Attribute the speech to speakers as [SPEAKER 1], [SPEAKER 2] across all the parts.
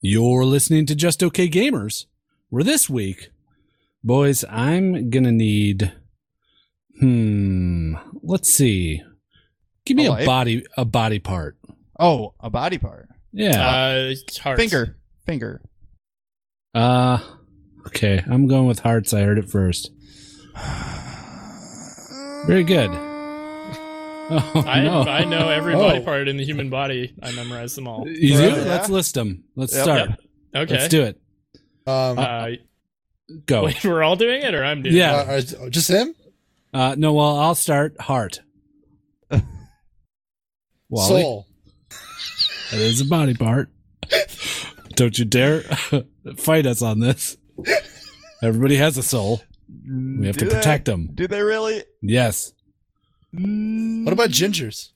[SPEAKER 1] You're listening to Just Okay Gamers. Where this week, boys, I'm gonna need. Hmm. Let's see. Give me
[SPEAKER 2] A
[SPEAKER 1] a,
[SPEAKER 2] life?
[SPEAKER 1] body a body part.
[SPEAKER 2] Oh, a body part.
[SPEAKER 1] Yeah.
[SPEAKER 3] Uh, it's hearts.
[SPEAKER 2] Finger. Finger.
[SPEAKER 1] Uh, okay. I'm going with hearts. I heard it first. Very good. Oh
[SPEAKER 3] I,
[SPEAKER 1] no.
[SPEAKER 3] I know every body
[SPEAKER 1] Oh.
[SPEAKER 3] part in the human body. I memorized them all.
[SPEAKER 1] You do?
[SPEAKER 2] Forever,
[SPEAKER 1] Let's
[SPEAKER 2] yeah.
[SPEAKER 1] list them. Let's
[SPEAKER 2] Yep.
[SPEAKER 1] start.
[SPEAKER 3] Okay.
[SPEAKER 1] Let's do it.
[SPEAKER 4] Um, uh,
[SPEAKER 3] Uh,
[SPEAKER 1] Go.
[SPEAKER 3] wait, we're all doing it, or I'm doing
[SPEAKER 1] Yeah.
[SPEAKER 4] uh, is- oh, just him?
[SPEAKER 1] Uh, no, well, I'll start heart. Wally,
[SPEAKER 4] Soul.
[SPEAKER 1] that is a body part. Don't you dare fight us on this. Everybody has a soul. We have to protect them.
[SPEAKER 2] Do they really?
[SPEAKER 1] Yes.
[SPEAKER 4] What about gingers?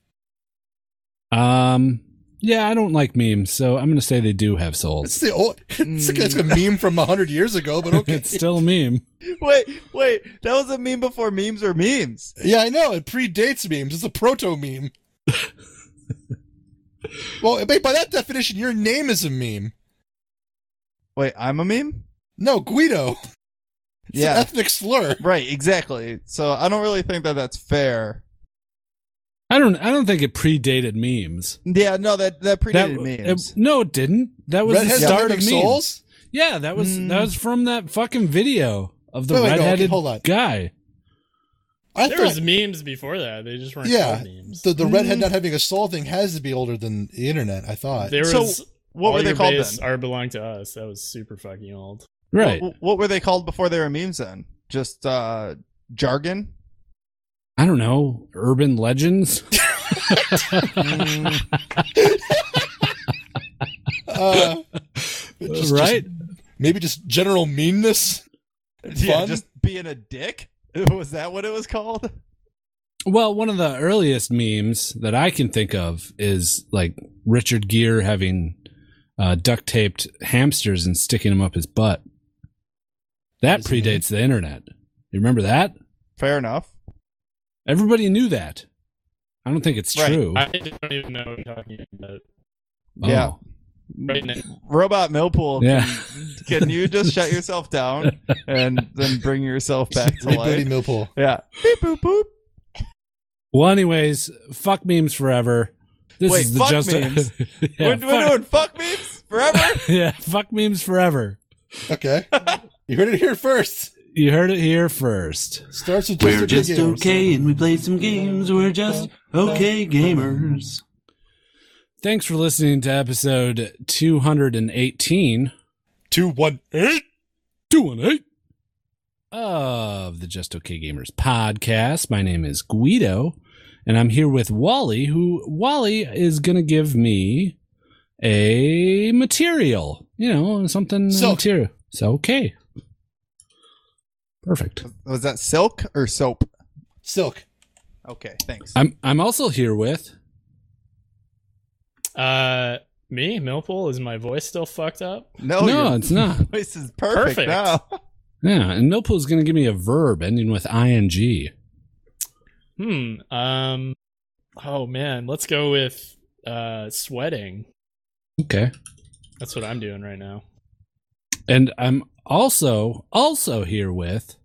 [SPEAKER 1] Um. Yeah, I don't like memes, so I'm gonna say they do have
[SPEAKER 4] It's
[SPEAKER 1] souls.
[SPEAKER 4] the old. It's, like, it's a
[SPEAKER 2] Mm.
[SPEAKER 4] meme from hundred years ago, but okay.
[SPEAKER 1] It's still a meme.
[SPEAKER 2] Wait, wait. That was a meme before memes were memes.
[SPEAKER 4] yeah, I know. It predates memes. It's a proto meme. well, wait, by that definition, your name is a meme.
[SPEAKER 2] Wait, I'm a meme?
[SPEAKER 4] No, Guido. It's an
[SPEAKER 2] Yeah.
[SPEAKER 4] ethnic slur.
[SPEAKER 2] Right, exactly. So I don't really think that that's fair.
[SPEAKER 1] I don't. I don't think it predated memes.
[SPEAKER 2] Yeah, no, that that
[SPEAKER 1] That-
[SPEAKER 2] predated memes.
[SPEAKER 1] it- no, it didn't. That was
[SPEAKER 4] Redheads
[SPEAKER 1] the
[SPEAKER 4] have
[SPEAKER 1] start of
[SPEAKER 4] ethnic
[SPEAKER 1] memes.
[SPEAKER 4] souls. Hmm.
[SPEAKER 1] Yeah, that was
[SPEAKER 2] Mm.
[SPEAKER 1] that was from that fucking video of the
[SPEAKER 4] Wait, wait, no, okay,
[SPEAKER 1] redheaded
[SPEAKER 4] hold on.
[SPEAKER 1] guy.
[SPEAKER 4] I
[SPEAKER 3] There
[SPEAKER 4] thought
[SPEAKER 3] was memes before that. They just weren't
[SPEAKER 4] Yeah.
[SPEAKER 3] called memes.
[SPEAKER 4] the, the redhead
[SPEAKER 2] Mm.
[SPEAKER 4] not having a soul thing has to be older than the internet. I thought.
[SPEAKER 3] There
[SPEAKER 2] So,
[SPEAKER 3] was
[SPEAKER 2] what
[SPEAKER 3] all
[SPEAKER 2] were they
[SPEAKER 3] your
[SPEAKER 2] called
[SPEAKER 3] base
[SPEAKER 2] then?
[SPEAKER 3] Are belong to us. That was super fucking old.
[SPEAKER 1] uh, Right.
[SPEAKER 2] What, what were they called before they were memes then? Just uh jargon?
[SPEAKER 1] I don't know. Urban legends.
[SPEAKER 4] Uh, just-
[SPEAKER 1] right.
[SPEAKER 4] maybe just general meanness.
[SPEAKER 2] Yeah,
[SPEAKER 4] Fun?
[SPEAKER 2] just being a dick? Was that what it was called?
[SPEAKER 1] Well, one of the earliest memes that I can think of is like Richard Gere having uh, duct taped hamsters and sticking them up his butt. That
[SPEAKER 4] Isn't it?
[SPEAKER 1] predates the internet. You remember that?
[SPEAKER 2] Fair enough.
[SPEAKER 1] Everybody knew that. I don't think it's
[SPEAKER 2] Right.
[SPEAKER 1] true.
[SPEAKER 3] I don't even know what you're talking about.
[SPEAKER 2] Yeah.
[SPEAKER 1] Oh.
[SPEAKER 3] Right now.
[SPEAKER 2] Robot Millpool,
[SPEAKER 1] Yeah.
[SPEAKER 2] can, can you just shut yourself down and then bring yourself back to
[SPEAKER 4] Hey, Buddy
[SPEAKER 2] life?
[SPEAKER 4] Millpool.
[SPEAKER 2] Yeah. Beep, boop, boop.
[SPEAKER 1] Well, anyways, fuck memes forever. This
[SPEAKER 2] Wait,
[SPEAKER 1] is the
[SPEAKER 2] fuck
[SPEAKER 1] just
[SPEAKER 2] memes?
[SPEAKER 1] yeah,
[SPEAKER 2] we're, we're
[SPEAKER 1] fuck,
[SPEAKER 2] doing fuck memes forever.
[SPEAKER 1] yeah, fuck memes forever.
[SPEAKER 4] Okay. you heard it here first.
[SPEAKER 1] You heard it here first.
[SPEAKER 4] Starts with
[SPEAKER 5] We're just
[SPEAKER 4] Games.
[SPEAKER 5] okay and we play some games. We're just okay gamers.
[SPEAKER 1] Thanks for listening to episode 218.
[SPEAKER 4] Two, one, eight.
[SPEAKER 1] 218 of the Just Okay Gamers podcast. My name is Guido, and I'm here with Wally, who Wally is going to give me a material, you know, something
[SPEAKER 4] Silk.
[SPEAKER 1] material. So, okay. Perfect.
[SPEAKER 2] Was that silk or soap?
[SPEAKER 4] Silk.
[SPEAKER 2] Okay, thanks.
[SPEAKER 1] I'm I'm also here with
[SPEAKER 3] Uh, me, Millpool, is my voice still fucked up?
[SPEAKER 2] No,
[SPEAKER 1] no,
[SPEAKER 2] your
[SPEAKER 1] it's not.
[SPEAKER 2] voice is perfect,
[SPEAKER 3] Perfect.
[SPEAKER 2] now.
[SPEAKER 1] Yeah, and Millpool's going to give me a verb ending with ing.
[SPEAKER 3] Hmm. Um. Oh man, let's go with uh sweating.
[SPEAKER 1] Okay.
[SPEAKER 3] That's what I'm doing right now.
[SPEAKER 1] And I'm also also here with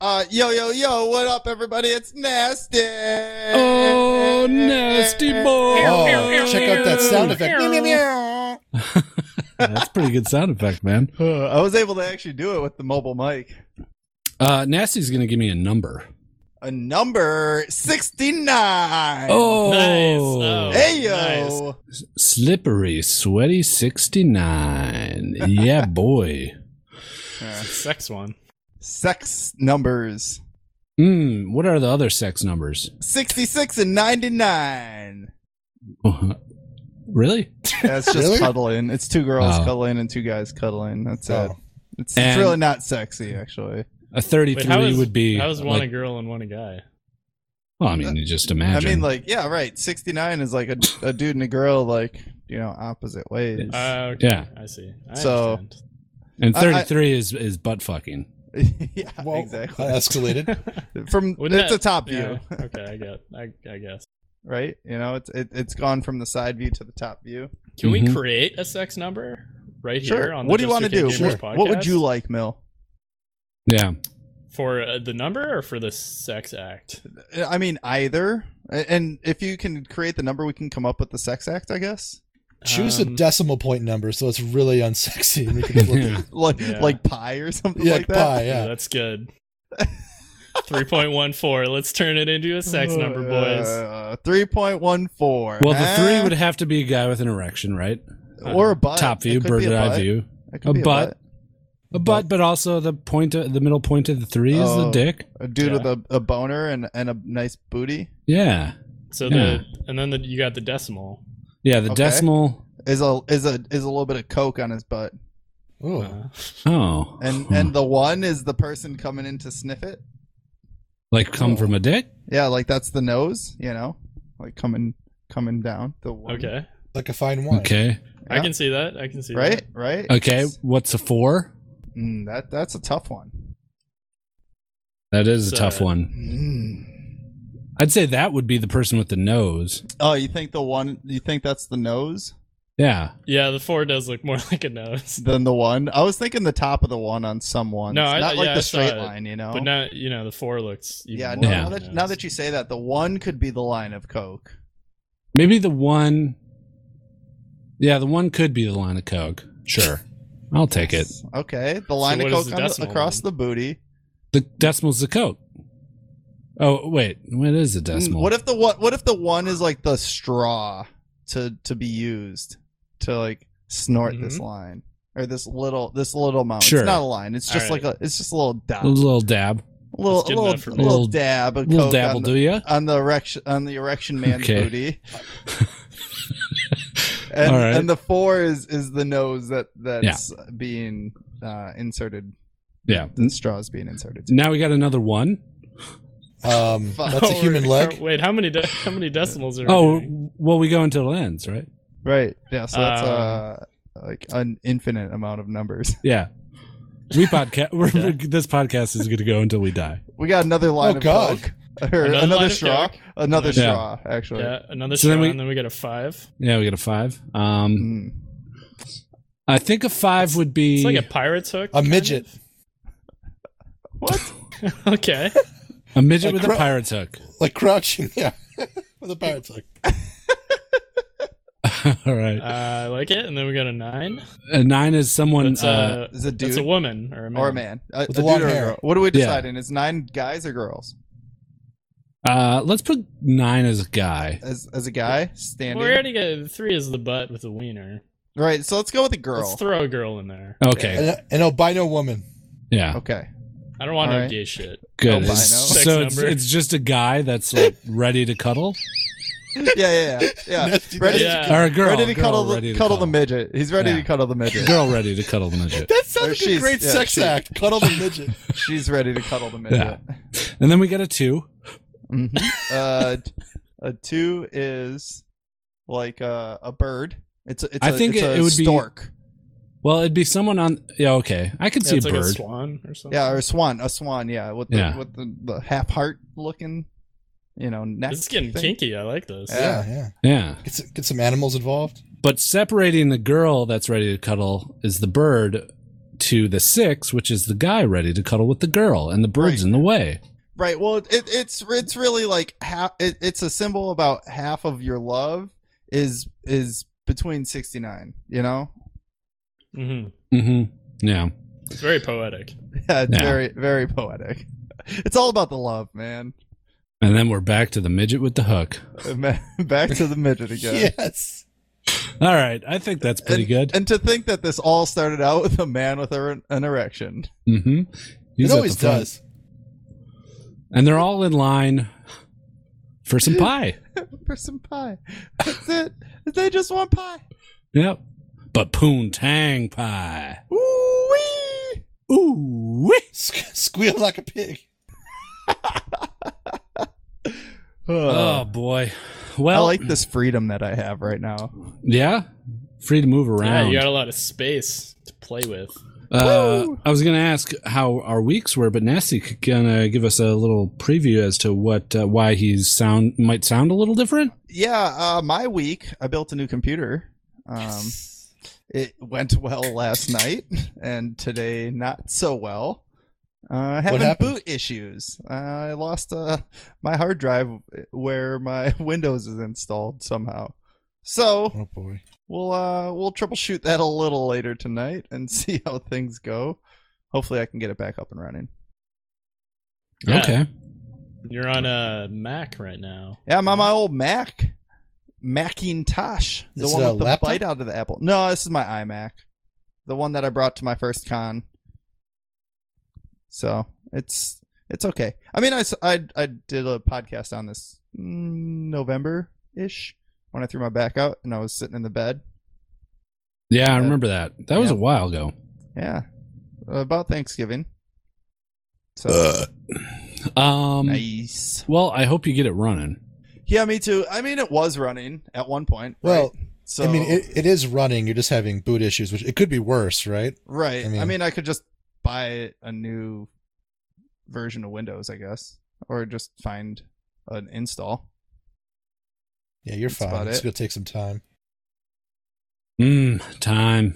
[SPEAKER 2] Uh, yo, yo, yo, what up, everybody? It's Nasty.
[SPEAKER 1] Oh, nasty boy.
[SPEAKER 4] Oh, check out that sound effect. Meow, meow, meow.
[SPEAKER 1] That's a pretty good sound effect, man.
[SPEAKER 2] I was able to actually do it with the mobile mic.
[SPEAKER 1] Uh, Nasty's gonna give me a number.
[SPEAKER 2] A number 69.
[SPEAKER 1] Oh,
[SPEAKER 3] Nice. Oh.
[SPEAKER 2] hey, yo.
[SPEAKER 3] nice.
[SPEAKER 1] slippery, sweaty, sixty-nine. Yeah, boy.
[SPEAKER 2] Yeah.
[SPEAKER 3] Sex one.
[SPEAKER 2] Sex numbers
[SPEAKER 1] Hmm. What are the other sex numbers?
[SPEAKER 2] 66 and 99.
[SPEAKER 1] really?
[SPEAKER 2] That's just
[SPEAKER 4] Really?
[SPEAKER 2] cuddling. It's two girls
[SPEAKER 1] Oh.
[SPEAKER 2] cuddling and two guys cuddling. That's it.
[SPEAKER 4] Oh.
[SPEAKER 2] It's, it's
[SPEAKER 1] And-
[SPEAKER 2] really not sexy, actually.
[SPEAKER 1] A thirty-three
[SPEAKER 3] how is-
[SPEAKER 1] would be.
[SPEAKER 3] I was one a
[SPEAKER 1] like-
[SPEAKER 3] girl and one a guy.
[SPEAKER 1] well, I mean, you just imagine.
[SPEAKER 2] I mean, like, yeah, right. 69 is like a, a dude and a girl, like, you know, opposite ways.
[SPEAKER 3] Uh, okay.
[SPEAKER 1] Yeah.
[SPEAKER 3] I see. I
[SPEAKER 2] So-
[SPEAKER 3] understand.
[SPEAKER 1] and
[SPEAKER 2] I- I-
[SPEAKER 1] thirty-three is is butt fucking.
[SPEAKER 2] yeah,
[SPEAKER 4] Well, uh,
[SPEAKER 2] exactly.
[SPEAKER 4] That escalated.
[SPEAKER 2] From
[SPEAKER 3] Wouldn't
[SPEAKER 2] it's
[SPEAKER 3] that-
[SPEAKER 2] a top view.
[SPEAKER 3] Yeah, okay, I get. I, I guess.
[SPEAKER 2] right? You know, it's it, it's gone from the side view to the top view.
[SPEAKER 3] Can
[SPEAKER 1] Mhm.
[SPEAKER 3] we create a sex number right here on the
[SPEAKER 2] What do you
[SPEAKER 3] want to
[SPEAKER 2] do?
[SPEAKER 4] Sure.
[SPEAKER 2] What would you like, Mill?
[SPEAKER 1] Yeah.
[SPEAKER 3] for uh, the number or for the sex act?
[SPEAKER 2] Uh, I mean, either. A- And if you can create the number, we can come up with the sex act, I guess.
[SPEAKER 4] Choose
[SPEAKER 3] Um,
[SPEAKER 4] a decimal point number so it's really unsexy and we can flip it.
[SPEAKER 2] Like
[SPEAKER 3] Yeah.
[SPEAKER 2] like pie or something
[SPEAKER 4] Yeah,
[SPEAKER 2] like that.
[SPEAKER 4] pie,
[SPEAKER 3] yeah,
[SPEAKER 4] yeah.
[SPEAKER 3] that's good. 3.14. Let's turn it into a sex
[SPEAKER 2] Oh,
[SPEAKER 3] number, boys.
[SPEAKER 2] Uh, three point one four. Eh?
[SPEAKER 1] Well, the three would have to be a guy with an erection, right?
[SPEAKER 2] or a Uh-huh. butt.
[SPEAKER 1] Top view,
[SPEAKER 2] It could be
[SPEAKER 1] bird's
[SPEAKER 2] a
[SPEAKER 1] eye
[SPEAKER 2] butt.
[SPEAKER 1] view.
[SPEAKER 2] It could
[SPEAKER 1] A
[SPEAKER 2] be
[SPEAKER 1] butt. A butt, but also the point, of, the middle point of the three is the
[SPEAKER 2] Oh.
[SPEAKER 1] dick.
[SPEAKER 2] A dude
[SPEAKER 3] Yeah.
[SPEAKER 2] with a, a boner and, and a nice booty
[SPEAKER 1] Yeah,
[SPEAKER 3] So
[SPEAKER 1] Yeah.
[SPEAKER 3] the and then the, you got the decimal.
[SPEAKER 1] yeah. The
[SPEAKER 2] Okay.
[SPEAKER 1] decimal.
[SPEAKER 2] is a is a is a little bit of coke on his butt,
[SPEAKER 4] Ooh.
[SPEAKER 3] Uh,
[SPEAKER 1] Oh,
[SPEAKER 2] and and the one is the person coming in to sniff it.
[SPEAKER 1] like come from a dick.
[SPEAKER 2] Yeah, like that's the nose, you know, like coming coming down the one.
[SPEAKER 3] okay,
[SPEAKER 4] Like a fine wine.
[SPEAKER 1] Okay,
[SPEAKER 3] I
[SPEAKER 2] Yeah.
[SPEAKER 3] can see that. I can see
[SPEAKER 2] right,
[SPEAKER 3] that.
[SPEAKER 2] right.
[SPEAKER 1] okay. What's a four?
[SPEAKER 2] Mm, that that's a tough one.
[SPEAKER 1] That is a
[SPEAKER 3] So-
[SPEAKER 1] tough one.
[SPEAKER 2] Mm.
[SPEAKER 1] I'd say that would be the person with the nose.
[SPEAKER 2] Oh, you think the one? You think that's the nose?
[SPEAKER 1] Yeah.
[SPEAKER 3] Yeah, the four does look more like a nose,
[SPEAKER 2] Than the one? I was thinking the top of the one on someone.
[SPEAKER 3] No, I-
[SPEAKER 2] not like
[SPEAKER 3] yeah, I
[SPEAKER 2] the
[SPEAKER 3] saw
[SPEAKER 2] straight
[SPEAKER 3] it,
[SPEAKER 2] line, you know.
[SPEAKER 3] but now you know the four looks. Even
[SPEAKER 2] yeah,
[SPEAKER 3] more
[SPEAKER 2] no,
[SPEAKER 1] Yeah.
[SPEAKER 2] Now,
[SPEAKER 3] like a
[SPEAKER 2] that,
[SPEAKER 3] nose.
[SPEAKER 2] now that you say that, the one could be the line of coke.
[SPEAKER 1] Maybe the one. Yeah, the one could be the line of coke. Sure, I'll take it.
[SPEAKER 2] Okay, the line
[SPEAKER 3] what
[SPEAKER 2] of
[SPEAKER 3] is
[SPEAKER 2] coke
[SPEAKER 3] the
[SPEAKER 2] on the-
[SPEAKER 3] decimal
[SPEAKER 2] across
[SPEAKER 3] then?
[SPEAKER 2] the booty.
[SPEAKER 1] The decimal's the coke. Oh wait, what is a
[SPEAKER 2] Mm,
[SPEAKER 1] decimal?
[SPEAKER 2] What if the one? What if the one is like the straw to to be used to like snort
[SPEAKER 3] Mm-hmm.
[SPEAKER 2] this line or this little this little amount?
[SPEAKER 1] Sure.
[SPEAKER 2] It's not a line. It's just
[SPEAKER 3] Alright.
[SPEAKER 2] like a it's just a little dot,
[SPEAKER 1] a little dab,
[SPEAKER 2] a little
[SPEAKER 3] That's good
[SPEAKER 2] a little,
[SPEAKER 3] enough for
[SPEAKER 2] a
[SPEAKER 3] me.
[SPEAKER 2] little dab, of
[SPEAKER 1] little
[SPEAKER 2] coke
[SPEAKER 1] dab will
[SPEAKER 2] on, the,
[SPEAKER 1] do you.
[SPEAKER 2] on the erection on the erection man's
[SPEAKER 1] Okay.
[SPEAKER 2] booty. and,
[SPEAKER 1] All right.
[SPEAKER 2] and the four is is the nose that that's being uh, inserted.
[SPEAKER 1] Yeah.
[SPEAKER 2] the straw is being inserted.
[SPEAKER 1] Now we got another one.
[SPEAKER 4] Um,
[SPEAKER 2] Fuck.
[SPEAKER 4] that's a
[SPEAKER 3] Oh,
[SPEAKER 4] human
[SPEAKER 3] we're-
[SPEAKER 4] leg.
[SPEAKER 3] Wait, how many de- how many decimals are? we
[SPEAKER 1] Oh
[SPEAKER 3] doing?
[SPEAKER 1] well, we go until it ends, right?
[SPEAKER 2] Right. Yeah. So
[SPEAKER 3] Um,
[SPEAKER 2] that's uh, like an infinite amount of numbers.
[SPEAKER 1] Yeah. We podcast. We're,
[SPEAKER 3] Yeah.
[SPEAKER 1] This podcast is going to go until we die.
[SPEAKER 2] We got another line
[SPEAKER 4] Oh,
[SPEAKER 2] of
[SPEAKER 4] God.
[SPEAKER 2] coke. Or another,
[SPEAKER 3] line of
[SPEAKER 2] straw.
[SPEAKER 3] coke.
[SPEAKER 2] Another
[SPEAKER 1] Yeah.
[SPEAKER 2] straw, actually.
[SPEAKER 3] Yeah, another
[SPEAKER 1] So
[SPEAKER 3] straw,
[SPEAKER 1] then we-
[SPEAKER 3] and then we get a five.
[SPEAKER 1] Yeah, we got a five. Um,
[SPEAKER 2] Mm.
[SPEAKER 1] I think a five would be.
[SPEAKER 3] It's like a pirate's hook.
[SPEAKER 4] A
[SPEAKER 3] kind
[SPEAKER 4] midget.
[SPEAKER 2] What?
[SPEAKER 3] of. okay.
[SPEAKER 1] a, midget
[SPEAKER 4] a
[SPEAKER 1] with a
[SPEAKER 4] crow.
[SPEAKER 1] pirate's hook.
[SPEAKER 4] Like crouching, yeah. With a pirate's hook.
[SPEAKER 1] All right.
[SPEAKER 3] Uh, I like it, and then we got a nine.
[SPEAKER 1] a nine is someone.
[SPEAKER 3] That's a
[SPEAKER 1] Uh,
[SPEAKER 2] Is it dude
[SPEAKER 3] that's a woman or a man.
[SPEAKER 2] or a man? A,
[SPEAKER 4] With
[SPEAKER 2] a
[SPEAKER 4] the long
[SPEAKER 2] dude or a
[SPEAKER 4] hair.
[SPEAKER 2] girl? What are we
[SPEAKER 1] Yeah.
[SPEAKER 2] deciding? Is nine guys or girls?
[SPEAKER 1] uh, let's put nine as a guy.
[SPEAKER 2] As as a guy
[SPEAKER 3] Well,
[SPEAKER 2] standing.
[SPEAKER 3] we already got three is the butt with the wiener.
[SPEAKER 2] Right. So let's go with a girl.
[SPEAKER 3] Let's throw a girl in there.
[SPEAKER 1] Okay.
[SPEAKER 4] An, an albino woman.
[SPEAKER 1] Yeah.
[SPEAKER 2] okay.
[SPEAKER 3] I don't want
[SPEAKER 2] All
[SPEAKER 3] no
[SPEAKER 2] right.
[SPEAKER 3] gay shit.
[SPEAKER 1] Good.
[SPEAKER 2] Albino.
[SPEAKER 3] Sex
[SPEAKER 1] so it's,
[SPEAKER 3] number.
[SPEAKER 1] it's just a guy that's like ready to cuddle,
[SPEAKER 2] Yeah, yeah, yeah. yeah.
[SPEAKER 4] Nasty
[SPEAKER 2] Ready,
[SPEAKER 4] nasty.
[SPEAKER 3] Yeah.
[SPEAKER 1] or a girl
[SPEAKER 2] ready to
[SPEAKER 1] girl
[SPEAKER 2] cuddle, the,
[SPEAKER 1] ready to
[SPEAKER 2] cuddle the midget. He's ready
[SPEAKER 1] Yeah.
[SPEAKER 2] to cuddle the midget.
[SPEAKER 1] Girl ready to cuddle the midget.
[SPEAKER 4] That
[SPEAKER 2] Or
[SPEAKER 4] sounds like a
[SPEAKER 2] she's-
[SPEAKER 4] great
[SPEAKER 2] yeah,
[SPEAKER 4] sex
[SPEAKER 2] she-
[SPEAKER 4] act. Cuddle the midget.
[SPEAKER 2] She's ready to cuddle the midget.
[SPEAKER 1] And then we got a two.
[SPEAKER 2] Mhm. Uh, a two is like a, a bird. It's a, it's
[SPEAKER 1] I
[SPEAKER 2] a-
[SPEAKER 1] think
[SPEAKER 2] it's
[SPEAKER 1] it-
[SPEAKER 2] a
[SPEAKER 1] it would be-
[SPEAKER 2] stork.
[SPEAKER 1] Well, it'd be someone on. Yeah. Okay. I could
[SPEAKER 3] Yeah,
[SPEAKER 1] see
[SPEAKER 3] it's
[SPEAKER 1] a
[SPEAKER 3] like a
[SPEAKER 1] bird.
[SPEAKER 3] swan or something.
[SPEAKER 2] Yeah, or a swan, a swan, yeah, with the
[SPEAKER 1] Yeah.
[SPEAKER 2] with the, the half heart looking, you know, neck.
[SPEAKER 3] This is getting
[SPEAKER 2] thing.
[SPEAKER 3] kinky. I like this.
[SPEAKER 2] Yeah.
[SPEAKER 4] Yeah, yeah.
[SPEAKER 1] yeah.
[SPEAKER 4] Get some, get some animals involved.
[SPEAKER 1] But separating the girl that's ready to cuddle is the bird to the six, which is the guy ready to cuddle with the girl, and the bird's
[SPEAKER 2] Right.
[SPEAKER 1] in the way.
[SPEAKER 2] Right. Well, it, it's it's really like half. It, it's a symbol about half of your love is is between sixty nine. You know,
[SPEAKER 3] hmm
[SPEAKER 1] hmm Yeah.
[SPEAKER 3] It's very poetic.
[SPEAKER 2] yeah, it's
[SPEAKER 1] Yeah.
[SPEAKER 2] very very poetic. It's all about the love, man.
[SPEAKER 1] And then we're back to the midget with the hook.
[SPEAKER 2] Back to the midget again.
[SPEAKER 4] Yes.
[SPEAKER 1] All right. I think that's pretty
[SPEAKER 2] and,
[SPEAKER 1] good.
[SPEAKER 2] And to think that this all started out with a man with a, an erection.
[SPEAKER 1] hmm
[SPEAKER 4] It always does.
[SPEAKER 1] And they're all in line for some pie.
[SPEAKER 2] For some pie. That's it. They just want pie.
[SPEAKER 1] yep. But poontang pie.
[SPEAKER 2] Ooh wee.
[SPEAKER 1] Ooh.
[SPEAKER 4] Squ- Squeal like a pig.
[SPEAKER 1] Oh boy.
[SPEAKER 2] Uh. I
[SPEAKER 1] Well,
[SPEAKER 2] like this freedom that I have right now.
[SPEAKER 1] yeah. Free to move around.
[SPEAKER 3] Yeah, you got a lot of space to play with.
[SPEAKER 1] Uh, I was going to ask how our weeks were, but Nasty gonna give us a little preview as to what uh, why he's sound might sound a little different.
[SPEAKER 2] Yeah, uh, my week, I built a new computer. Um, It went well last night, and today not so well. Uh, having
[SPEAKER 4] happened?
[SPEAKER 2] boot issues. Uh, I lost uh, my hard drive where my Windows is installed somehow. So
[SPEAKER 4] Oh boy.
[SPEAKER 2] we'll uh, we'll troubleshoot that a little later tonight and see how things go. Hopefully, I can get it back up and running.
[SPEAKER 3] Yeah.
[SPEAKER 1] Okay.
[SPEAKER 3] You're on a Mac right now.
[SPEAKER 2] Yeah, I'm on my old Mac, Macintosh, the
[SPEAKER 4] Is
[SPEAKER 2] one
[SPEAKER 4] it a
[SPEAKER 2] with the
[SPEAKER 4] laptop?
[SPEAKER 2] bite out of the apple. No, this is my iMac, the one that I brought to my first con. So it's it's okay. I mean, I s- I, I did a podcast on this November ish when I threw my back out and I was sitting in the bed.
[SPEAKER 1] Yeah, I remember that. That was
[SPEAKER 2] Yeah.
[SPEAKER 1] a while ago.
[SPEAKER 2] Yeah, about Thanksgiving. So
[SPEAKER 1] Um.
[SPEAKER 2] nice.
[SPEAKER 1] Well, I hope you get it running.
[SPEAKER 2] Yeah, me too. I mean, it was running at one point.
[SPEAKER 4] Well,
[SPEAKER 2] right? so
[SPEAKER 4] I mean, it, it is running. You're just having boot issues, which it could be worse, right?
[SPEAKER 2] Right. I
[SPEAKER 4] I
[SPEAKER 2] mean,
[SPEAKER 4] mean-
[SPEAKER 2] I could just buy a new version of Windows, I guess, or just find an install.
[SPEAKER 4] Yeah, you're
[SPEAKER 2] That's
[SPEAKER 4] fine.
[SPEAKER 2] about
[SPEAKER 4] It's
[SPEAKER 2] it.
[SPEAKER 4] gonna take some time.
[SPEAKER 1] Mm, time.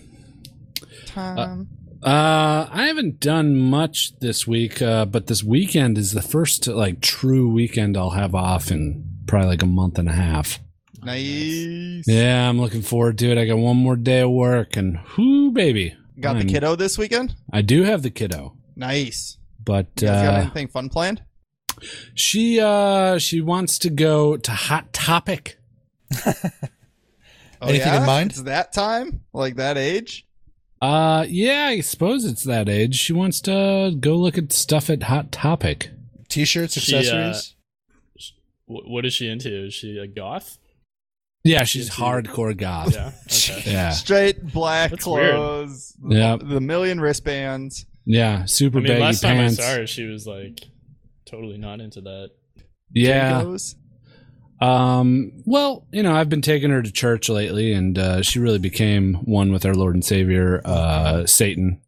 [SPEAKER 2] Time.
[SPEAKER 1] Uh, I haven't done much this week, uh, but this weekend is the first like true weekend I'll have off in probably like a month and a half.
[SPEAKER 2] nice.
[SPEAKER 1] Yeah, I'm looking forward to it. I got one more day of work, and whoo, baby,
[SPEAKER 2] Got
[SPEAKER 1] I'm-
[SPEAKER 2] the kiddo this weekend.
[SPEAKER 1] I do have the kiddo,
[SPEAKER 2] Nice.
[SPEAKER 1] but
[SPEAKER 2] You guys got
[SPEAKER 1] uh,
[SPEAKER 2] anything fun planned?
[SPEAKER 1] she uh she wants to go to Hot Topic.
[SPEAKER 2] Oh,
[SPEAKER 4] Anything in
[SPEAKER 2] yeah?
[SPEAKER 4] mind?
[SPEAKER 2] It's that time, like that age.
[SPEAKER 1] Uh, yeah, I suppose it's that age. She wants to go look at stuff at Hot Topic.
[SPEAKER 4] T-shirts,
[SPEAKER 3] She, uh,
[SPEAKER 4] accessories.
[SPEAKER 3] Wh- what is she into? Is she a goth?
[SPEAKER 1] Yeah, she's
[SPEAKER 3] Yes, you-
[SPEAKER 1] hardcore goth.
[SPEAKER 3] Yeah. Okay.
[SPEAKER 1] Yeah,
[SPEAKER 2] Straight black
[SPEAKER 3] That's weird.
[SPEAKER 2] clothes.
[SPEAKER 1] Yeah.
[SPEAKER 2] The, the million wristbands.
[SPEAKER 1] yeah, super
[SPEAKER 3] I mean,
[SPEAKER 1] baggy
[SPEAKER 3] last time
[SPEAKER 1] pants.
[SPEAKER 3] I saw her, she was like totally not into that.
[SPEAKER 1] yeah,
[SPEAKER 2] Jinkos.
[SPEAKER 1] Um, well, you know, I've been taking her to church lately, and uh, she really became one with our Lord and Savior, uh, Satan,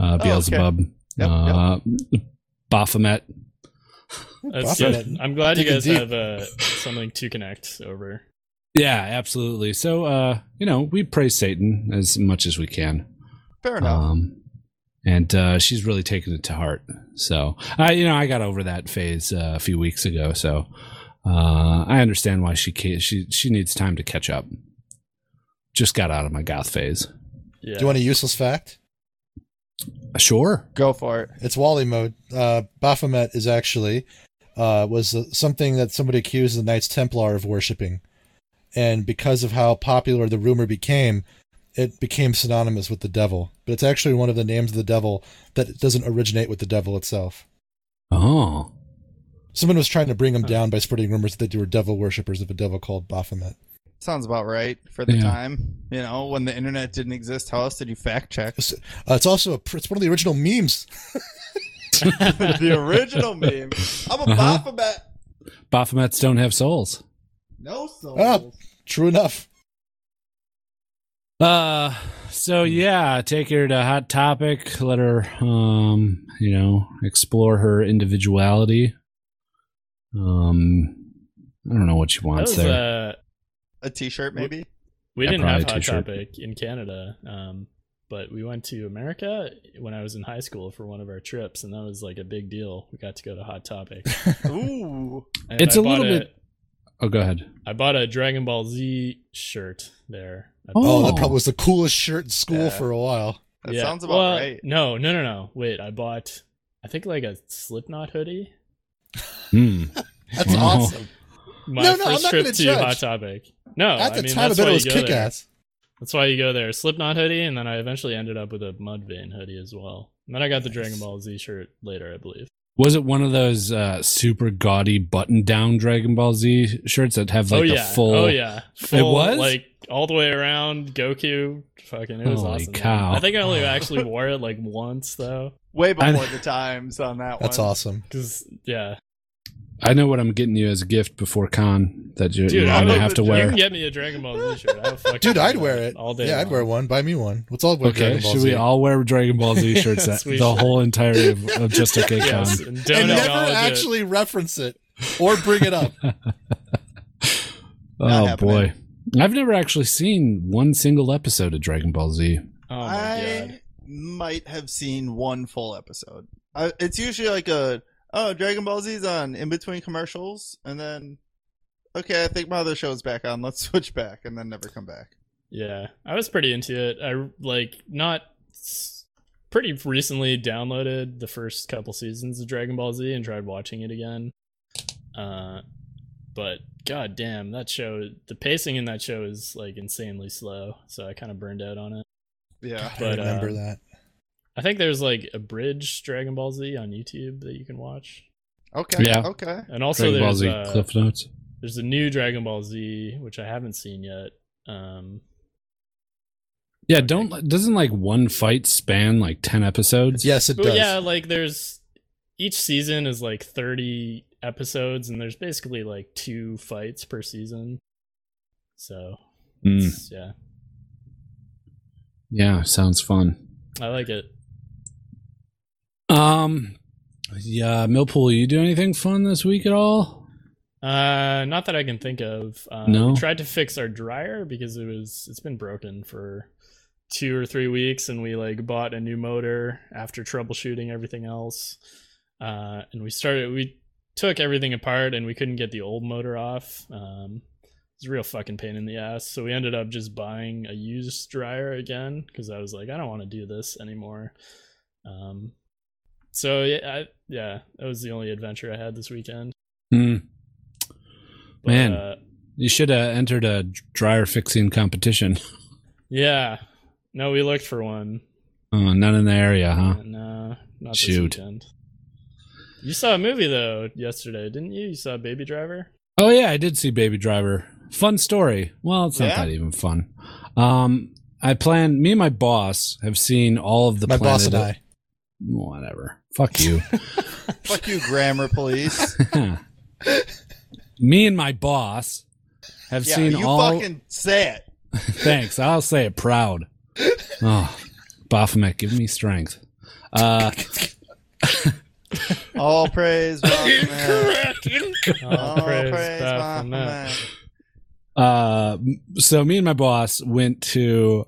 [SPEAKER 1] uh,
[SPEAKER 2] Oh, okay.
[SPEAKER 1] Beelzebub,
[SPEAKER 2] Yep,
[SPEAKER 1] uh, Baphomet.
[SPEAKER 3] That's
[SPEAKER 4] Buffing
[SPEAKER 3] good.
[SPEAKER 4] it.
[SPEAKER 3] I'm glad you
[SPEAKER 4] Digging
[SPEAKER 3] guys
[SPEAKER 4] deep.
[SPEAKER 3] have uh, something to connect over.
[SPEAKER 1] Yeah, absolutely. So, uh, you know, we praise Satan as much as we can.
[SPEAKER 2] Fair enough.
[SPEAKER 1] Um, and uh, she's really taken it to heart. So, I, you know, I got over that phase uh, a few weeks ago. So, uh, I understand why she ca- she she needs time to catch up. Just got out of my goth phase.
[SPEAKER 3] Yeah.
[SPEAKER 4] Do you want a useless fact?
[SPEAKER 1] Sure.
[SPEAKER 2] Go for it.
[SPEAKER 4] It's Wally mode. Uh, Baphomet is actually uh, was uh, something that somebody accused the Knights Templar of worshiping, and because of how popular the rumor became, it became synonymous with the devil. But it's actually one of the names of the devil that doesn't originate with the devil itself.
[SPEAKER 1] Oh,
[SPEAKER 4] Someone was trying to bring him down by spreading rumors that they were devil worshippers of a devil called Baphomet.
[SPEAKER 2] Sounds about right for the
[SPEAKER 1] Yeah.
[SPEAKER 2] time. You know, when the internet didn't exist, how else did you fact check?
[SPEAKER 4] It's, uh, it's also a, pr- it's one of the original memes.
[SPEAKER 2] the original meme. I'm a
[SPEAKER 1] Uh-huh.
[SPEAKER 2] Baphomet.
[SPEAKER 1] Baphomets don't have souls.
[SPEAKER 2] No soul.
[SPEAKER 4] Ah, true enough.
[SPEAKER 1] Uh, so
[SPEAKER 3] Hmm.
[SPEAKER 1] yeah, take her to Hot Topic. Let her, um, you know, explore her individuality. Um, I don't know what she
[SPEAKER 3] that
[SPEAKER 1] wants
[SPEAKER 3] was,
[SPEAKER 1] there.
[SPEAKER 3] uh,
[SPEAKER 2] A T-shirt, maybe.
[SPEAKER 3] we
[SPEAKER 1] Yeah,
[SPEAKER 3] didn't have
[SPEAKER 1] probably
[SPEAKER 3] Hot
[SPEAKER 1] t-shirt.
[SPEAKER 3] Topic in Canada, um, but we went to America when I was in high school for one of our trips, and that was like a big deal. We got to go to Hot Topic.
[SPEAKER 2] Ooh,
[SPEAKER 3] And
[SPEAKER 1] It's
[SPEAKER 3] I
[SPEAKER 1] a little
[SPEAKER 3] bought
[SPEAKER 1] bit- oh, go ahead.
[SPEAKER 3] I bought a Dragon Ball Z shirt there. I
[SPEAKER 4] Oh,
[SPEAKER 1] Oh.
[SPEAKER 4] that probably was the coolest shirt in school
[SPEAKER 2] Yeah.
[SPEAKER 4] for a while.
[SPEAKER 2] that sounds about
[SPEAKER 3] Well,
[SPEAKER 2] right.
[SPEAKER 3] No, no, no, no. Wait, I bought, I think like a Slipknot hoodie.
[SPEAKER 1] Hmm.
[SPEAKER 4] That's
[SPEAKER 1] Wow.
[SPEAKER 4] awesome.
[SPEAKER 3] My
[SPEAKER 4] No, no, I'm
[SPEAKER 3] first
[SPEAKER 4] not
[SPEAKER 3] trip
[SPEAKER 4] gonna
[SPEAKER 3] to
[SPEAKER 4] judge.
[SPEAKER 3] Hot Topic. No,
[SPEAKER 4] At the
[SPEAKER 3] Oh, I mean,
[SPEAKER 4] time, I
[SPEAKER 3] that's
[SPEAKER 4] bet
[SPEAKER 3] why
[SPEAKER 4] it
[SPEAKER 3] you
[SPEAKER 4] was
[SPEAKER 3] go there.
[SPEAKER 4] kick ass.
[SPEAKER 3] That's why you go there. Slipknot hoodie, and then I eventually ended up with a Mudvayne hoodie as well. And then I got the Dragon Ball Z shirt later, I believe.
[SPEAKER 1] Was it one of those uh, super gaudy button-down Dragon Ball Z shirts that have like
[SPEAKER 3] oh
[SPEAKER 1] the
[SPEAKER 3] yeah,
[SPEAKER 1] full?
[SPEAKER 3] oh yeah, full,
[SPEAKER 1] was?
[SPEAKER 3] like all the way around Goku. Fucking, it was
[SPEAKER 1] Holy
[SPEAKER 3] awesome. man.
[SPEAKER 1] cow.
[SPEAKER 3] I think I only actually wore it like once though,
[SPEAKER 2] Way before
[SPEAKER 1] I-
[SPEAKER 2] the times on that
[SPEAKER 4] That's
[SPEAKER 2] one.
[SPEAKER 4] awesome.
[SPEAKER 3] because yeah,
[SPEAKER 1] I know what I'm getting you as a gift before con that you're,
[SPEAKER 3] Dude,
[SPEAKER 1] you're
[SPEAKER 3] I
[SPEAKER 1] gonna
[SPEAKER 3] would-
[SPEAKER 1] have to
[SPEAKER 3] you
[SPEAKER 1] wear.
[SPEAKER 3] can get me a Dragon Ball Z shirt. I'll fucking
[SPEAKER 4] Dude,
[SPEAKER 3] wear
[SPEAKER 4] I'd
[SPEAKER 3] that
[SPEAKER 4] wear it
[SPEAKER 3] all day.
[SPEAKER 4] Yeah, I'd
[SPEAKER 3] long.
[SPEAKER 4] wear one. Buy me one. Let's all wear
[SPEAKER 1] Okay,
[SPEAKER 4] Dragon Ball
[SPEAKER 1] should
[SPEAKER 4] Z.
[SPEAKER 1] we all wear Dragon Ball Z
[SPEAKER 3] Yes,
[SPEAKER 1] shirts that,
[SPEAKER 3] we
[SPEAKER 1] the
[SPEAKER 3] should.
[SPEAKER 1] whole entirety of, of Just Okay
[SPEAKER 3] Yes,
[SPEAKER 1] Con?
[SPEAKER 3] and don't
[SPEAKER 4] and never
[SPEAKER 3] acknowledge it.
[SPEAKER 4] actually reference it or bring it up.
[SPEAKER 2] Not
[SPEAKER 1] Oh
[SPEAKER 2] happening.
[SPEAKER 1] boy, I've never actually seen one single episode of Dragon Ball Z.
[SPEAKER 3] Oh my god.
[SPEAKER 2] I might have seen one full episode. I, it's usually like a oh Dragon Ball Z's on in between commercials, and then okay, I think my other show's back on. Let's switch back, and then never come back.
[SPEAKER 3] Yeah, I was pretty into it. I like not s- pretty recently downloaded the first couple seasons of Dragon Ball Z and tried watching it again. Uh, but god damn, that show, the pacing in that show is like insanely slow. So I kind of burned out on it.
[SPEAKER 2] Yeah,
[SPEAKER 4] I
[SPEAKER 3] But,
[SPEAKER 4] remember
[SPEAKER 3] uh,
[SPEAKER 4] that.
[SPEAKER 3] I think there's like a bridge Dragon Ball Z on YouTube that you can watch,
[SPEAKER 2] okay,
[SPEAKER 1] Yeah.
[SPEAKER 2] okay.
[SPEAKER 3] and also
[SPEAKER 1] Dragon Ball
[SPEAKER 3] there's
[SPEAKER 1] Z
[SPEAKER 3] uh,
[SPEAKER 1] Cliff Notes.
[SPEAKER 3] there's a new Dragon Ball Z which I haven't seen yet. Um,
[SPEAKER 1] Yeah, don't doesn't like one fight span like ten episodes.
[SPEAKER 4] Yes, it
[SPEAKER 3] But
[SPEAKER 4] does.
[SPEAKER 3] yeah, like there's each season is like 30 episodes, and there's basically like two fights per season. So
[SPEAKER 4] Hmm.
[SPEAKER 1] Mm,
[SPEAKER 3] it's- yeah,
[SPEAKER 1] yeah, sounds fun.
[SPEAKER 3] I like it.
[SPEAKER 1] Um, yeah, Millpool, you do anything fun this week at all?
[SPEAKER 3] Uh, not that I can think of. Um,
[SPEAKER 1] No?
[SPEAKER 3] We tried to fix our dryer because it was it's been broken for two or three weeks, and we like bought a new motor after troubleshooting everything else. Uh, and we started we took everything apart, and we couldn't get the old motor off. Um, it's a real fucking pain in the ass. So we ended up just buying a used dryer again because I was like, I don't want to do this anymore. Um, so yeah, I, yeah, that was the only adventure I had this weekend.
[SPEAKER 1] Hmm.
[SPEAKER 3] But,
[SPEAKER 1] Man.
[SPEAKER 3] uh,
[SPEAKER 1] You should have entered a dryer fixing competition.
[SPEAKER 3] Yeah. No, we looked for one.
[SPEAKER 1] Oh, not in the area, huh?
[SPEAKER 3] Uh, No, not
[SPEAKER 1] Shoot.
[SPEAKER 3] this weekend. You saw a movie though yesterday, didn't you? You saw Baby Driver.
[SPEAKER 1] Oh yeah, I did see Baby Driver. Fun story. Well, it's not
[SPEAKER 2] Yeah?
[SPEAKER 1] that even fun. Um, I plan. Me and my boss have seen all of the.
[SPEAKER 4] My boss
[SPEAKER 1] Planet
[SPEAKER 4] and I.
[SPEAKER 1] Whatever. Fuck you.
[SPEAKER 2] Fuck you, grammar police.
[SPEAKER 1] me and my boss have
[SPEAKER 2] yeah,
[SPEAKER 1] seen
[SPEAKER 2] you
[SPEAKER 1] all.
[SPEAKER 2] fucking say it.
[SPEAKER 1] Thanks. I'll say it proud. Oh, Baphomet, give me strength. Uh,
[SPEAKER 2] All praise Baphomet.
[SPEAKER 1] Oh,
[SPEAKER 3] All praise Baphomet.
[SPEAKER 2] Baphomet.
[SPEAKER 1] uh, so me and my boss went to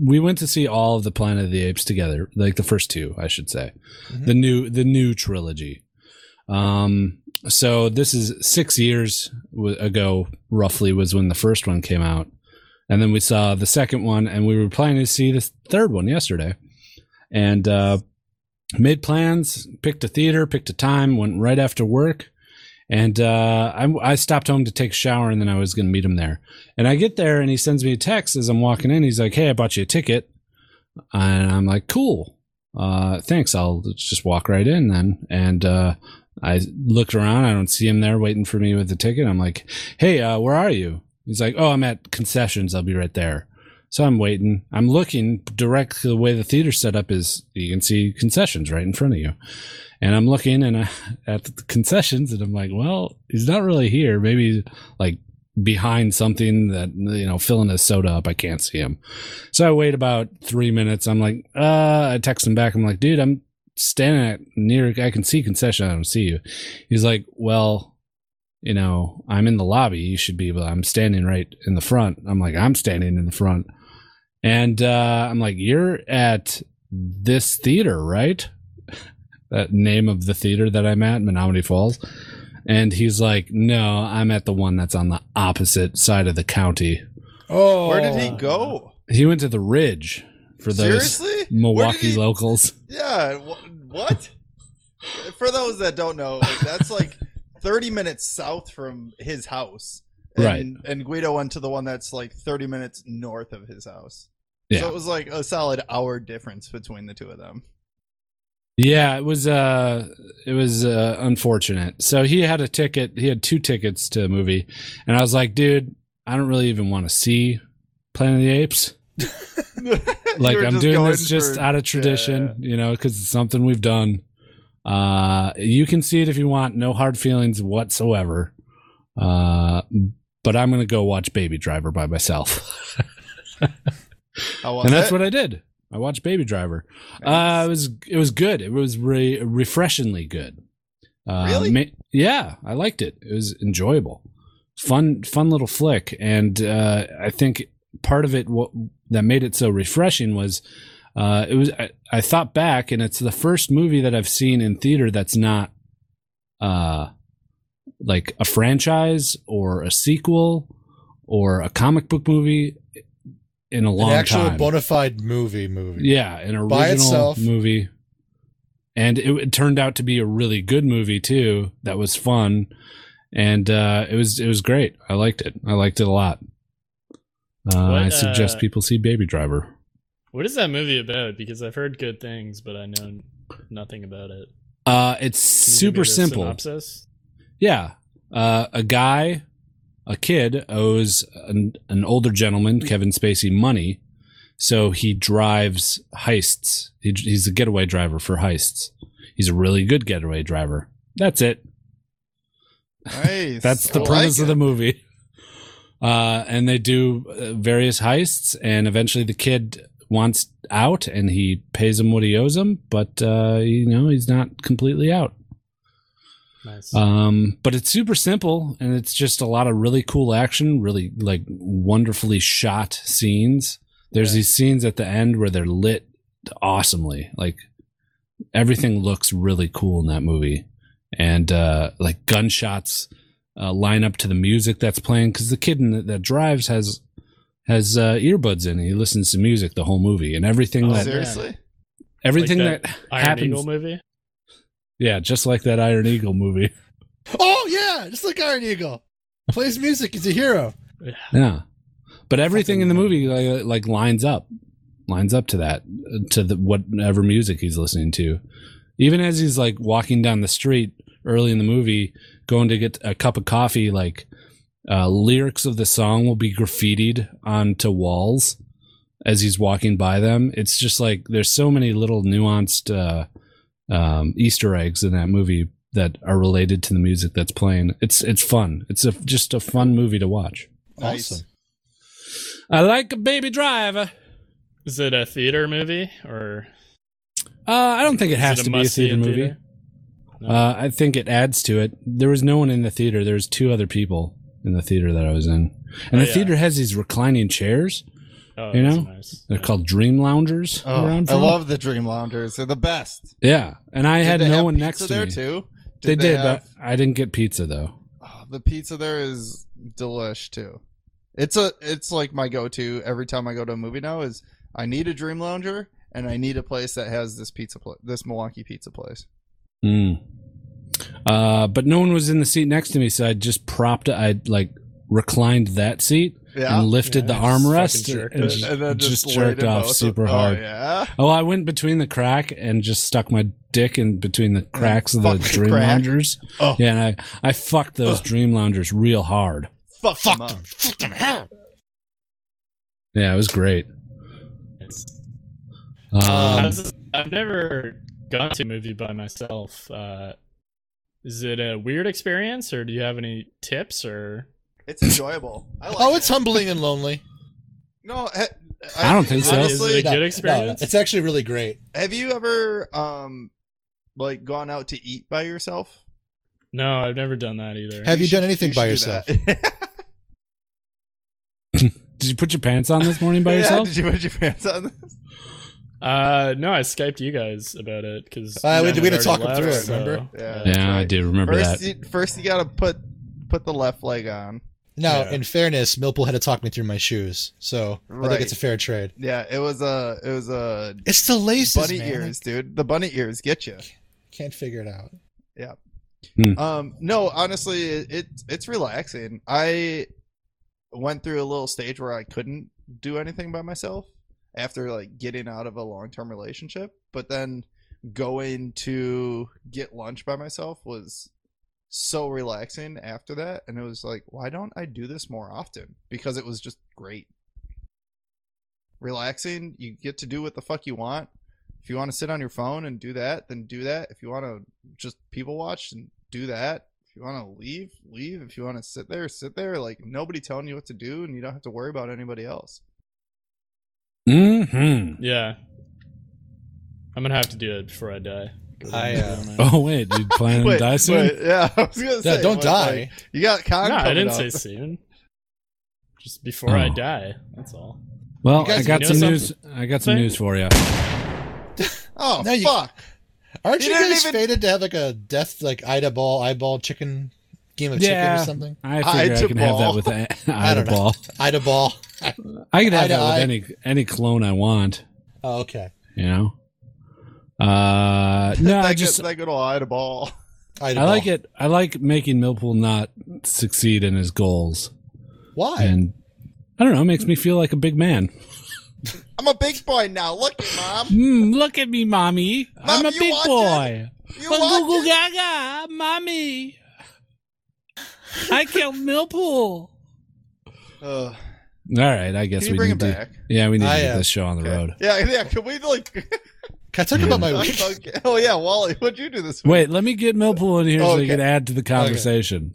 [SPEAKER 1] we went to see all of the Planet of the Apes together, like the first two, I should say,
[SPEAKER 4] Mhm.
[SPEAKER 1] the new the new trilogy. Um, so this is six years w- ago, roughly, was when the first one came out, and then we saw the second one, and we were planning to see the third one yesterday, and uh, made plans, picked a theater, picked a time, went right after work. And uh, I, I stopped home to take a shower, and then I was going to meet him there. And I get there, and he sends me a text as I'm walking in. He's like, "Hey, I bought you a ticket," and I'm like, "Cool, uh, thanks. I'll just walk right in then." And uh, I looked around. I don't see him there waiting for me with the ticket. I'm like, "Hey, uh, where are you?" He's like, "Oh, I'm at concessions. I'll be right there." So I'm waiting. I'm looking direct to the way the theater setup is. You can see concessions right in front of you. And I'm looking and I, at the concessions, and I'm like, "Well, he's not really here. Maybe like behind something that you know filling his soda up i can't see him so i wait about three minutes i'm like uh i text him back i'm like dude i'm standing at near i can see concession i don't see you he's like well you know i'm in the lobby you should be but i'm standing right in the front i'm like i'm standing in the front and uh i'm like you're at this theater right that uh, name of the theater that i'm at menominee falls and he's like, "No, I'm at the one that's on the opposite side of the county."
[SPEAKER 4] Oh,
[SPEAKER 2] Where did he go?
[SPEAKER 1] He went to the Ridge for those
[SPEAKER 2] Seriously? Where did
[SPEAKER 1] Milwaukee
[SPEAKER 2] he-
[SPEAKER 1] locals.
[SPEAKER 2] Yeah. wh- What? For those that don't know, that's like 30 minutes south from his house. And,
[SPEAKER 1] Right.
[SPEAKER 2] And Guido went to the one that's like 30 minutes north of his house. So
[SPEAKER 1] Yeah.
[SPEAKER 2] it was like a solid hour difference between the two of them.
[SPEAKER 1] Yeah, it was uh it was uh unfortunate. So he had a ticket, he had two tickets to a movie, and I was like, "Dude, I don't really even want to see Planet of the Apes.
[SPEAKER 2] You
[SPEAKER 1] Like
[SPEAKER 2] were
[SPEAKER 1] I'm
[SPEAKER 2] just
[SPEAKER 1] doing
[SPEAKER 2] going
[SPEAKER 1] this just
[SPEAKER 2] for-
[SPEAKER 1] out of tradition, you know, cuz it's something we've done." Uh, you can see it if you want. No hard feelings whatsoever. Uh, but I'm gonna go watch Baby Driver by myself,
[SPEAKER 2] I'll watch
[SPEAKER 1] and that's
[SPEAKER 2] it.
[SPEAKER 1] what I did. I watched Baby Driver. Uh,
[SPEAKER 2] Nice.
[SPEAKER 1] it was it was good. It was re- refreshingly good. Uh,
[SPEAKER 2] Really?
[SPEAKER 1] ma- yeah, I liked it. It was enjoyable, fun, fun little flick. And uh, I think part of it what, that made it so refreshing was uh, it was I, I thought back, and it's the first movie that I've seen in theater that's not uh, like a franchise or a sequel or a comic book movie in a long
[SPEAKER 4] An actual
[SPEAKER 1] time.
[SPEAKER 4] bona fide movie movie.
[SPEAKER 1] Yeah, an original
[SPEAKER 4] By itself.
[SPEAKER 1] movie. And it, it turned out to be a really good movie too. That was fun, and uh, it was it was great. I liked it. I liked it a lot. Uh,
[SPEAKER 3] What,
[SPEAKER 1] I suggest
[SPEAKER 3] uh,
[SPEAKER 1] people see Baby Driver.
[SPEAKER 3] What is that movie about? Because I've heard good things, but I know nothing about it.
[SPEAKER 1] Uh, it's
[SPEAKER 3] Can you give me
[SPEAKER 1] super
[SPEAKER 3] the
[SPEAKER 1] simple.
[SPEAKER 3] synopsis?
[SPEAKER 1] Yeah. Uh, a guy, a kid, owes an, an older gentleman, Kevin Spacey, money. So he drives heists. He, he's a getaway driver for heists. He's a really good getaway driver. That's it.
[SPEAKER 2] Nice.
[SPEAKER 1] That's the
[SPEAKER 2] I like
[SPEAKER 1] premise of
[SPEAKER 2] it.
[SPEAKER 1] the movie. Uh, and they do uh, various heists, and eventually the kid wants out, and he pays him what he owes him, but uh, you know he's not completely out.
[SPEAKER 3] Nice.
[SPEAKER 1] Um, but it's super simple and it's just a lot of really cool action, really like wonderfully shot scenes. There's
[SPEAKER 3] Yeah.
[SPEAKER 1] these scenes at the end where they're lit awesomely. Like everything looks really cool in that movie. And uh, like gunshots uh, line up to the music that's playing because the kid in the, that drives has has uh, earbuds in. He listens to music the whole movie and everything
[SPEAKER 3] Oh,
[SPEAKER 1] that
[SPEAKER 3] there-
[SPEAKER 2] Seriously?
[SPEAKER 1] everything
[SPEAKER 3] Like
[SPEAKER 1] that
[SPEAKER 3] Iron
[SPEAKER 1] happens.
[SPEAKER 3] Eagle movie.
[SPEAKER 1] Yeah, just like that Iron Eagle movie.
[SPEAKER 4] Oh yeah, just like Iron Eagle. Plays music. He's a hero.
[SPEAKER 3] Yeah.
[SPEAKER 1] Yeah, but everything in the
[SPEAKER 4] Fucking-
[SPEAKER 1] movie like, like lines up, lines up to that, to the whatever music he's listening to. Even as he's like walking down the street early in the movie, going to get a cup of coffee, like uh, lyrics of the song will be graffitied onto walls as he's walking by them. It's just like there's so many little nuanced uh, um, Easter eggs in that movie that are related to the music that's playing. It's it's fun. It's a, just a fun movie to watch.
[SPEAKER 2] Nice.
[SPEAKER 4] Awesome.
[SPEAKER 1] I like a baby driver.
[SPEAKER 3] Is it a theater movie or
[SPEAKER 1] Uh, I don't think it has
[SPEAKER 3] is it
[SPEAKER 1] to be a
[SPEAKER 3] must-see
[SPEAKER 1] theater
[SPEAKER 3] in
[SPEAKER 1] movie.
[SPEAKER 3] No.
[SPEAKER 1] Uh, I think it adds to it. There was no one in the theater. There was two other people in the theater that I was in, and
[SPEAKER 3] Oh,
[SPEAKER 1] the
[SPEAKER 3] yeah.
[SPEAKER 1] theater has these reclining chairs.
[SPEAKER 3] Oh,
[SPEAKER 1] you
[SPEAKER 3] that's
[SPEAKER 1] know,
[SPEAKER 3] nice.
[SPEAKER 1] They're called dream loungers
[SPEAKER 2] Oh,
[SPEAKER 1] around.
[SPEAKER 2] I
[SPEAKER 1] from.
[SPEAKER 2] love the Dream Loungers. They're the best.
[SPEAKER 1] Yeah, and I
[SPEAKER 2] Did
[SPEAKER 1] had
[SPEAKER 2] they
[SPEAKER 1] no
[SPEAKER 2] have
[SPEAKER 1] one
[SPEAKER 2] pizza
[SPEAKER 1] next to
[SPEAKER 2] there
[SPEAKER 1] me.
[SPEAKER 2] too.
[SPEAKER 1] They, did,
[SPEAKER 2] have-
[SPEAKER 1] but I didn't get pizza though.
[SPEAKER 2] oh, the pizza there is delish too. It's a it's like my go-to every time I go to a movie now is I need a Dream Lounger and I need a place that has this pizza pla- this Milwaukee pizza place.
[SPEAKER 1] Mm. Uh, but no one was in the seat next to me, so I just propped. I like reclined that seat
[SPEAKER 2] Yeah.
[SPEAKER 1] and lifted the
[SPEAKER 3] Yeah, just
[SPEAKER 1] armrest
[SPEAKER 3] fucking jerked
[SPEAKER 1] and
[SPEAKER 3] it.
[SPEAKER 1] just,
[SPEAKER 2] and then
[SPEAKER 1] just
[SPEAKER 2] laid
[SPEAKER 1] jerked
[SPEAKER 2] in
[SPEAKER 1] off
[SPEAKER 2] both.
[SPEAKER 1] super
[SPEAKER 2] Oh,
[SPEAKER 1] hard.
[SPEAKER 2] yeah.
[SPEAKER 1] Oh, I went between the crack and just stuck my dick in between the cracks of the
[SPEAKER 2] Fuck the
[SPEAKER 1] dream
[SPEAKER 2] crack.
[SPEAKER 1] loungers.
[SPEAKER 2] Oh.
[SPEAKER 1] Yeah, and I, I fucked those dream loungers real hard.
[SPEAKER 2] Fuck,
[SPEAKER 4] Fuck
[SPEAKER 2] them. up.
[SPEAKER 4] them. Fuck them hell.
[SPEAKER 1] Yeah, it was great.
[SPEAKER 3] It's-
[SPEAKER 1] Um,
[SPEAKER 3] How's- I've never gone to a movie by myself. Uh, is it a weird experience, or do you have any tips? Or
[SPEAKER 2] It's enjoyable. I like
[SPEAKER 4] Oh, it's
[SPEAKER 2] it.
[SPEAKER 4] humbling and lonely.
[SPEAKER 2] No, I,
[SPEAKER 1] I don't think so.
[SPEAKER 2] honestly,
[SPEAKER 3] Is it a good experience?
[SPEAKER 4] it's actually really great.
[SPEAKER 2] Have you ever um like gone out to eat by yourself?
[SPEAKER 3] no, I've never done that either.
[SPEAKER 4] Have you, done anything
[SPEAKER 2] You
[SPEAKER 4] by
[SPEAKER 2] should
[SPEAKER 4] yourself?
[SPEAKER 2] do that.
[SPEAKER 1] did you put your pants on this morning by
[SPEAKER 2] Yeah,
[SPEAKER 1] yourself?
[SPEAKER 2] Did you put your pants on?
[SPEAKER 3] Uh, no, I skyped you guys about it because
[SPEAKER 4] Uh,
[SPEAKER 2] we- we
[SPEAKER 4] had to talk through it, remember?
[SPEAKER 3] uh,
[SPEAKER 2] Yeah.
[SPEAKER 1] yeah,
[SPEAKER 2] That's
[SPEAKER 1] I
[SPEAKER 2] right.
[SPEAKER 1] do remember
[SPEAKER 2] First,
[SPEAKER 1] that.
[SPEAKER 2] you, first you gotta put put the left leg on.
[SPEAKER 4] Now,
[SPEAKER 3] Yeah.
[SPEAKER 4] in fairness, Millpool had to talk me through my shoes, so I
[SPEAKER 2] Right.
[SPEAKER 4] think it's a fair trade.
[SPEAKER 2] Yeah, it was a it was a
[SPEAKER 4] It's the laces,
[SPEAKER 2] bunny
[SPEAKER 4] man.
[SPEAKER 2] ears, dude. The bunny ears get you.
[SPEAKER 4] Can't figure it out.
[SPEAKER 2] Um, no, honestly, it it's relaxing. I went through a little stage where I couldn't do anything by myself after like getting out of a long term relationship, but then going to get lunch by myself was so relaxing after that, and it was like, why don't I do this more often? Because it was just great. Relaxing, you get to do what the fuck you want. If you want to sit on your phone and do that, then do that. If you want to just people watch and do that. If you want to leave, leave. If you want to sit there, sit there. Like nobody telling you what to do, and you don't have to worry about anybody else.
[SPEAKER 1] Mm-hmm.
[SPEAKER 3] Yeah. I'm gonna have to do it before I die.
[SPEAKER 4] I, uh,
[SPEAKER 1] Oh wait, you planning to
[SPEAKER 2] But-
[SPEAKER 1] die soon?
[SPEAKER 2] but, yeah, I was gonna
[SPEAKER 4] Yeah,
[SPEAKER 2] say.
[SPEAKER 4] don't
[SPEAKER 2] but,
[SPEAKER 4] die.
[SPEAKER 2] like, you got con.
[SPEAKER 3] no, I
[SPEAKER 2] coming
[SPEAKER 3] didn't
[SPEAKER 2] up.
[SPEAKER 3] say soon. Just before I
[SPEAKER 1] Oh.
[SPEAKER 3] die. That's all.
[SPEAKER 1] well,
[SPEAKER 4] You guys
[SPEAKER 1] I got
[SPEAKER 3] know
[SPEAKER 1] some
[SPEAKER 3] something?
[SPEAKER 1] news. I got some
[SPEAKER 3] Thing?
[SPEAKER 1] news for you.
[SPEAKER 2] Oh
[SPEAKER 4] No, you-
[SPEAKER 2] fuck!
[SPEAKER 4] Aren't
[SPEAKER 2] You
[SPEAKER 4] you,
[SPEAKER 2] didn't
[SPEAKER 4] guys
[SPEAKER 2] even-
[SPEAKER 4] fated to have like a death like eye to ball eyeball chicken game of chicken
[SPEAKER 1] Yeah.
[SPEAKER 4] or something?
[SPEAKER 1] I figure I
[SPEAKER 2] to
[SPEAKER 1] can have that
[SPEAKER 2] ball.
[SPEAKER 1] with a,
[SPEAKER 4] I
[SPEAKER 1] eye to
[SPEAKER 4] don't know.
[SPEAKER 1] ball.
[SPEAKER 4] Eye to ball.
[SPEAKER 1] I can have
[SPEAKER 4] Eye to
[SPEAKER 1] that
[SPEAKER 4] eye.
[SPEAKER 1] with any any clone I want.
[SPEAKER 4] Oh, okay.
[SPEAKER 1] You know. Uh, no,
[SPEAKER 2] that
[SPEAKER 1] I
[SPEAKER 2] good-
[SPEAKER 1] just
[SPEAKER 2] that good old eye to ball.
[SPEAKER 4] Eye to
[SPEAKER 1] I like
[SPEAKER 4] ball.
[SPEAKER 1] it. I like making Millpool not succeed in his goals,
[SPEAKER 4] Why?
[SPEAKER 1] and I don't know. It makes me feel like a big man.
[SPEAKER 2] I'm a big boy now. Look, mom.
[SPEAKER 1] Mm, look at me, mommy. I'm
[SPEAKER 2] Mom,
[SPEAKER 1] a
[SPEAKER 2] you
[SPEAKER 1] big
[SPEAKER 2] watch
[SPEAKER 1] boy.
[SPEAKER 2] You
[SPEAKER 1] Goo
[SPEAKER 2] watch
[SPEAKER 1] goo
[SPEAKER 2] it?
[SPEAKER 1] gaga, mommy. I killed Millpool.
[SPEAKER 2] Ugh.
[SPEAKER 1] All right, I guess
[SPEAKER 2] Can you
[SPEAKER 1] we
[SPEAKER 2] bring
[SPEAKER 1] need
[SPEAKER 2] him
[SPEAKER 1] to.
[SPEAKER 2] back?
[SPEAKER 1] Yeah, we need
[SPEAKER 4] I,
[SPEAKER 1] to get
[SPEAKER 4] uh,
[SPEAKER 1] this show on the
[SPEAKER 2] Okay.
[SPEAKER 1] road.
[SPEAKER 2] Yeah, yeah. Can we like?
[SPEAKER 4] Can I
[SPEAKER 2] Mm.
[SPEAKER 4] talk about my week?
[SPEAKER 2] okay. Oh yeah, Wally. What'd you do this week?
[SPEAKER 1] Wait, let me get Millpool in here so
[SPEAKER 2] Okay.
[SPEAKER 1] he can add to the conversation.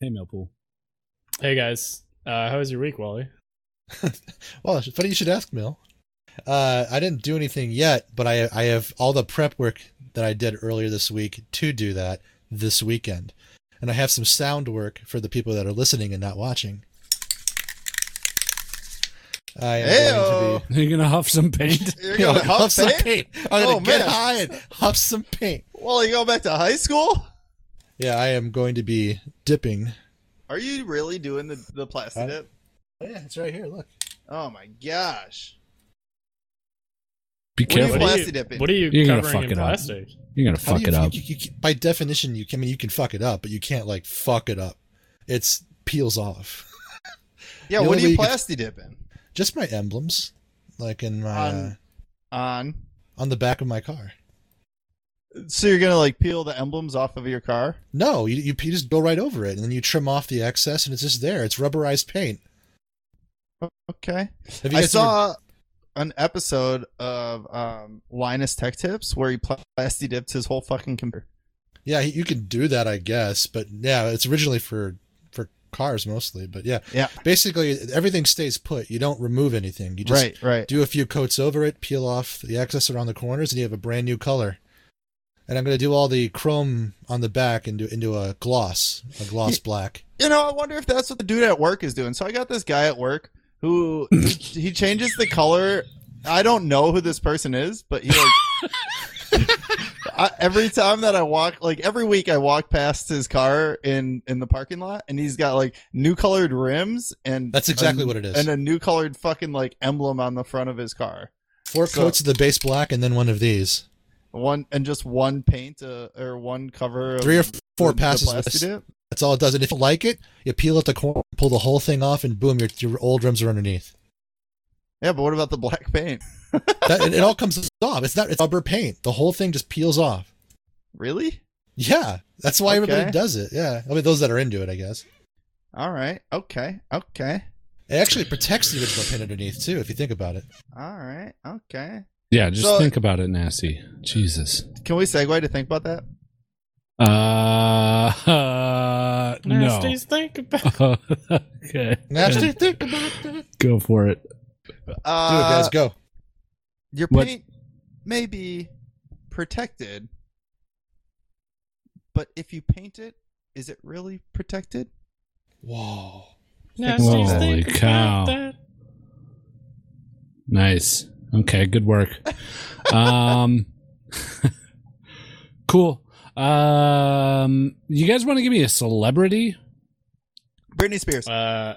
[SPEAKER 1] Hey, Millpool.
[SPEAKER 3] Hey guys. Uh, how was your week, Wally?
[SPEAKER 4] Well, it's funny you should ask, Mill. Uh, I didn't do anything yet, but I I have all the prep work that I did earlier this week to do that this weekend, and I have some sound work for the people that are listening and not watching. I am going to
[SPEAKER 2] Heyo.
[SPEAKER 4] be.
[SPEAKER 1] You're gonna huff some paint.
[SPEAKER 2] You're gonna
[SPEAKER 4] Yeah,
[SPEAKER 2] huff
[SPEAKER 4] some
[SPEAKER 2] paint?
[SPEAKER 4] paint. I'm gonna
[SPEAKER 2] Oh,
[SPEAKER 4] get
[SPEAKER 2] man.
[SPEAKER 4] high and huff some paint.
[SPEAKER 2] Wally, you going back to high school?
[SPEAKER 4] Yeah, I am going to be dipping.
[SPEAKER 2] Are you really doing the the plastic
[SPEAKER 4] Huh?
[SPEAKER 2] dip?
[SPEAKER 4] Oh, yeah, it's right here. Look.
[SPEAKER 2] Oh my gosh!
[SPEAKER 1] Be
[SPEAKER 2] What do you
[SPEAKER 1] careful.
[SPEAKER 2] want?
[SPEAKER 3] What are
[SPEAKER 2] Plastic dipping.
[SPEAKER 3] you, what are you
[SPEAKER 1] You're gonna
[SPEAKER 3] covering
[SPEAKER 1] fuck
[SPEAKER 3] in
[SPEAKER 1] it up.
[SPEAKER 3] plastic?
[SPEAKER 1] You're gonna
[SPEAKER 4] How do
[SPEAKER 1] fuck
[SPEAKER 4] you-
[SPEAKER 1] it up.
[SPEAKER 4] you- you- you- by definition, you can. I mean, you can fuck it up, but you can't like fuck it up. It's peels off.
[SPEAKER 2] Yeah,
[SPEAKER 4] The
[SPEAKER 2] what are
[SPEAKER 4] only way
[SPEAKER 2] you
[SPEAKER 4] you can-
[SPEAKER 2] plastic dipping?
[SPEAKER 4] Just my emblems, like in my uh,
[SPEAKER 2] On- On.
[SPEAKER 4] on the back of my car.
[SPEAKER 2] So you're gonna like peel the emblems off of your car?
[SPEAKER 4] No, you, you you just go right over it, and then you trim off the excess, and it's just there. It's rubberized paint.
[SPEAKER 2] Okay.
[SPEAKER 4] Have you
[SPEAKER 2] I
[SPEAKER 4] guys ever-
[SPEAKER 2] saw an episode of um, Linus Tech Tips where he pla- plasti dipped his whole fucking computer.
[SPEAKER 4] yeah, you can do that, I guess. But yeah, it's originally for for cars mostly. But yeah,
[SPEAKER 2] Yeah.
[SPEAKER 4] basically everything stays put. You don't remove anything. You just
[SPEAKER 2] Right, right.
[SPEAKER 4] do a few coats over it, peel off the excess around the corners, and you have a brand new color. And I'm going to do all the chrome on the back into into a gloss, a gloss black.
[SPEAKER 2] you know, I wonder if that's what the dude at work is doing. So I got this guy at work who he changes the color. I don't know who this person is, but he like I, every time that I walk, like every week, I walk past his car in in the parking lot, and he's got like new colored rims and
[SPEAKER 4] That's exactly what it is.
[SPEAKER 2] and a new colored fucking like emblem on the front of his car.
[SPEAKER 4] Four
[SPEAKER 2] so-
[SPEAKER 4] coats of the base black, and then one of these.
[SPEAKER 2] One and just one paint uh, or one cover. Of
[SPEAKER 4] Three or four
[SPEAKER 2] the- the
[SPEAKER 4] passes. of
[SPEAKER 2] Plasti
[SPEAKER 4] this.
[SPEAKER 2] Dip.
[SPEAKER 4] That's all it does. And if you like it, you peel at the corner, pull the whole thing off, and boom, your, your old rims are underneath.
[SPEAKER 2] Yeah, but what about the black paint?
[SPEAKER 4] That, it, it all comes off. It's not. It's rubber paint. The whole thing just peels off.
[SPEAKER 2] Really?
[SPEAKER 4] Yeah, that's why
[SPEAKER 2] Okay.
[SPEAKER 4] everybody does it. Yeah, I mean those that are into it, I guess.
[SPEAKER 2] All right. Okay. Okay.
[SPEAKER 4] It actually protects the original paint underneath too, if you think about it.
[SPEAKER 2] All right. Okay.
[SPEAKER 1] Yeah, just
[SPEAKER 2] So-
[SPEAKER 1] think about it, Nasty. Jesus.
[SPEAKER 2] Can we segue to think about that?
[SPEAKER 1] Uh, uh no.
[SPEAKER 3] Nasties, think about
[SPEAKER 1] okay.
[SPEAKER 4] Nasty, think about it. Do it,
[SPEAKER 1] Go for it.
[SPEAKER 2] Uh,
[SPEAKER 4] guys. Go.
[SPEAKER 2] Your
[SPEAKER 1] What-
[SPEAKER 2] paint may be protected, but if you paint it, is it really protected?
[SPEAKER 4] Whoa.
[SPEAKER 3] Nasties,
[SPEAKER 1] Holy
[SPEAKER 3] think
[SPEAKER 1] cow.
[SPEAKER 3] about that.
[SPEAKER 1] Nice. Okay, good work. Um Cool. Um you guys want to give me a celebrity?
[SPEAKER 2] Britney Spears.
[SPEAKER 3] Uh,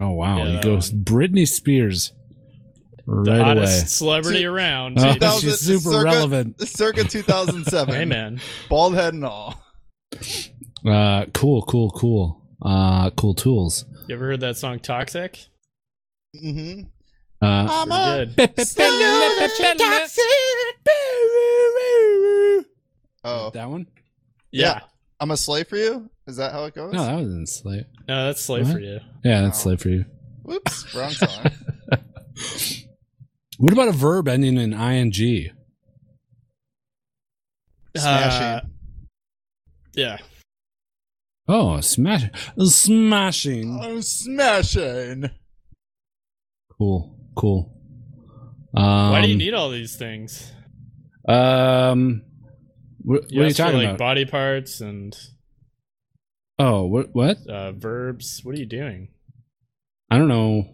[SPEAKER 1] Oh wow,
[SPEAKER 3] Yeah,
[SPEAKER 1] he
[SPEAKER 3] that
[SPEAKER 1] goes Britney Spears.
[SPEAKER 3] the
[SPEAKER 1] Right away.
[SPEAKER 3] hottest celebrity
[SPEAKER 2] Two-
[SPEAKER 3] around.
[SPEAKER 1] Oh,
[SPEAKER 2] That was
[SPEAKER 1] she's
[SPEAKER 2] it.
[SPEAKER 1] super
[SPEAKER 2] Circa-
[SPEAKER 1] relevant.
[SPEAKER 2] Circa 2007.
[SPEAKER 3] hey man.
[SPEAKER 2] Bald head and all.
[SPEAKER 1] Uh cool, cool, cool. Uh cool tools.
[SPEAKER 3] You ever heard that song Toxic?
[SPEAKER 2] Mm-hmm.
[SPEAKER 1] Uh
[SPEAKER 3] Pretty good.
[SPEAKER 2] Oh,
[SPEAKER 1] That one?
[SPEAKER 3] Yeah.
[SPEAKER 2] I'm a slave for you? Is that how it goes?
[SPEAKER 1] No, that wasn't slave.
[SPEAKER 3] No, that's slave
[SPEAKER 1] What?
[SPEAKER 3] for you.
[SPEAKER 1] Yeah, that's slave for you.
[SPEAKER 2] Whoops. Wrong song.
[SPEAKER 1] What about a verb ending in ing?
[SPEAKER 2] Smashing.
[SPEAKER 3] Uh, yeah.
[SPEAKER 1] Oh, smash,
[SPEAKER 3] Oh.
[SPEAKER 1] smashing.
[SPEAKER 2] I'm smashing.
[SPEAKER 1] Cool, cool. Um,
[SPEAKER 3] Why do you need all these things?
[SPEAKER 1] Um, wh- what,
[SPEAKER 3] You
[SPEAKER 1] are you
[SPEAKER 3] asked for,
[SPEAKER 1] talking
[SPEAKER 3] like
[SPEAKER 1] about?
[SPEAKER 3] Body parts and
[SPEAKER 1] oh, what? What?
[SPEAKER 3] uh, verbs. What are you doing?
[SPEAKER 1] I don't know.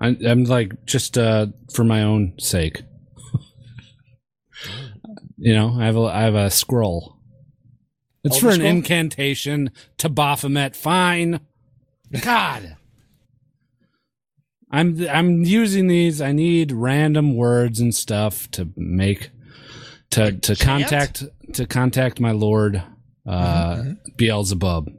[SPEAKER 1] I, I'm like just uh, for my own sake. you know, I have a I have a scroll. It's
[SPEAKER 4] Elder
[SPEAKER 1] for an
[SPEAKER 4] scroll?
[SPEAKER 1] incantation to Baphomet. Fine, God. I'm I'm using these. I need random words and stuff to make to to
[SPEAKER 2] chant?
[SPEAKER 1] contact to contact my lord uh
[SPEAKER 4] Mm-hmm.
[SPEAKER 1] Beelzebub.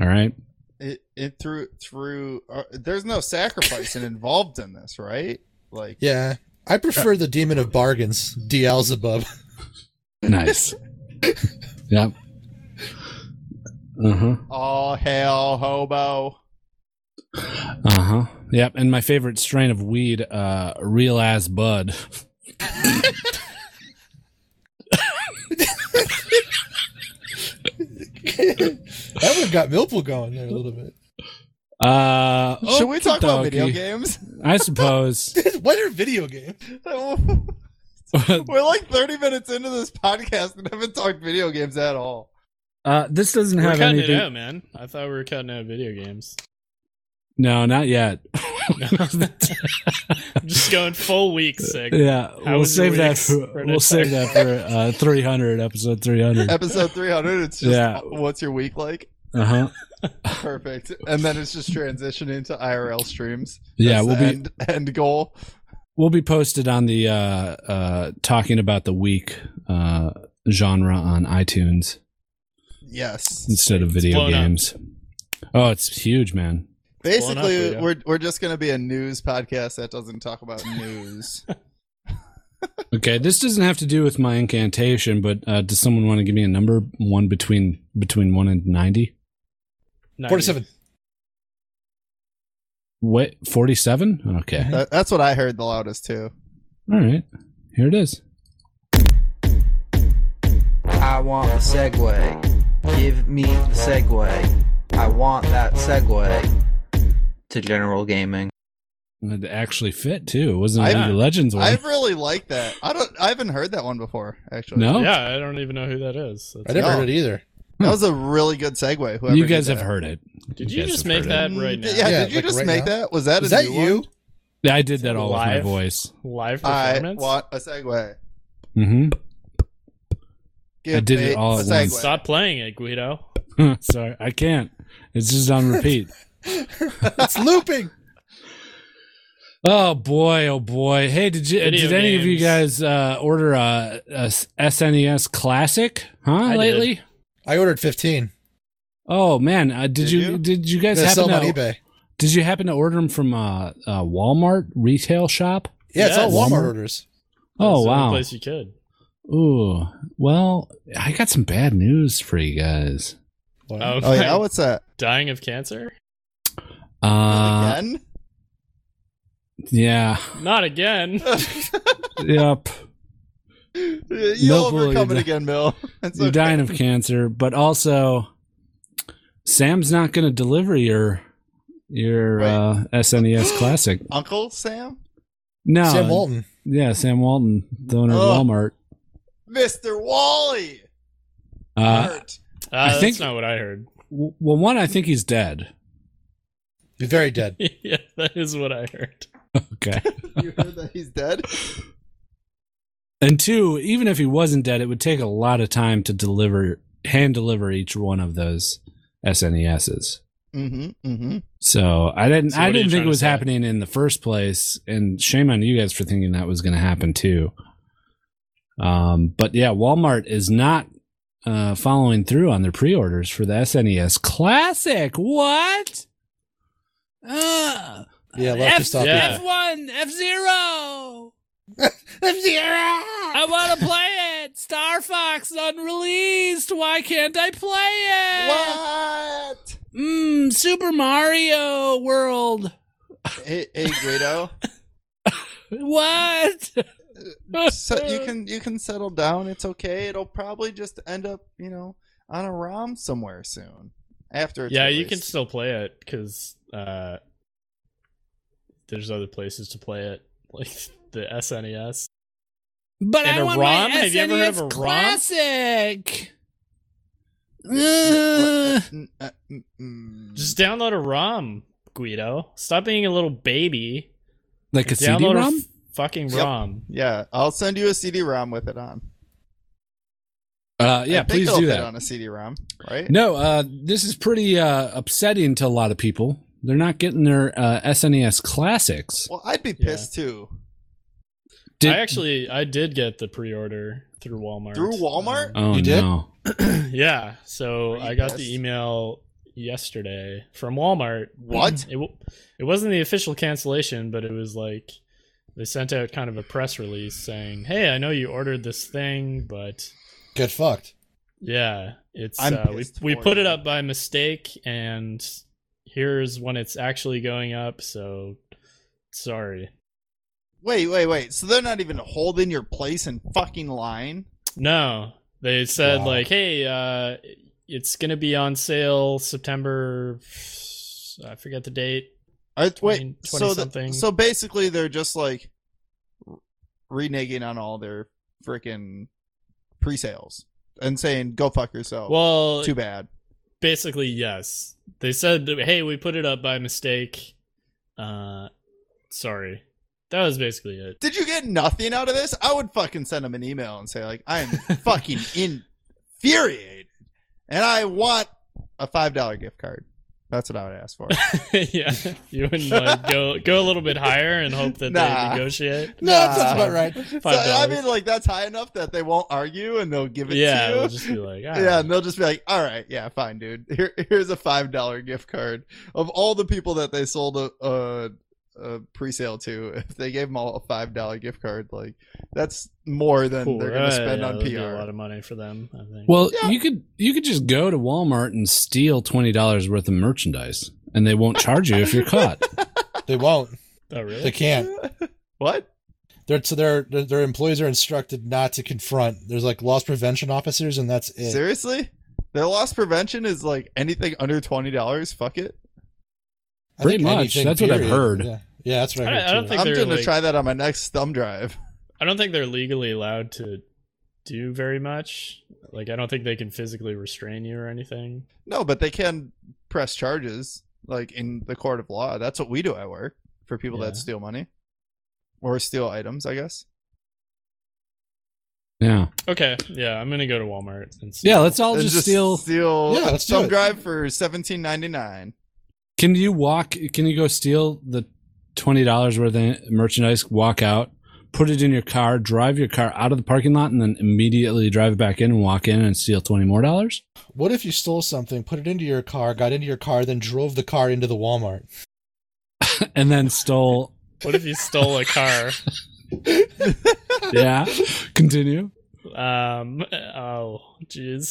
[SPEAKER 1] All right.
[SPEAKER 2] It, it through through. Uh, there's no sacrificing involved in this, right? Like
[SPEAKER 4] Yeah. I prefer the demon of bargains, D'Alzebub.
[SPEAKER 1] Nice. yep. Uh huh.
[SPEAKER 2] all hail hobo.
[SPEAKER 1] Uh huh. Yep. And my favorite strain of weed, uh, real ass bud.
[SPEAKER 4] that would have got Millpool going there a little bit.
[SPEAKER 1] Uh,
[SPEAKER 2] Should we talk about video
[SPEAKER 1] okey-dokey.
[SPEAKER 2] games?
[SPEAKER 1] I suppose.
[SPEAKER 4] what are video games?
[SPEAKER 2] We're like 30 minutes into this podcast and haven't talked video games at all.
[SPEAKER 1] uh, this doesn't
[SPEAKER 3] We're
[SPEAKER 1] have
[SPEAKER 3] cutting
[SPEAKER 1] anything.
[SPEAKER 3] it out, man. I thought we were cutting out video games.
[SPEAKER 1] No, not yet.
[SPEAKER 3] I'm just going full week sick.
[SPEAKER 1] Uh, yeah, we'll
[SPEAKER 3] was your
[SPEAKER 1] save that.
[SPEAKER 3] week?
[SPEAKER 1] For,
[SPEAKER 3] Right
[SPEAKER 1] we'll
[SPEAKER 3] next
[SPEAKER 1] save
[SPEAKER 3] time.
[SPEAKER 1] that for uh, 300 episode 300.
[SPEAKER 2] Episode 300, it's just
[SPEAKER 1] Yeah.
[SPEAKER 2] what's your week like?
[SPEAKER 1] Uh huh.
[SPEAKER 2] Perfect. And then it's just transitioning to IRL streams.
[SPEAKER 1] Yeah,
[SPEAKER 2] That's
[SPEAKER 1] we'll
[SPEAKER 2] the
[SPEAKER 1] be
[SPEAKER 2] end, end goal.
[SPEAKER 1] we'll be posted on the uh, uh, talking about the week uh, genre on iTunes.
[SPEAKER 2] Yes.
[SPEAKER 1] instead of video
[SPEAKER 3] blown up.
[SPEAKER 1] games. Oh, it's huge, man.
[SPEAKER 3] blown up,
[SPEAKER 2] Basically,
[SPEAKER 3] yeah.
[SPEAKER 2] we're we're just gonna be a news podcast that doesn't talk about news.
[SPEAKER 1] Okay, this doesn't have to do with my incantation, but uh, does someone want to give me a number one between between one and ninety?
[SPEAKER 3] Not
[SPEAKER 4] 47.
[SPEAKER 1] What forty seven? Okay,
[SPEAKER 2] That- that's what I heard the loudest too.
[SPEAKER 1] all right. Here it is.
[SPEAKER 6] I want the Segway. Give me the Segway. I want that Segway. To general gaming.
[SPEAKER 1] It Uh, actually fit too. It wasn't
[SPEAKER 2] I-
[SPEAKER 1] a League of Legends one.
[SPEAKER 2] I really like that. I don't. I haven't heard that one before. Actually,
[SPEAKER 1] no,
[SPEAKER 3] you. Yeah, I don't even know who that is.
[SPEAKER 4] I
[SPEAKER 3] That's-
[SPEAKER 4] never
[SPEAKER 2] No.
[SPEAKER 4] heard it either.
[SPEAKER 2] that was a really good segue. Whoever
[SPEAKER 1] you
[SPEAKER 2] did
[SPEAKER 1] guys have
[SPEAKER 2] that.
[SPEAKER 1] heard it.
[SPEAKER 3] Did
[SPEAKER 1] You
[SPEAKER 3] you
[SPEAKER 1] guys
[SPEAKER 3] just
[SPEAKER 1] have
[SPEAKER 3] make
[SPEAKER 1] heard
[SPEAKER 3] that
[SPEAKER 2] Mm,
[SPEAKER 3] right now?
[SPEAKER 2] Yeah,
[SPEAKER 4] Yeah,
[SPEAKER 2] did you
[SPEAKER 4] like
[SPEAKER 2] just
[SPEAKER 4] right
[SPEAKER 2] make
[SPEAKER 4] now.
[SPEAKER 2] that? Was that a
[SPEAKER 4] Is that
[SPEAKER 2] new one?
[SPEAKER 4] you?
[SPEAKER 1] Yeah, I did that all with my
[SPEAKER 3] Live.
[SPEAKER 1] voice.
[SPEAKER 3] Live
[SPEAKER 2] I
[SPEAKER 3] performance.
[SPEAKER 2] want a segue.
[SPEAKER 1] hmm
[SPEAKER 2] Give
[SPEAKER 1] did it
[SPEAKER 2] me
[SPEAKER 1] all
[SPEAKER 2] a
[SPEAKER 1] at once.
[SPEAKER 2] segue.
[SPEAKER 3] Stop playing it, Guido.
[SPEAKER 1] Sorry, I can't. It's just on repeat.
[SPEAKER 4] It's looping.
[SPEAKER 1] Oh boy, oh boy. Hey, did you
[SPEAKER 3] Video
[SPEAKER 1] did any of you
[SPEAKER 3] games.
[SPEAKER 1] guys uh, order a, a S- SNES Classic? Huh?
[SPEAKER 3] I did.
[SPEAKER 1] lately?
[SPEAKER 4] I ordered 15.
[SPEAKER 1] Oh man, uh, did,
[SPEAKER 2] Did
[SPEAKER 1] you,
[SPEAKER 2] you?
[SPEAKER 1] did you
[SPEAKER 4] I'm
[SPEAKER 1] guys
[SPEAKER 4] going to sell
[SPEAKER 1] happen
[SPEAKER 4] them on
[SPEAKER 1] to
[SPEAKER 4] eBay.
[SPEAKER 1] did you happen to order them from uh, uh, Walmart retail shop?
[SPEAKER 4] Yeah, it's all
[SPEAKER 3] Yes.
[SPEAKER 4] Walmart
[SPEAKER 1] Walmart?
[SPEAKER 4] orders.
[SPEAKER 1] Oh
[SPEAKER 3] That's the only
[SPEAKER 1] wow.
[SPEAKER 3] place you could.
[SPEAKER 1] Ooh. Well, I got some bad news for you guys.
[SPEAKER 4] Wow.
[SPEAKER 3] Oh,
[SPEAKER 2] Oh yeah, what's that?
[SPEAKER 3] dying of cancer?
[SPEAKER 1] Uh,
[SPEAKER 2] Again?
[SPEAKER 1] yeah.
[SPEAKER 3] Not again.
[SPEAKER 1] yep.
[SPEAKER 2] You'll
[SPEAKER 1] Mill, you're
[SPEAKER 2] overcome it
[SPEAKER 1] di-
[SPEAKER 2] again, Mill. It's
[SPEAKER 1] You're
[SPEAKER 2] okay.
[SPEAKER 1] dying of cancer, but also Sam's not going to deliver your your
[SPEAKER 2] Right.
[SPEAKER 1] uh, SNES Classic.
[SPEAKER 2] Uncle Sam,
[SPEAKER 1] No,
[SPEAKER 4] Sam Walton.
[SPEAKER 1] Yeah, Sam Walton, the owner
[SPEAKER 2] Oh.
[SPEAKER 1] of Walmart.
[SPEAKER 2] Mr. Wally.
[SPEAKER 1] Uh,
[SPEAKER 2] Hurt.
[SPEAKER 3] Uh, that's
[SPEAKER 1] think-
[SPEAKER 3] not what I heard.
[SPEAKER 1] w- well, one, I think he's dead.
[SPEAKER 4] You're very dead.
[SPEAKER 3] yeah, that is what I heard.
[SPEAKER 1] Okay.
[SPEAKER 2] You heard that he's dead?
[SPEAKER 1] and two, even if he wasn't dead, it would take a lot of time to deliver, hand deliver each one of those SNESs.
[SPEAKER 2] Mm-hmm. Mm-hmm.
[SPEAKER 1] So I didn't,
[SPEAKER 3] So what
[SPEAKER 1] I
[SPEAKER 3] are you
[SPEAKER 1] didn't
[SPEAKER 3] trying
[SPEAKER 1] think it
[SPEAKER 3] to
[SPEAKER 1] was
[SPEAKER 3] say?
[SPEAKER 1] happening in the first place. And shame on you guys for thinking that was going to happen too. Um, but yeah, Walmart is not uh, following through on their pre-orders for the SNES Classic. What? Ugh.
[SPEAKER 4] Yeah, left to stop
[SPEAKER 3] Yeah.
[SPEAKER 4] you.
[SPEAKER 1] F1, F Zero. I want to play it. Star Fox unreleased. Why can't I play it?
[SPEAKER 2] What?
[SPEAKER 1] Mmm, Super Mario World.
[SPEAKER 2] Hey, hey Guido.
[SPEAKER 1] What?
[SPEAKER 2] so you can you can settle down. It's okay. It'll probably just end up, you know, on a ROM somewhere soon. After it's
[SPEAKER 3] yeah, you can
[SPEAKER 2] released.
[SPEAKER 3] still play it because uh, there's other places to play it, like the E SNES.
[SPEAKER 1] But
[SPEAKER 3] And
[SPEAKER 1] I
[SPEAKER 3] a
[SPEAKER 1] want
[SPEAKER 3] ROM?
[SPEAKER 1] my
[SPEAKER 3] Have you ever
[SPEAKER 1] SNES
[SPEAKER 3] heard of a ROM?
[SPEAKER 1] classic. Ugh.
[SPEAKER 2] Mm, uh, mm, mm.
[SPEAKER 3] Just download a ROM, Guido. Stop being a little baby.
[SPEAKER 1] like a
[SPEAKER 3] Download
[SPEAKER 1] CD-ROM?
[SPEAKER 3] f- fucking
[SPEAKER 2] Yep.
[SPEAKER 3] ROM.
[SPEAKER 2] yeah, I'll send you a CD-ROM with it on.
[SPEAKER 1] Uh,
[SPEAKER 2] I
[SPEAKER 1] yeah,
[SPEAKER 2] think
[SPEAKER 1] please
[SPEAKER 2] it'll
[SPEAKER 1] do
[SPEAKER 2] fit
[SPEAKER 1] that.
[SPEAKER 2] on a CD-ROM, right?
[SPEAKER 1] No, uh, this is pretty uh, upsetting to a lot of people. They're not getting their uh, SNES classics.
[SPEAKER 2] Well, I'd be
[SPEAKER 3] Yeah.
[SPEAKER 2] pissed too.
[SPEAKER 1] Did-
[SPEAKER 3] I actually I did get the pre-order through Walmart.
[SPEAKER 2] Through Walmart?
[SPEAKER 1] oh
[SPEAKER 4] You did?
[SPEAKER 1] no,
[SPEAKER 3] Um, yeah. So
[SPEAKER 2] Are you
[SPEAKER 3] I got
[SPEAKER 2] pissed?
[SPEAKER 3] the email yesterday from Walmart.
[SPEAKER 2] What?
[SPEAKER 3] It w- it wasn't the official cancellation, but it was like they sent out kind of a press release saying, "Hey, I know you ordered this thing, but
[SPEAKER 4] Get fucked.
[SPEAKER 3] yeah, it's
[SPEAKER 2] I'm
[SPEAKER 3] uh, we
[SPEAKER 2] pissed
[SPEAKER 3] we
[SPEAKER 2] for
[SPEAKER 3] put
[SPEAKER 2] you."
[SPEAKER 3] it up by mistake, and here's when it's actually going up. So sorry."
[SPEAKER 2] Wait, wait, wait. So they're not even holding your place in fucking line.
[SPEAKER 3] No, they said
[SPEAKER 4] Wow.
[SPEAKER 3] like, "Hey, uh, it's gonna be on sale September. I forget the date.
[SPEAKER 2] I, wait,
[SPEAKER 3] 20
[SPEAKER 2] so the-
[SPEAKER 3] something.
[SPEAKER 2] so basically they're just like r- reneging on all their freaking pre-sales and saying go fuck yourself.
[SPEAKER 3] Well,
[SPEAKER 2] too bad.
[SPEAKER 3] basically, yes. They said, that, "Hey, we put it up by mistake. Uh, sorry." That was basically it.
[SPEAKER 2] Did you get nothing out of this? I would fucking send them an email and say like I am fucking infuriated and I want a five dollar gift card. That's what I would ask for.
[SPEAKER 3] yeah, you wouldn't like go go a little bit higher and hope that
[SPEAKER 2] Nah.
[SPEAKER 3] they negotiate. Um,
[SPEAKER 4] No,
[SPEAKER 2] Nah.
[SPEAKER 4] that's about right.
[SPEAKER 2] So, I mean, like that's high enough that they won't argue and they'll give it
[SPEAKER 3] yeah,
[SPEAKER 2] to you.
[SPEAKER 3] we'll just be like, ah.
[SPEAKER 2] Yeah, and they'll just be like, "All right, yeah, fine, dude. Here, here's a five dollar gift card." Of all the people that they sold a, a, a pre-sale to, if they gave them all a five dollar gift card, like that's more than
[SPEAKER 3] cool.
[SPEAKER 2] they're gonna
[SPEAKER 3] Uh,
[SPEAKER 2] spend
[SPEAKER 3] yeah,
[SPEAKER 2] on
[SPEAKER 3] that'd be a lot
[SPEAKER 2] PR.
[SPEAKER 3] of money for them. I think.
[SPEAKER 1] Well,
[SPEAKER 2] Yeah.
[SPEAKER 1] you could you could just go to Walmart and steal twenty dollars worth of merchandise, and they won't charge you if you're caught.
[SPEAKER 4] They won't.
[SPEAKER 3] oh really?
[SPEAKER 4] They can't.
[SPEAKER 2] what?
[SPEAKER 4] Their so their their their employees are instructed not to confront. There's like loss prevention officers, and that's it.
[SPEAKER 2] Seriously? Their loss prevention is like anything under twenty dollars. Fuck it.
[SPEAKER 4] I think
[SPEAKER 1] Pretty much.
[SPEAKER 4] anything,
[SPEAKER 1] That's what I've
[SPEAKER 4] period.
[SPEAKER 1] heard.
[SPEAKER 4] Yeah, Yeah, that's what I
[SPEAKER 3] I-
[SPEAKER 4] heard.
[SPEAKER 3] I don't
[SPEAKER 4] too.
[SPEAKER 3] think-
[SPEAKER 2] I'm
[SPEAKER 3] they're,
[SPEAKER 2] gonna
[SPEAKER 3] like-
[SPEAKER 2] try that on my next thumb drive.
[SPEAKER 3] I don't think they're legally allowed to do very much. Like, I don't think they can physically restrain you or anything.
[SPEAKER 2] No, but they can press charges like in the court of law. That's what we do at work for people
[SPEAKER 3] Yeah.
[SPEAKER 2] that steal money or steal items, I guess.
[SPEAKER 1] yeah,
[SPEAKER 3] Okay, yeah, I'm gonna go to Walmart and see.
[SPEAKER 1] yeah. Let's all
[SPEAKER 2] And
[SPEAKER 1] just, steal.
[SPEAKER 2] steal
[SPEAKER 4] Yeah,
[SPEAKER 2] a
[SPEAKER 4] let's do
[SPEAKER 2] thumb
[SPEAKER 4] it.
[SPEAKER 2] drive for seventeen ninety nine.
[SPEAKER 1] Can you walk? Can you go steal the twenty dollars worth of merchandise? Walk out, put it in your car, drive your car out of the parking lot, and then immediately drive back in and walk in and steal twenty more dollars.
[SPEAKER 4] What if you stole something, put it into your car, got into your car, then drove the car into the Walmart?
[SPEAKER 1] and then stole.
[SPEAKER 3] What if you stole a car?
[SPEAKER 1] Yeah, continue.
[SPEAKER 3] Um. Oh, jeez.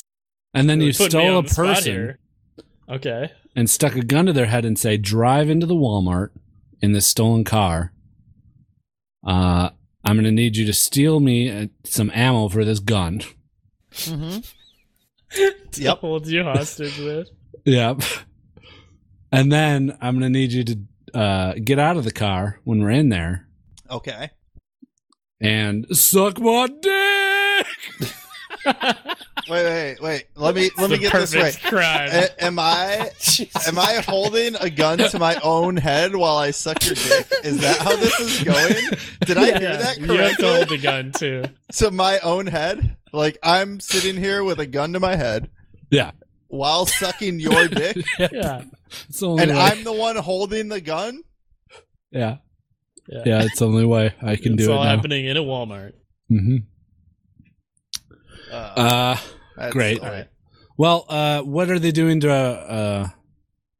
[SPEAKER 1] And then you
[SPEAKER 3] Put me
[SPEAKER 1] stole a
[SPEAKER 3] on the spot
[SPEAKER 1] person
[SPEAKER 3] here. Okay.
[SPEAKER 1] and stuck a gun to their head and say, "Drive into the Walmart in this stolen car. Uh, I'm going to need you to steal me uh, some ammo for this gun."
[SPEAKER 3] Mm-hmm.
[SPEAKER 2] Yep.
[SPEAKER 3] Hold you hostage with.
[SPEAKER 1] Yep. And then I'm going to need you to uh, get out of the car when we're in there
[SPEAKER 2] Okay.
[SPEAKER 1] and suck my dick.
[SPEAKER 2] Wait, wait, wait. Let me let me
[SPEAKER 3] The
[SPEAKER 2] get this right. Uh,
[SPEAKER 3] perfect Crime.
[SPEAKER 2] A- am I am I holding a gun to my own head while I suck your dick? Is that how this is going? Did I hear that
[SPEAKER 3] You have to hold
[SPEAKER 2] correctly?
[SPEAKER 3] the gun too.
[SPEAKER 2] To my own head? Like I'm sitting here with a gun to my head
[SPEAKER 1] Yeah.
[SPEAKER 2] while sucking your dick,
[SPEAKER 3] Yeah.
[SPEAKER 1] It's the only
[SPEAKER 2] and
[SPEAKER 1] way.
[SPEAKER 2] I'm the one holding the gun.
[SPEAKER 1] yeah.
[SPEAKER 3] Yeah.
[SPEAKER 1] Yeah, it's the only way I can
[SPEAKER 3] it's
[SPEAKER 1] do it
[SPEAKER 3] all
[SPEAKER 1] now.
[SPEAKER 3] happening in a Walmart.
[SPEAKER 1] hmm
[SPEAKER 2] Uh,
[SPEAKER 1] Uh,
[SPEAKER 2] that's
[SPEAKER 1] great.
[SPEAKER 2] all right.
[SPEAKER 1] well, uh, what are they doing to uh,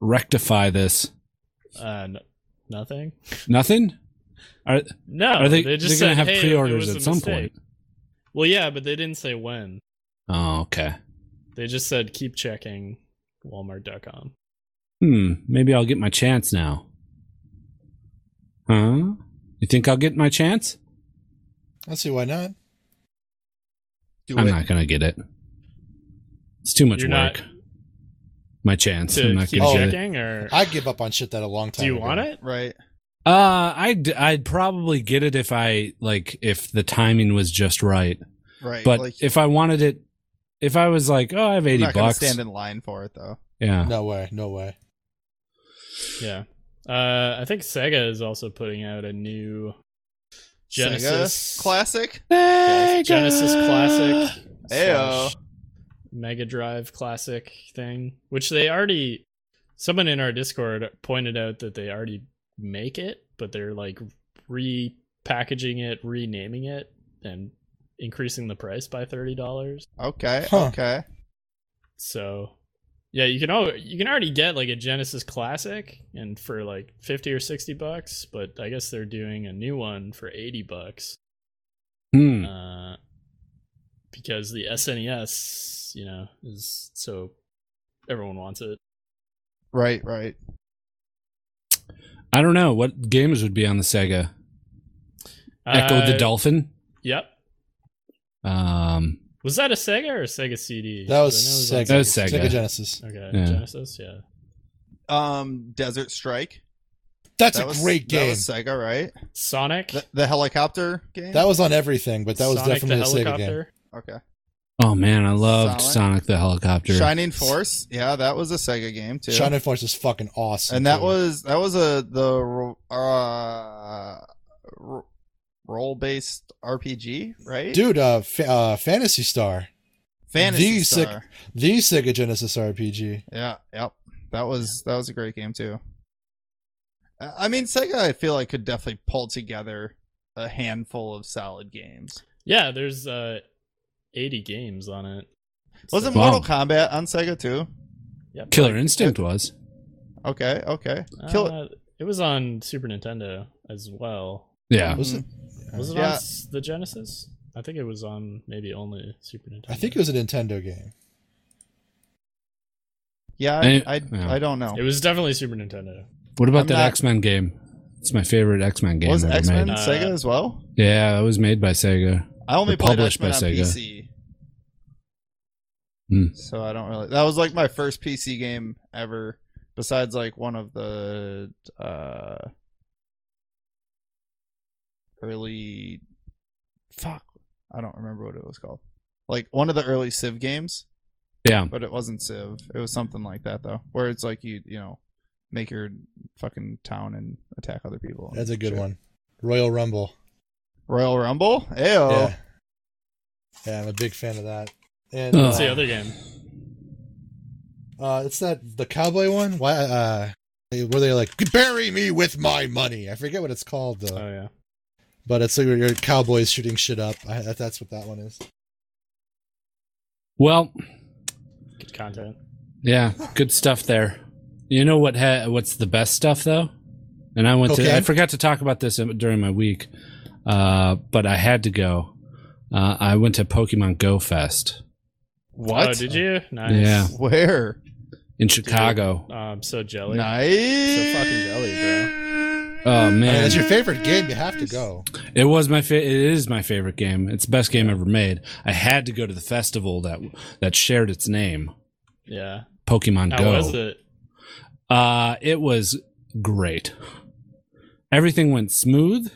[SPEAKER 1] rectify this?
[SPEAKER 3] Uh, n- nothing.
[SPEAKER 1] Nothing? Are,
[SPEAKER 3] No.
[SPEAKER 1] are they,
[SPEAKER 3] they just
[SPEAKER 1] they're
[SPEAKER 3] said,
[SPEAKER 1] going to have
[SPEAKER 3] "Hey, it
[SPEAKER 1] pre-orders
[SPEAKER 3] was a
[SPEAKER 1] at some
[SPEAKER 3] mistake."
[SPEAKER 1] point.
[SPEAKER 3] Well, yeah, but they didn't say when.
[SPEAKER 1] Oh, okay.
[SPEAKER 3] They just said keep checking Walmart.com.
[SPEAKER 1] Hmm. Maybe I'll get my chance now. Huh? You think I'll get my chance?
[SPEAKER 4] I see why not.
[SPEAKER 2] Do
[SPEAKER 1] I'm
[SPEAKER 2] it.
[SPEAKER 1] not gonna get it. It's too much
[SPEAKER 3] You're not
[SPEAKER 1] work. My chance.
[SPEAKER 3] to
[SPEAKER 1] I'm not
[SPEAKER 3] keep
[SPEAKER 1] gonna get it.
[SPEAKER 3] checking, or
[SPEAKER 4] I give up on shit that a long time.
[SPEAKER 3] do you
[SPEAKER 4] ago.
[SPEAKER 3] want it?
[SPEAKER 2] Right.
[SPEAKER 1] Uh, I'd I'd probably get it if I like if the timing was just right.
[SPEAKER 2] Right.
[SPEAKER 1] But
[SPEAKER 2] like,
[SPEAKER 1] if I wanted it, if I was like, oh, I have
[SPEAKER 2] I'm
[SPEAKER 1] eighty
[SPEAKER 2] not gonna
[SPEAKER 1] bucks,
[SPEAKER 2] stand in line for it though.
[SPEAKER 1] yeah,
[SPEAKER 4] No way. No way.
[SPEAKER 3] Yeah. Uh, I think Sega is also putting out a new Genesis
[SPEAKER 2] Sega classic.
[SPEAKER 3] Genesis Classic
[SPEAKER 2] Ayo.
[SPEAKER 3] slash Mega Drive Classic thing, which they already someone in our Discord pointed out that they already make it, but they're like repackaging it, renaming it, and increasing the price by thirty dollars.
[SPEAKER 2] Okay.
[SPEAKER 4] Huh.
[SPEAKER 2] Okay.
[SPEAKER 3] So yeah, you can all you can already get like a Genesis Classic and for like fifty or sixty bucks, but I guess they're doing a new one for eighty bucks.
[SPEAKER 1] Hmm.
[SPEAKER 3] Uh, because the SNES, you know, is so everyone wants it.
[SPEAKER 2] Right. Right.
[SPEAKER 1] I don't know what games would be on the Sega. Echo the
[SPEAKER 3] Uh,
[SPEAKER 1] Dolphin.
[SPEAKER 3] Yep.
[SPEAKER 1] Um,
[SPEAKER 3] Was that a Sega or a Sega CD?
[SPEAKER 4] That was,
[SPEAKER 3] I know
[SPEAKER 4] Sega.
[SPEAKER 3] it
[SPEAKER 1] That was
[SPEAKER 4] Sega.
[SPEAKER 1] Sega.
[SPEAKER 4] Genesis.
[SPEAKER 3] on- okay,
[SPEAKER 1] Yeah.
[SPEAKER 3] Genesis. Yeah.
[SPEAKER 2] Um, Desert Strike.
[SPEAKER 4] That's
[SPEAKER 2] That
[SPEAKER 4] a
[SPEAKER 2] was-
[SPEAKER 4] great game.
[SPEAKER 2] That was Sega, right?
[SPEAKER 3] Sonic.
[SPEAKER 2] The, the helicopter game.
[SPEAKER 4] on everything, but that was
[SPEAKER 3] Sonic the
[SPEAKER 4] definitely a Sega game.
[SPEAKER 3] helicopter.
[SPEAKER 2] okay.
[SPEAKER 1] oh man, I loved
[SPEAKER 2] Solid.
[SPEAKER 1] Sonic the Helicopter.
[SPEAKER 2] Shining Force. Yeah, that was a Sega game too.
[SPEAKER 4] Shining Force is fucking awesome.
[SPEAKER 2] and that
[SPEAKER 4] too.
[SPEAKER 2] was that was a the uh role based RPG, right?
[SPEAKER 4] dude, uh, fa- uh, Fantasy Star,
[SPEAKER 2] Fantasy
[SPEAKER 4] the sick-
[SPEAKER 2] Star.
[SPEAKER 4] the Sega Genesis RPG.
[SPEAKER 2] Yeah, yep. That was that was a great game too. I I mean, Sega, I feel like could definitely pull together a handful of solid games.
[SPEAKER 3] Yeah, there's uh, 80 games on it.
[SPEAKER 2] Wasn't
[SPEAKER 1] Wow.
[SPEAKER 2] Mortal Kombat on Sega too?
[SPEAKER 3] Yep.
[SPEAKER 1] Killer Instinct was.
[SPEAKER 2] Okay, okay.
[SPEAKER 3] Uh,
[SPEAKER 2] Kill
[SPEAKER 3] it was on Super Nintendo as well.
[SPEAKER 1] Yeah.
[SPEAKER 4] Was it?
[SPEAKER 3] Was it on
[SPEAKER 2] Yeah.
[SPEAKER 3] s- the Genesis? I think it was on maybe only Super Nintendo.
[SPEAKER 4] I think it was a Nintendo game.
[SPEAKER 2] Yeah, I,
[SPEAKER 1] And-
[SPEAKER 2] I,
[SPEAKER 1] yeah.
[SPEAKER 2] I don't know.
[SPEAKER 3] It was definitely Super Nintendo.
[SPEAKER 1] What about
[SPEAKER 2] I'm
[SPEAKER 1] that
[SPEAKER 2] not-
[SPEAKER 1] X Men game? It's my favorite X Men game
[SPEAKER 2] was
[SPEAKER 1] ever
[SPEAKER 2] X Men
[SPEAKER 1] made.
[SPEAKER 3] Uh,
[SPEAKER 2] Sega as well?
[SPEAKER 1] Yeah, it was made by Sega.
[SPEAKER 2] I only
[SPEAKER 1] they're
[SPEAKER 2] played X
[SPEAKER 1] published by
[SPEAKER 2] Men on
[SPEAKER 1] Sega.
[SPEAKER 2] PC.
[SPEAKER 1] Hmm.
[SPEAKER 2] So I don't really. That was like my first PC game ever, besides like one of the uh, early. Fuck, I don't remember what it was called. Like one of the early Civ games,
[SPEAKER 1] Yeah.
[SPEAKER 2] but it wasn't Civ. It was something like that though, where it's like you you know make your fucking town and attack other people. and
[SPEAKER 4] That's a good
[SPEAKER 2] shit.
[SPEAKER 4] one. Royal Rumble.
[SPEAKER 2] Royal Rumble. Ayo.
[SPEAKER 4] Yeah. Yeah, I'm a big fan of that. And
[SPEAKER 1] Ugh.
[SPEAKER 3] What's the other game?
[SPEAKER 4] uh, it's that the cowboy one. Why? Uh, were they like bury me with my money? I forget what it's called
[SPEAKER 2] Uh,
[SPEAKER 4] though.
[SPEAKER 3] Oh yeah.
[SPEAKER 4] But it's like your cowboys shooting shit up. I, that- that's what that one is.
[SPEAKER 1] Well,
[SPEAKER 3] Good content.
[SPEAKER 1] yeah, good stuff there. You know what? Ha- what's the best stuff though? And I went to.
[SPEAKER 4] Cocaine?
[SPEAKER 1] I forgot to talk about this during my week, uh, but I had to go. Uh, I went to Pokemon Go Fest
[SPEAKER 2] What?
[SPEAKER 3] Oh, did you? Nice.
[SPEAKER 1] Yeah.
[SPEAKER 2] Where?
[SPEAKER 1] in Chicago.
[SPEAKER 3] Oh, I'm so jelly.
[SPEAKER 2] Nice.
[SPEAKER 3] So fucking jelly, bro.
[SPEAKER 1] Oh
[SPEAKER 4] I mean,
[SPEAKER 1] man,
[SPEAKER 4] it's your favorite game. You have to go.
[SPEAKER 2] Uh,
[SPEAKER 1] It was my fa- it is my favorite game. It's the best game ever made. I had to go to the festival that that shared its name,
[SPEAKER 3] Yeah.
[SPEAKER 1] Pokemon
[SPEAKER 3] How
[SPEAKER 1] Go.
[SPEAKER 3] was it?
[SPEAKER 1] Uh it was great. Everything went smooth.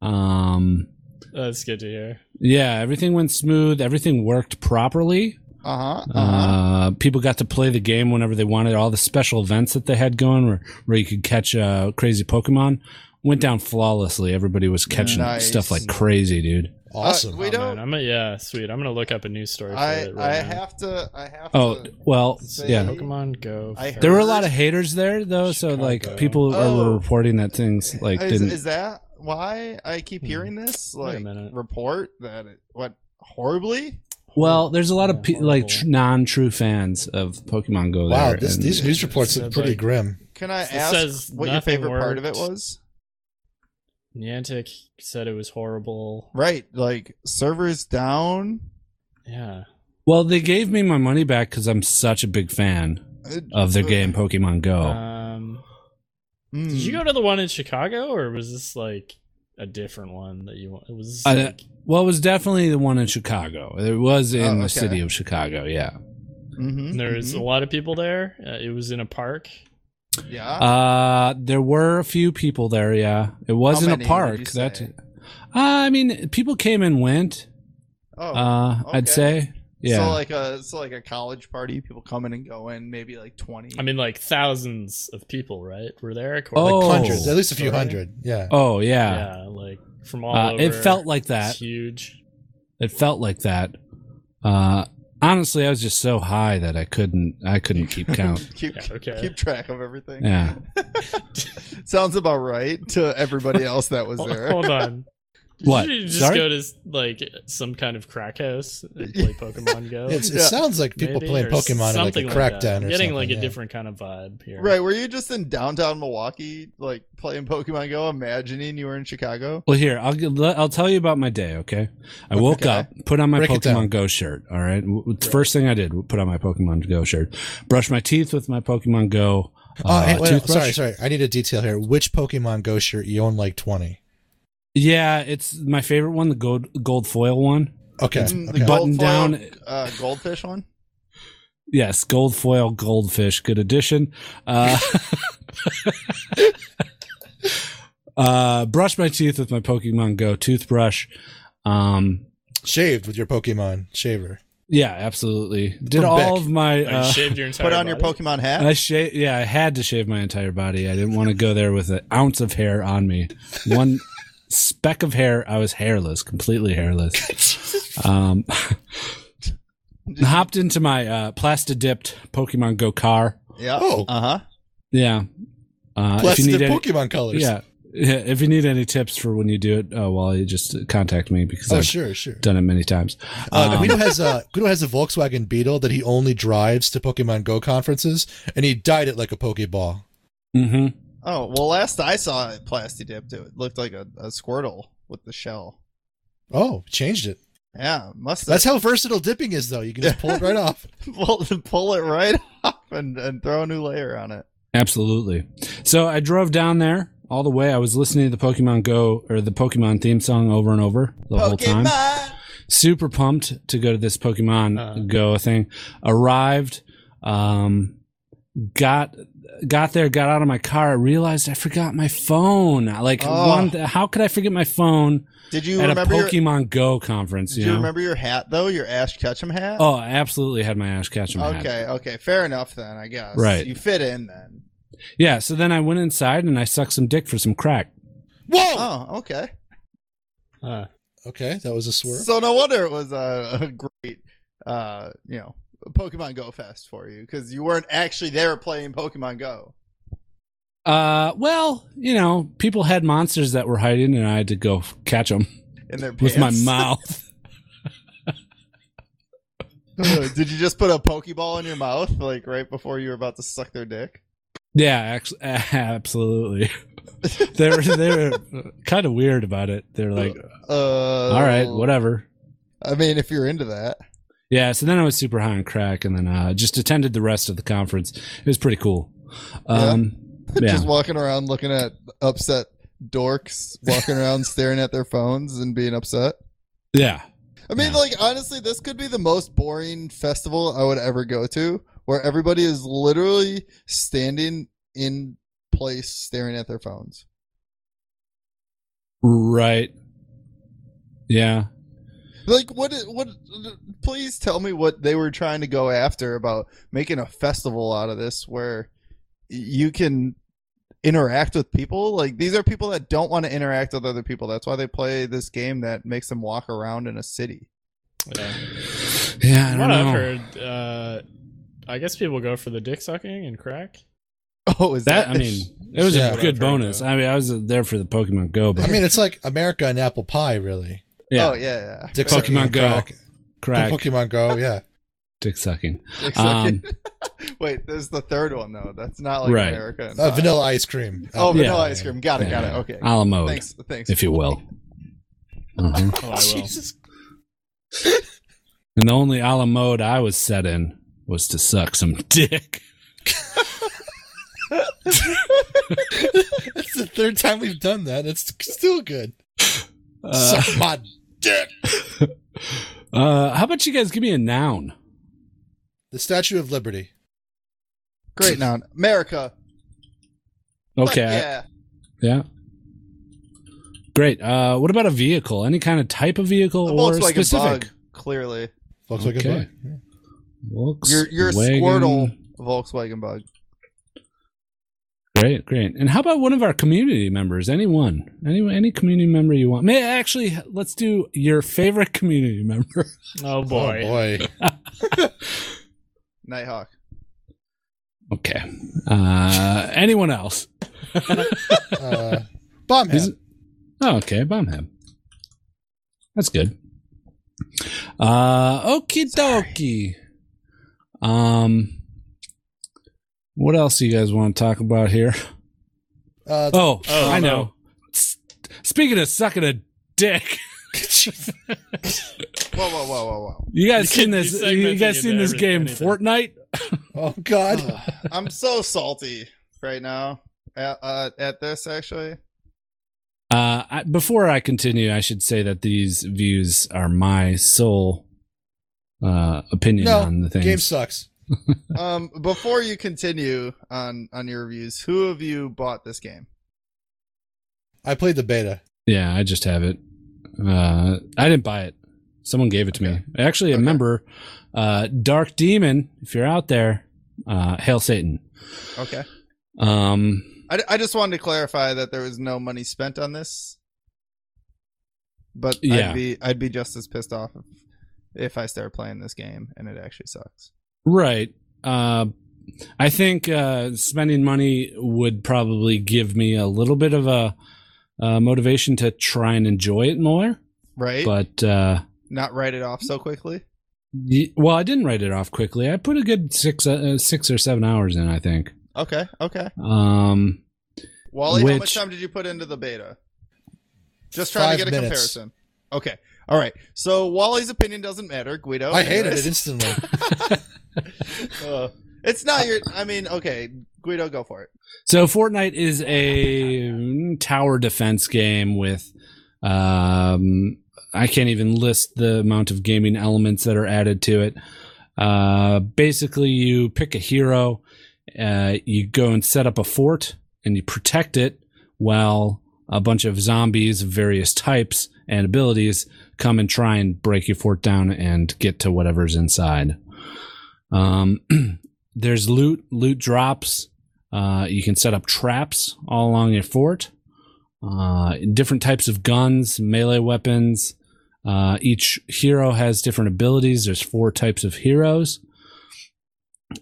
[SPEAKER 1] Um
[SPEAKER 3] That's good to hear.
[SPEAKER 1] yeah, everything went smooth. Everything worked properly.
[SPEAKER 2] Uh-huh. Uh-huh.
[SPEAKER 1] Uh, people got to play the game whenever they wanted. All the special events that they had going, where, where you could catch uh, crazy Pokemon, went down flawlessly. Everybody was catching
[SPEAKER 2] Nice.
[SPEAKER 1] stuff like crazy, dude.
[SPEAKER 4] Awesome.
[SPEAKER 2] we
[SPEAKER 3] Oh,
[SPEAKER 2] don't
[SPEAKER 3] man, I'm a, yeah, sweet. I'm gonna look up a news story for
[SPEAKER 2] I
[SPEAKER 3] it
[SPEAKER 2] I
[SPEAKER 3] right now.
[SPEAKER 2] have to I have
[SPEAKER 1] Oh
[SPEAKER 2] to
[SPEAKER 1] well,
[SPEAKER 2] say-
[SPEAKER 1] yeah.
[SPEAKER 3] Pokemon Go.
[SPEAKER 2] I
[SPEAKER 3] first.
[SPEAKER 1] There were a lot of haters there, though. So
[SPEAKER 3] Chicago.
[SPEAKER 1] like people are-
[SPEAKER 2] Oh.
[SPEAKER 1] were reporting that things like
[SPEAKER 2] is,
[SPEAKER 1] didn't.
[SPEAKER 2] is that why I keep
[SPEAKER 3] Hmm.
[SPEAKER 2] hearing this
[SPEAKER 3] Wait a
[SPEAKER 2] like
[SPEAKER 3] minute.
[SPEAKER 2] report that it went horribly?
[SPEAKER 1] well, there's a lot
[SPEAKER 3] Yeah,
[SPEAKER 1] of pe- like
[SPEAKER 3] horrible.
[SPEAKER 1] tr- non-true fans of Pokemon Go.
[SPEAKER 4] Wow,
[SPEAKER 1] there,
[SPEAKER 4] this,
[SPEAKER 1] and-
[SPEAKER 4] these news reports
[SPEAKER 3] Said,
[SPEAKER 4] look pretty
[SPEAKER 3] like-
[SPEAKER 4] grim.
[SPEAKER 2] Can I
[SPEAKER 3] It
[SPEAKER 2] ask
[SPEAKER 3] says
[SPEAKER 2] what your
[SPEAKER 3] nothing
[SPEAKER 2] favorite part of it
[SPEAKER 3] worked.
[SPEAKER 2] was?
[SPEAKER 3] Niantic said it was horrible.
[SPEAKER 2] Right, like servers down.
[SPEAKER 3] Yeah.
[SPEAKER 1] well, they gave me my money back because I'm such a big fan
[SPEAKER 2] Uh,
[SPEAKER 1] Oh. of their game Pokemon Go.
[SPEAKER 3] Um.
[SPEAKER 2] Mm.
[SPEAKER 3] Did you go to the one in Chicago, or was this like a different one that you want? Was this,
[SPEAKER 1] I-
[SPEAKER 3] like,
[SPEAKER 1] Well, it was definitely the one in Chicago. It was in
[SPEAKER 2] Oh, okay.
[SPEAKER 1] the city of Chicago. Yeah.
[SPEAKER 2] Mhm,
[SPEAKER 3] there was a
[SPEAKER 2] mhm.
[SPEAKER 3] lot of people there. Uh, it was in a park.
[SPEAKER 2] yeah.
[SPEAKER 1] Uh, there were a few people there. Yeah, it was
[SPEAKER 2] How
[SPEAKER 1] in a
[SPEAKER 2] many would
[SPEAKER 1] park.
[SPEAKER 2] you
[SPEAKER 1] That. Uh,
[SPEAKER 2] say?
[SPEAKER 1] I mean, people came and went.
[SPEAKER 2] oh,
[SPEAKER 1] uh, I'd
[SPEAKER 2] okay.
[SPEAKER 1] say. Yeah.
[SPEAKER 2] So like a so like a college party, people coming and going, maybe like twenty.
[SPEAKER 3] I mean, like thousands of people, right? Were
[SPEAKER 1] Oh.
[SPEAKER 3] there?
[SPEAKER 4] Like
[SPEAKER 3] according to
[SPEAKER 4] hundreds,
[SPEAKER 3] this
[SPEAKER 4] at least a few
[SPEAKER 3] story?
[SPEAKER 4] hundred. Yeah.
[SPEAKER 1] oh yeah.
[SPEAKER 3] Yeah, like from all
[SPEAKER 1] uh,
[SPEAKER 3] over.
[SPEAKER 1] it felt like that.
[SPEAKER 3] It's huge.
[SPEAKER 1] It felt like that. Uh, honestly, I was just so high that I couldn't. I couldn't keep count.
[SPEAKER 2] keep
[SPEAKER 3] Yeah, okay.
[SPEAKER 2] keep track of everything.
[SPEAKER 1] Yeah.
[SPEAKER 2] Sounds about right to everybody else that was
[SPEAKER 3] Hol-
[SPEAKER 2] there.
[SPEAKER 3] Hold on. Did
[SPEAKER 1] What?
[SPEAKER 3] You just
[SPEAKER 1] Sorry?
[SPEAKER 3] go to like some kind of crack house and play Pokemon Go.
[SPEAKER 4] It's, it
[SPEAKER 2] Yeah.
[SPEAKER 4] sounds like people
[SPEAKER 3] Oh. maybe,
[SPEAKER 4] playing
[SPEAKER 3] or
[SPEAKER 4] Pokemon in like a
[SPEAKER 3] something that.
[SPEAKER 4] crackdown
[SPEAKER 3] I'm
[SPEAKER 4] or
[SPEAKER 3] getting
[SPEAKER 4] something.
[SPEAKER 3] like a
[SPEAKER 4] yeah.
[SPEAKER 3] different kind of vibe here.
[SPEAKER 2] Right, were you just in downtown Milwaukee, like playing Pokemon Go, imagining you were in Chicago?
[SPEAKER 1] Well, here I'll g- le- I'll tell you about my day. Okay, I woke
[SPEAKER 2] Okay.
[SPEAKER 1] up, put on my
[SPEAKER 4] Break it down.
[SPEAKER 1] Pokemon Go shirt. All right, W- w- the first thing I did, put on my Pokemon Go shirt, brush my teeth with my Pokemon Go.
[SPEAKER 4] Oh,
[SPEAKER 1] uh,
[SPEAKER 4] hey, wait,
[SPEAKER 1] toothbrush.
[SPEAKER 4] sorry, sorry. I need a detail here. Which Pokemon Go shirt you own like 20?
[SPEAKER 1] Yeah, it's my favorite one, the gold gold foil one.
[SPEAKER 4] Okay.
[SPEAKER 2] Mm,
[SPEAKER 4] okay.
[SPEAKER 1] gold-
[SPEAKER 2] gold
[SPEAKER 1] Button
[SPEAKER 2] foil,
[SPEAKER 1] down-
[SPEAKER 2] uh, goldfish one.
[SPEAKER 1] Yes, gold foil goldfish, good addition. Uh, uh, brush my teeth with my Pokemon Go toothbrush. Um,
[SPEAKER 4] Shaved with your Pokemon shaver.
[SPEAKER 1] yeah, absolutely. Did
[SPEAKER 4] From
[SPEAKER 1] all
[SPEAKER 4] Beck.
[SPEAKER 1] of my
[SPEAKER 3] Like,
[SPEAKER 1] uh,
[SPEAKER 3] shaved your entire
[SPEAKER 2] Put on your
[SPEAKER 3] body?
[SPEAKER 2] Pokemon hat.
[SPEAKER 1] I sha- yeah, I had to shave my entire body. I didn't want to go there with an ounce of hair on me. One speck of hair, I was hairless, completely hairless. Um, hopped into my uh, plasti dipped Pokemon Go car.
[SPEAKER 2] yeah.
[SPEAKER 4] Oh.
[SPEAKER 2] Uh huh.
[SPEAKER 1] Yeah. Uh, if
[SPEAKER 4] Plus
[SPEAKER 1] you
[SPEAKER 4] the
[SPEAKER 1] need any,
[SPEAKER 4] Pokemon colors.
[SPEAKER 1] yeah, yeah, if you need any tips for when you do it, uh, Wally, just contact me because
[SPEAKER 4] Oh,
[SPEAKER 1] I've
[SPEAKER 4] sure, sure.
[SPEAKER 1] done it many times.
[SPEAKER 4] Uh,
[SPEAKER 1] Um,
[SPEAKER 4] Guido has a Guido has a Volkswagen Beetle that he only drives to Pokemon Go conferences, and he dyed it like a Pokeball.
[SPEAKER 1] mhm.
[SPEAKER 2] Oh well, last I saw it, Plastidip, it looked like a, a Squirtle with the shell.
[SPEAKER 4] Oh, changed it.
[SPEAKER 2] Yeah, must have
[SPEAKER 4] That's how versatile dipping is, though. You can just pull it right off.
[SPEAKER 2] pull, pull it right off and, and throw a new layer on it.
[SPEAKER 1] Absolutely. So I drove down there all the way. I was listening to the Pokemon Go or the Pokemon theme song over and over the whole time. Super pumped to go to this Pokemon
[SPEAKER 3] Uh.
[SPEAKER 1] Go thing. Arrived, um, got got there, got out of my car. I realized I forgot my phone. Like
[SPEAKER 2] Oh.
[SPEAKER 1] one, th- how could I forget my phone
[SPEAKER 2] Did you
[SPEAKER 1] at a
[SPEAKER 2] remember? Your,
[SPEAKER 1] Pokemon Go conference?
[SPEAKER 2] did
[SPEAKER 1] You,
[SPEAKER 2] you,
[SPEAKER 1] know?
[SPEAKER 2] remember your hat though? Your Ash Ketchum hat.
[SPEAKER 1] Oh, I absolutely had my Ash Ketchum hat.
[SPEAKER 2] okay, okay, fair enough then. I guess.
[SPEAKER 1] Right.
[SPEAKER 2] You fit in then.
[SPEAKER 1] Yeah. So then I went inside and I sucked some dick for some crack.
[SPEAKER 4] Whoa!
[SPEAKER 2] Oh, okay.
[SPEAKER 3] Huh.
[SPEAKER 4] Okay, that was a swerve.
[SPEAKER 2] So no wonder it was a, a great, uh, you know, Pokemon Go fest for you because you weren't actually there playing Pokemon Go.
[SPEAKER 1] Uh, well, you know, people had monsters that were hiding, and I had to go f- catch them
[SPEAKER 2] In their
[SPEAKER 1] with my
[SPEAKER 2] pants.
[SPEAKER 1] mouth.
[SPEAKER 2] Uh, Did you just put a Pokeball in your mouth like right before you were about to suck their dick?
[SPEAKER 1] yeah, ax- absolutely. they were they were kind of weird about it. They're like,
[SPEAKER 2] Uh,
[SPEAKER 1] all right, whatever.
[SPEAKER 2] I mean, if you're into that.
[SPEAKER 1] Yeah. So then I was super high on crack, and then uh, just attended the rest of the conference. It was pretty cool. Um, yeah.
[SPEAKER 2] Just walking around looking at upset dorks, walking around staring at their phones and being upset.
[SPEAKER 1] yeah.
[SPEAKER 2] I mean,
[SPEAKER 1] Yeah.
[SPEAKER 2] like, honestly, this could be the most boring festival I would ever go to where everybody is literally standing in place staring at their phones.
[SPEAKER 1] Right. Yeah.
[SPEAKER 2] Like, what, i- what, please tell me what they were trying to go after about making a festival out of this where y- you can interact with people. Like, these are people that don't want to interact with other people. That's why they play this game that makes them walk around in a city.
[SPEAKER 3] Yeah.
[SPEAKER 1] Yeah. I don't
[SPEAKER 3] what
[SPEAKER 1] know.
[SPEAKER 3] I've heard, uh, I guess people go for the dick sucking and crack.
[SPEAKER 2] Oh, is that,
[SPEAKER 1] That I mean, it was
[SPEAKER 4] Yeah.
[SPEAKER 1] a good bonus. I mean, I was there for the Pokemon Go, but
[SPEAKER 4] I mean, it's like America and apple pie, really.
[SPEAKER 1] yeah,
[SPEAKER 2] Oh, yeah, yeah.
[SPEAKER 4] Dick
[SPEAKER 1] Pokemon
[SPEAKER 4] sucking and
[SPEAKER 1] Go.
[SPEAKER 4] crack.
[SPEAKER 1] crack,
[SPEAKER 4] Pokemon Go, yeah.
[SPEAKER 1] dick sucking.
[SPEAKER 2] Exactly. Wait, there's the third one though. That's not like
[SPEAKER 1] Um, Right.
[SPEAKER 2] America. and
[SPEAKER 4] Uh,
[SPEAKER 2] pie.
[SPEAKER 4] vanilla ice cream. Uh,
[SPEAKER 2] Oh,
[SPEAKER 1] Yeah.
[SPEAKER 2] vanilla ice cream. Got it. Got it.
[SPEAKER 1] Yeah.
[SPEAKER 2] Okay.
[SPEAKER 1] a la mode,
[SPEAKER 2] Thanks. Thanks.
[SPEAKER 1] if you will. Mhm.
[SPEAKER 3] Oh, I will.
[SPEAKER 1] And the only a la mode I was set in was to suck some dick.
[SPEAKER 4] That's the third time we've done that. It's still good.
[SPEAKER 1] Uh,
[SPEAKER 4] Suck my dick.
[SPEAKER 1] uh, how about you guys give me a noun?
[SPEAKER 4] The Statue of Liberty.
[SPEAKER 2] Great noun. America. Fuck
[SPEAKER 1] Okay. I-
[SPEAKER 2] yeah.
[SPEAKER 1] Yeah. Great. Uh, what about a vehicle? Any kind of type of vehicle
[SPEAKER 2] A
[SPEAKER 1] or
[SPEAKER 2] Volkswagen
[SPEAKER 1] specific?
[SPEAKER 2] bug. Clearly,
[SPEAKER 4] Volkswagen
[SPEAKER 1] Okay.
[SPEAKER 4] Bug. Yeah.
[SPEAKER 1] Volkswagen.
[SPEAKER 2] you're you're a Squirtle Volkswagen bug.
[SPEAKER 1] Great, great. And how about one of our community members? Anyone? Any any community member you want? May actually let's do your favorite community member.
[SPEAKER 3] Oh
[SPEAKER 4] Oh,
[SPEAKER 3] boy.
[SPEAKER 4] boy.
[SPEAKER 2] Nighthawk.
[SPEAKER 1] Okay. Uh, anyone else?
[SPEAKER 4] Uh, bomb
[SPEAKER 1] Is it- Oh, okay, bomb him. That's good. Uh okie dokie. Um what else do you guys want to talk about here?
[SPEAKER 4] Uh,
[SPEAKER 1] Oh,
[SPEAKER 3] Oh,
[SPEAKER 1] I
[SPEAKER 3] no.
[SPEAKER 1] know. S- Speaking of sucking a dick,
[SPEAKER 2] Whoa, whoa, whoa, whoa, whoa.
[SPEAKER 1] you guys
[SPEAKER 3] You
[SPEAKER 1] seen
[SPEAKER 3] could be
[SPEAKER 1] this you guys
[SPEAKER 3] segmenting
[SPEAKER 1] seen
[SPEAKER 3] into
[SPEAKER 1] this
[SPEAKER 3] every-
[SPEAKER 1] game
[SPEAKER 3] anything.
[SPEAKER 1] Fortnite?
[SPEAKER 4] oh
[SPEAKER 1] Uh,
[SPEAKER 4] God.
[SPEAKER 2] Ugh, I'm so salty right now at, uh, at this. Actually,
[SPEAKER 1] Uh, I, before I continue, I should say that these views are my sole uh, opinion
[SPEAKER 4] No,
[SPEAKER 1] on the things.
[SPEAKER 4] Game sucks.
[SPEAKER 2] um, before you continue on on your reviews, who of you bought this game?
[SPEAKER 4] I played the beta.
[SPEAKER 1] Yeah, I just have it. Uh, I didn't buy it. Someone gave it to me.
[SPEAKER 2] Okay.
[SPEAKER 1] Actually, a
[SPEAKER 2] Okay.
[SPEAKER 1] member, uh, Dark Demon, if you're out there, uh, hail Satan.
[SPEAKER 2] Okay,
[SPEAKER 1] Um,
[SPEAKER 2] I, I just wanted to clarify that there was no money spent on this, but
[SPEAKER 1] Yeah.
[SPEAKER 2] I'd be I'd be just as pissed off if, if I started playing this game and it actually sucks.
[SPEAKER 1] right. Uh, I think uh, spending money would probably give me a little bit of a uh, motivation to try and enjoy it more.
[SPEAKER 2] Right?
[SPEAKER 1] But uh,
[SPEAKER 2] Not write it off so quickly.
[SPEAKER 1] Y- Well, I didn't write it off quickly. I put a good six, uh, six or seven hours in, I think.
[SPEAKER 2] Okay, okay.
[SPEAKER 1] Um,
[SPEAKER 2] Wally, how
[SPEAKER 1] Which-
[SPEAKER 2] much time did you put into the beta? Just trying
[SPEAKER 4] Five
[SPEAKER 2] to get a
[SPEAKER 4] minutes.
[SPEAKER 2] comparison. Okay. All right. So Wally's opinion doesn't matter, Guido.
[SPEAKER 4] I hated
[SPEAKER 2] does.
[SPEAKER 4] it instantly.
[SPEAKER 2] Uh, it's not your. I mean, okay, Guido, go for it.
[SPEAKER 1] so Fortnite is a tower defense game with, um, I can't even list the amount of gaming elements that are added to it. Uh, basically, you pick a hero, uh, you go and set up a fort, and you protect it while a bunch of zombies of various types and abilities come and try and break your fort down and get to whatever's inside. Um, there's loot, loot drops. Uh, you can set up traps all along your fort. Uh, different types of guns, melee weapons. Uh, each hero has different abilities. There's four types of heroes.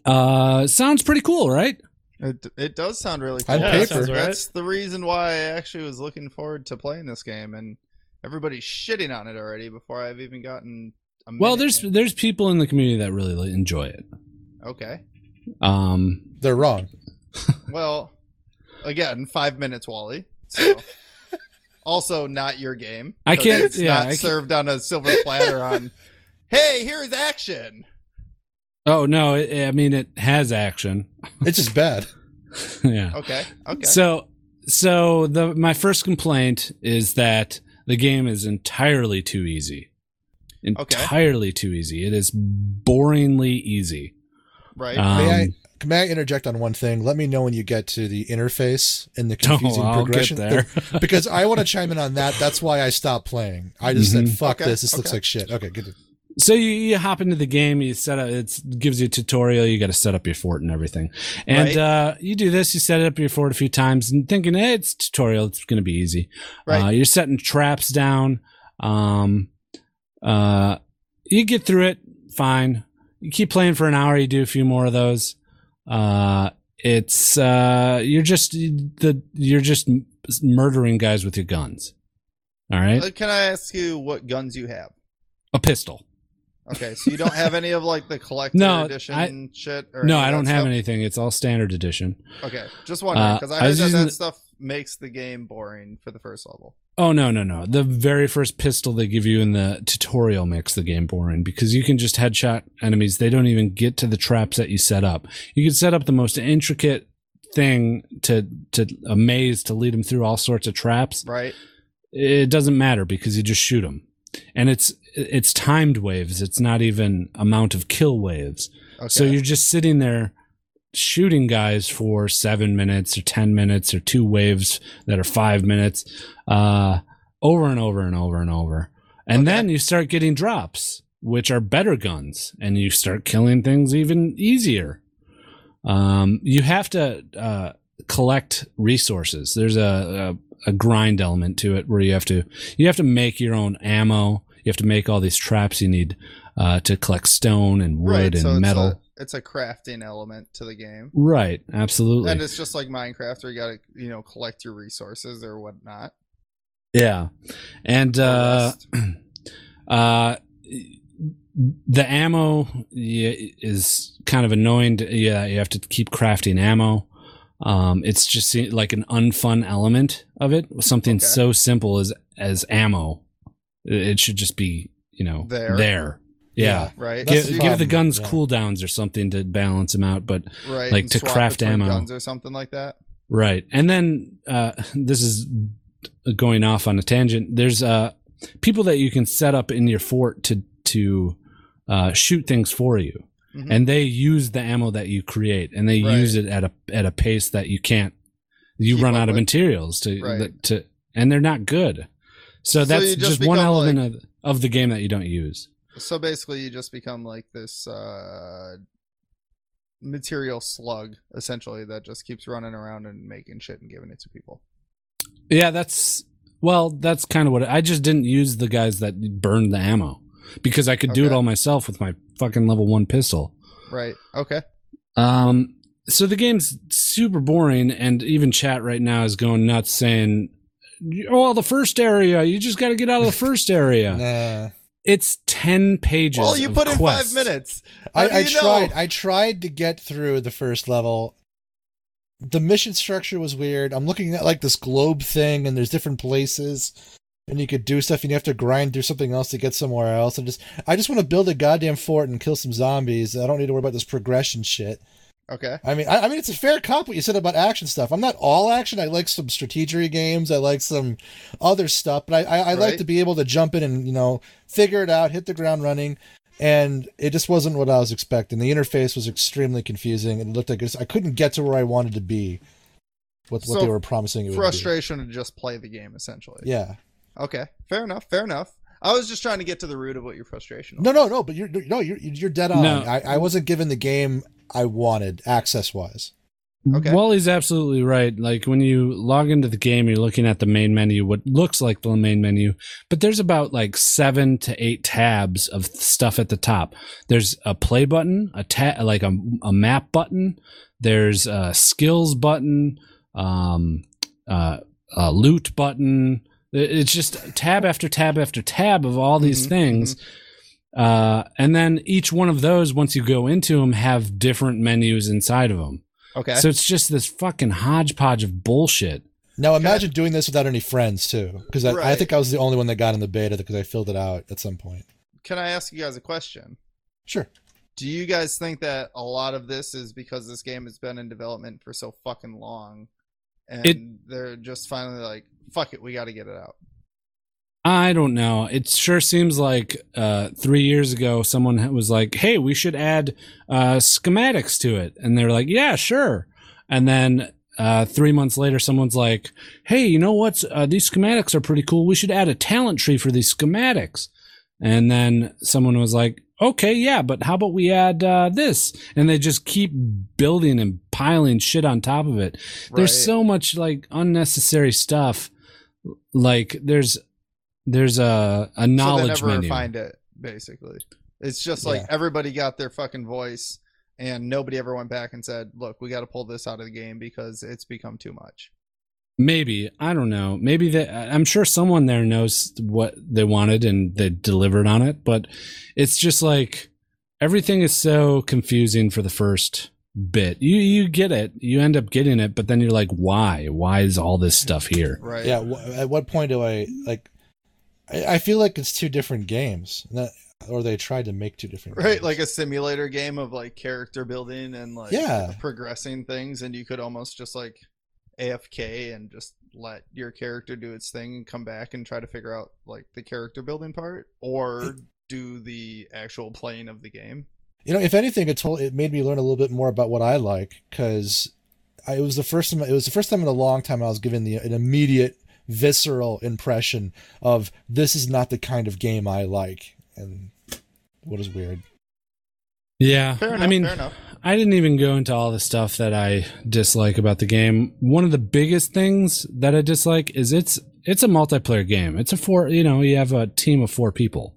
[SPEAKER 1] Uh, sounds pretty cool, right?
[SPEAKER 2] It, it does sound really cool.
[SPEAKER 4] On
[SPEAKER 3] Yeah, paper. sounds right.
[SPEAKER 2] That's the reason why I actually was looking forward to playing this game, and everybody's shitting on it already before I've even gotten. A
[SPEAKER 1] Well,
[SPEAKER 2] minute
[SPEAKER 1] there's
[SPEAKER 2] in.
[SPEAKER 1] there's people in the community that really li- enjoy it.
[SPEAKER 2] okay.
[SPEAKER 1] Um,
[SPEAKER 4] They're wrong.
[SPEAKER 2] Well, again, five minutes, Wally. So. also, not your game.
[SPEAKER 1] I
[SPEAKER 2] 'cause
[SPEAKER 1] can't-
[SPEAKER 2] It's
[SPEAKER 1] yeah,
[SPEAKER 2] not
[SPEAKER 1] I can't-
[SPEAKER 2] served on a silver platter. On hey, here's action.
[SPEAKER 1] oh no, it, I mean it has action.
[SPEAKER 4] It's just bad.
[SPEAKER 1] yeah.
[SPEAKER 2] Okay. Okay.
[SPEAKER 1] So, so the my first complaint is that the game is entirely too easy. Entirely too easy. It is boringly easy.
[SPEAKER 2] right.
[SPEAKER 1] Um,
[SPEAKER 4] May I- May I interject on one thing? Let me know when you get to the interface and the
[SPEAKER 1] don't-
[SPEAKER 4] confusing
[SPEAKER 1] Oh, I'll get
[SPEAKER 4] progression.
[SPEAKER 1] there.
[SPEAKER 4] because I want to chime in on that. That's why I stopped playing. I just
[SPEAKER 1] Mhm.
[SPEAKER 4] said, "Fuck
[SPEAKER 2] Okay,
[SPEAKER 4] this. This looks
[SPEAKER 2] okay.
[SPEAKER 4] like shit." Okay, good.
[SPEAKER 1] so you, you hop into the game. You set up. It gives you a tutorial. You got to set up your fort and everything. And
[SPEAKER 2] Right.
[SPEAKER 1] uh, you do this. You set up your fort a few times and thinking, hey, it's a tutorial. It's going to be easy. Uh,
[SPEAKER 2] right.
[SPEAKER 1] you're setting traps down. Um, uh, you get through it fine. You keep playing for an hour. You do a few more of those. Uh, it's uh, you're just the you're just m- murdering guys with your guns. All right,
[SPEAKER 2] Uh, Can I ask you what guns you have?
[SPEAKER 1] a pistol.
[SPEAKER 2] Okay, so you don't have any of like the collector
[SPEAKER 1] No,
[SPEAKER 2] edition
[SPEAKER 1] I-
[SPEAKER 2] shit. Or
[SPEAKER 1] No,
[SPEAKER 2] any of
[SPEAKER 1] I don't
[SPEAKER 2] that
[SPEAKER 1] have
[SPEAKER 2] stuff?
[SPEAKER 1] anything. It's all standard edition.
[SPEAKER 2] Okay, just wondering
[SPEAKER 1] Uh,
[SPEAKER 2] because
[SPEAKER 1] I
[SPEAKER 2] I heard
[SPEAKER 1] was
[SPEAKER 2] that,
[SPEAKER 1] using
[SPEAKER 2] that
[SPEAKER 1] the-
[SPEAKER 2] stuff makes the game boring for the first level.
[SPEAKER 1] Oh no no no! The very first pistol they give you in the tutorial makes the game boring because you can just headshot enemies. They don't even get to the traps that you set up. You can set up the most intricate thing to to a maze to lead him through all sorts of traps
[SPEAKER 2] right?
[SPEAKER 1] it doesn't matter because you just shoot them and it's it's timed waves it's not even amount of kill waves
[SPEAKER 2] Okay.
[SPEAKER 1] so you're just sitting there shooting guys for seven minutes or ten minutes or two waves that are five minutes uh over and over and over and over and
[SPEAKER 2] Okay.
[SPEAKER 1] then you start getting drops which are better guns and you start killing things even easier um you have to uh collect resources there's a, a a grind element to it where you have to you have to make your own ammo you have to make all these traps you need uh to collect stone and wood
[SPEAKER 2] right,
[SPEAKER 1] and
[SPEAKER 2] so it's uh,
[SPEAKER 1] metal
[SPEAKER 2] A, it's a crafting element to the game.
[SPEAKER 1] Right, absolutely.
[SPEAKER 2] And it's just like Minecraft, where you gotta, you know, collect your resources or whatnot.
[SPEAKER 1] yeah. And uh
[SPEAKER 2] Rest.
[SPEAKER 1] uh the ammo y- is kind of annoying. To, yeah, you have to keep crafting ammo. Um it's just se- like an unfun element of it. Something
[SPEAKER 2] Okay.
[SPEAKER 1] so simple as as ammo. It it should just be, you know,
[SPEAKER 2] There.
[SPEAKER 1] there. Yeah.
[SPEAKER 2] right?
[SPEAKER 1] Give,
[SPEAKER 4] That's the
[SPEAKER 1] give the
[SPEAKER 4] problem,
[SPEAKER 1] guns
[SPEAKER 4] yeah.
[SPEAKER 1] cooldowns or something to balance them out, but
[SPEAKER 2] right,
[SPEAKER 1] like
[SPEAKER 2] and
[SPEAKER 1] to
[SPEAKER 2] swap
[SPEAKER 1] craft
[SPEAKER 2] between
[SPEAKER 1] ammo.
[SPEAKER 2] guns or something like that.
[SPEAKER 1] Right. And then uh, this is going off on a tangent. There's uh, people that you can set up in your fort to to uh, shoot things for you,
[SPEAKER 2] Mhm.
[SPEAKER 1] and they use the ammo that you create, and they
[SPEAKER 2] Right.
[SPEAKER 1] use it at a at a pace that you can't. You
[SPEAKER 2] Keep
[SPEAKER 1] run
[SPEAKER 2] up
[SPEAKER 1] out of
[SPEAKER 2] with.
[SPEAKER 1] materials to
[SPEAKER 2] Right.
[SPEAKER 1] to, and they're not good. So
[SPEAKER 2] So
[SPEAKER 1] that's
[SPEAKER 2] you just
[SPEAKER 1] just, one
[SPEAKER 2] become,
[SPEAKER 1] element of, of the game that you don't use.
[SPEAKER 2] So basically, you just become like this uh, material slug, essentially, that just keeps running around and making shit and giving it to people.
[SPEAKER 1] Yeah, that's well, that's kind of what I just didn't use the guys that burned the ammo because I could do it
[SPEAKER 2] Okay.
[SPEAKER 1] all myself with my fucking level 1 pistol.
[SPEAKER 2] Right. Okay.
[SPEAKER 1] Um so the game's super boring and even chat right now is going nuts saying oh the first area you just got to get out of the first area
[SPEAKER 4] Nah.
[SPEAKER 1] it's 10 pages
[SPEAKER 2] Well, you
[SPEAKER 1] of
[SPEAKER 2] put in
[SPEAKER 1] quests.
[SPEAKER 2] five minutes. How do
[SPEAKER 4] I, I
[SPEAKER 2] you know?
[SPEAKER 4] tried. I tried to get through the first level. The mission structure was weird. I'm looking at like this globe thing, and there's different places, and you could do stuff, and you have to grind through something else to get somewhere else. And just, I just want to build a goddamn fort and kill some zombies. I don't need to worry about this progression shit.
[SPEAKER 2] Okay.
[SPEAKER 4] I mean, I, I mean, it's a fair comp what you said about action stuff. I'm not all action. I like some strategy games. I like some other stuff, but I, I, I like
[SPEAKER 2] Right.
[SPEAKER 4] to be able to jump in and you know figure it out, hit the ground running. And it just wasn't what I was expecting. The interface was extremely confusing. It looked like it was- I couldn't get to where I wanted to be. With what
[SPEAKER 2] So,
[SPEAKER 4] they were promising it would be.
[SPEAKER 2] Frustration to just play the game, essentially.
[SPEAKER 4] Yeah.
[SPEAKER 2] Okay. Fair enough. Fair enough. I was just trying to get to the root of what your frustration.
[SPEAKER 4] No, no, no. But you're no, you're you're dead on.
[SPEAKER 1] No.
[SPEAKER 4] I, I wasn't given the game I wanted access wise.
[SPEAKER 2] Okay.
[SPEAKER 1] Wally's absolutely right. Like when you log into the game, you're looking at the main menu, what looks like the main menu, but there's about like seven to eight tabs of stuff at the top. There's a play button, a ta- like a, a map button. There's a skills button, um, uh, a loot button. It- It's just tab after tab after tab of all these
[SPEAKER 2] Mhm,
[SPEAKER 1] things. Uh, and then each one of those, once you go into them, have different menus inside of them.
[SPEAKER 2] Okay.
[SPEAKER 1] So it's just this fucking hodgepodge of bullshit.
[SPEAKER 4] Now imagine doing this without any friends too, because I, I
[SPEAKER 2] Right.
[SPEAKER 4] think I was the only one that got in the beta because I filled it out at some point.
[SPEAKER 2] Can I ask you guys a question?
[SPEAKER 4] Sure.
[SPEAKER 2] Do you guys think that a lot of this is because this game has been in development for so fucking long, and they're just finally like, "Fuck it, we got to get it out."
[SPEAKER 1] I don't know. It sure seems like uh, three years ago, someone was like, hey, we should add uh, schematics to it. And they're like, yeah, sure. And then uh, three months later, someone's like, hey, you know what? Uh, these schematics are pretty cool. We should add a talent tree for these schematics. And then someone was like, okay, yeah, but how about we add uh, this? And they just keep building and piling shit on top of it.
[SPEAKER 2] Right.
[SPEAKER 1] there's so much like unnecessary stuff like there's there's a a
[SPEAKER 2] So they
[SPEAKER 1] knowledge
[SPEAKER 2] never
[SPEAKER 1] menu
[SPEAKER 2] refined it. Basically, it's just like
[SPEAKER 4] Yeah.
[SPEAKER 2] everybody got their fucking voice, and nobody ever went back and said, "Look, we got to pull this out of the game because it's become too much."
[SPEAKER 1] maybe i don't know maybe that i'm sure someone there knows what they wanted and they delivered on it but it's just like everything is so confusing for the first bit you you get it you end up getting it but then you're like why why is all this stuff here
[SPEAKER 2] Right.
[SPEAKER 4] Yeah. W- at what point do I like? I, I feel like it's two different games. That- or they tried to make two different
[SPEAKER 2] Right,
[SPEAKER 4] games.
[SPEAKER 2] like a simulator game of like character building and like
[SPEAKER 4] Yeah.
[SPEAKER 2] progressing things, and you could almost just like AFK and just let your character do its thing and come back and try to figure out like the character building part or do the actual playing of the game.
[SPEAKER 4] you know if anything it told it made me learn a little bit more about what i like because it was the first time it was the first time in a long time i was given the an immediate visceral impression of this is not the kind of game i like and what is weird
[SPEAKER 1] Yeah.
[SPEAKER 2] Fair enough.
[SPEAKER 1] I mean,
[SPEAKER 2] fair enough.
[SPEAKER 1] I didn't even go into all the stuff that I dislike about the game. One of the biggest things that I dislike is it's it's a multiplayer game. It's a four, you know, you have a team of four people.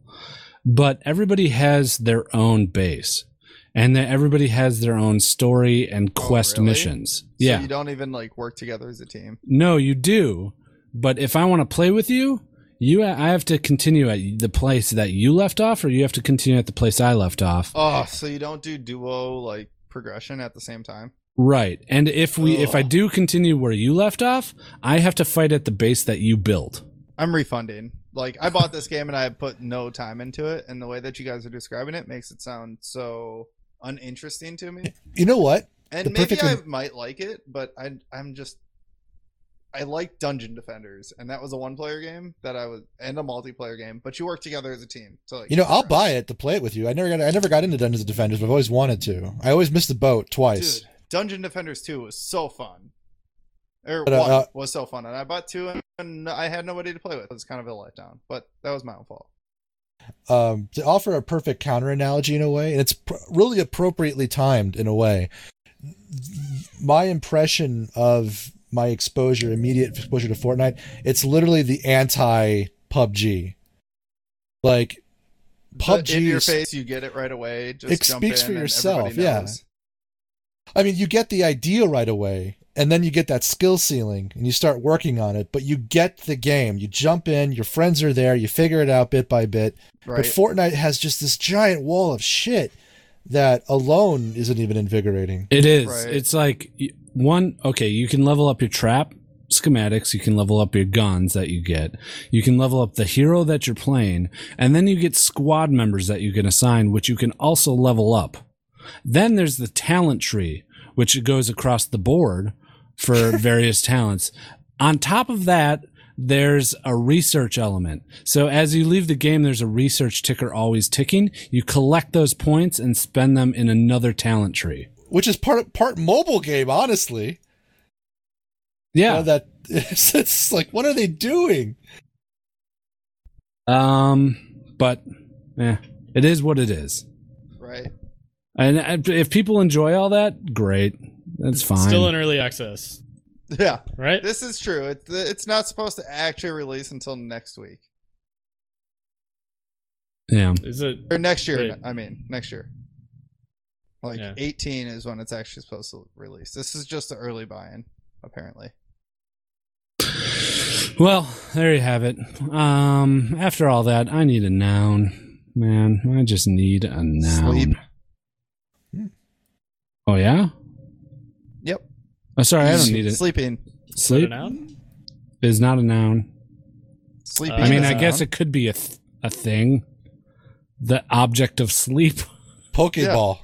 [SPEAKER 1] But everybody has their own base and that everybody has their own story and
[SPEAKER 2] Oh,
[SPEAKER 1] quest
[SPEAKER 2] really?
[SPEAKER 1] missions.
[SPEAKER 2] So
[SPEAKER 1] yeah.
[SPEAKER 2] you don't even like work together as a team.
[SPEAKER 1] No, you do. But if I want to play with you, you I have to continue at the place that you left off or you have to continue at the place I left off.
[SPEAKER 2] Oh, so you don't do duo like progression at the same time.
[SPEAKER 1] Right. And if we if I
[SPEAKER 2] Ugh.
[SPEAKER 1] do continue where you left off, I have to fight at the base that you built.
[SPEAKER 2] I'm refunding. Like I bought this game and I put no time into it, and the way that you guys are describing it makes it sound so uninteresting to me.
[SPEAKER 4] you know what
[SPEAKER 2] And
[SPEAKER 4] The
[SPEAKER 2] maybe
[SPEAKER 4] perfect
[SPEAKER 2] I
[SPEAKER 4] rem-
[SPEAKER 2] might like it, but I I'm just I like Dungeon Defenders, and that was a one-player game that I was, and a multiplayer game. But you work together as a team. So like,
[SPEAKER 4] you know i'll buy it to play it with you i never got i never got into dungeons and defenders but i've always wanted to i always missed the boat twice
[SPEAKER 2] Dude, Dungeon Defenders Two was so fun. Or
[SPEAKER 4] But, uh,
[SPEAKER 2] one
[SPEAKER 4] uh,
[SPEAKER 2] was so fun, and I bought two, and I had nobody to play with. It was kind of a letdown, but that was my own fault.
[SPEAKER 4] um, to offer a perfect counter analogy in a way, and it's pr- really appropriately timed in a way. My impression of my exposure, immediate exposure to Fortnite, it's literally the anti PUBG. Like
[SPEAKER 2] But in your
[SPEAKER 4] PUBG, 's-
[SPEAKER 2] face, you get it right away. Just
[SPEAKER 4] It
[SPEAKER 2] jump
[SPEAKER 4] speaks
[SPEAKER 2] in
[SPEAKER 4] for
[SPEAKER 2] and
[SPEAKER 4] yourself,
[SPEAKER 2] everybody
[SPEAKER 4] yeah.
[SPEAKER 2] knows.
[SPEAKER 4] I mean, you get the idea right away, and then you get that skill ceiling, and you start working on it. But you get the game, you jump in, your friends are there, you figure it out bit by bit,
[SPEAKER 2] Right.
[SPEAKER 4] But Fortnite has just this giant wall of shit that alone isn't even invigorating.
[SPEAKER 1] It is.
[SPEAKER 2] Right.
[SPEAKER 1] It's like y- one okay, you can level up your trap schematics, you can level up your guns that you get. You can level up the hero that you're playing, and then you get squad members that you can assign which you can also level up. Then there's the talent tree which goes across the board for various talents. On top of that, there's a research element. So as you leave the game, there's a research ticker always ticking. You collect those points and spend them in another talent tree.
[SPEAKER 4] Which is part part mobile game, honestly. You
[SPEAKER 1] Yeah.
[SPEAKER 4] know, that it's, it's like, what are they doing?
[SPEAKER 1] um, but eh, it is what it is.
[SPEAKER 2] right.
[SPEAKER 1] And uh, if people enjoy all that, great. That's fine.
[SPEAKER 3] Still in early access,
[SPEAKER 2] Yeah.
[SPEAKER 3] right?
[SPEAKER 2] This is true. It, it's not supposed to actually release until next week
[SPEAKER 1] yeah.
[SPEAKER 3] Is it?
[SPEAKER 2] or next year.
[SPEAKER 3] Right.
[SPEAKER 2] I mean, next year. Like
[SPEAKER 3] Yeah.
[SPEAKER 2] 18 is when it's actually supposed to release. This is just the early buy-in, apparently.
[SPEAKER 1] Well, there you have it. Um, after all that, I need a noun. Man, I just need a noun. Hmm.
[SPEAKER 2] Sleep.
[SPEAKER 1] Oh yeah?
[SPEAKER 2] Yep.
[SPEAKER 1] Oh sorry, I don't need it.
[SPEAKER 2] Sleeping.
[SPEAKER 3] Is it a
[SPEAKER 1] Sleep
[SPEAKER 3] noun?
[SPEAKER 1] is not a noun.
[SPEAKER 2] Sleeping.
[SPEAKER 3] Uh,
[SPEAKER 1] I mean,
[SPEAKER 2] is
[SPEAKER 1] I
[SPEAKER 2] a
[SPEAKER 1] guess
[SPEAKER 2] noun.
[SPEAKER 1] it could be a th- a thing. The object of sleep.
[SPEAKER 4] Pokeball.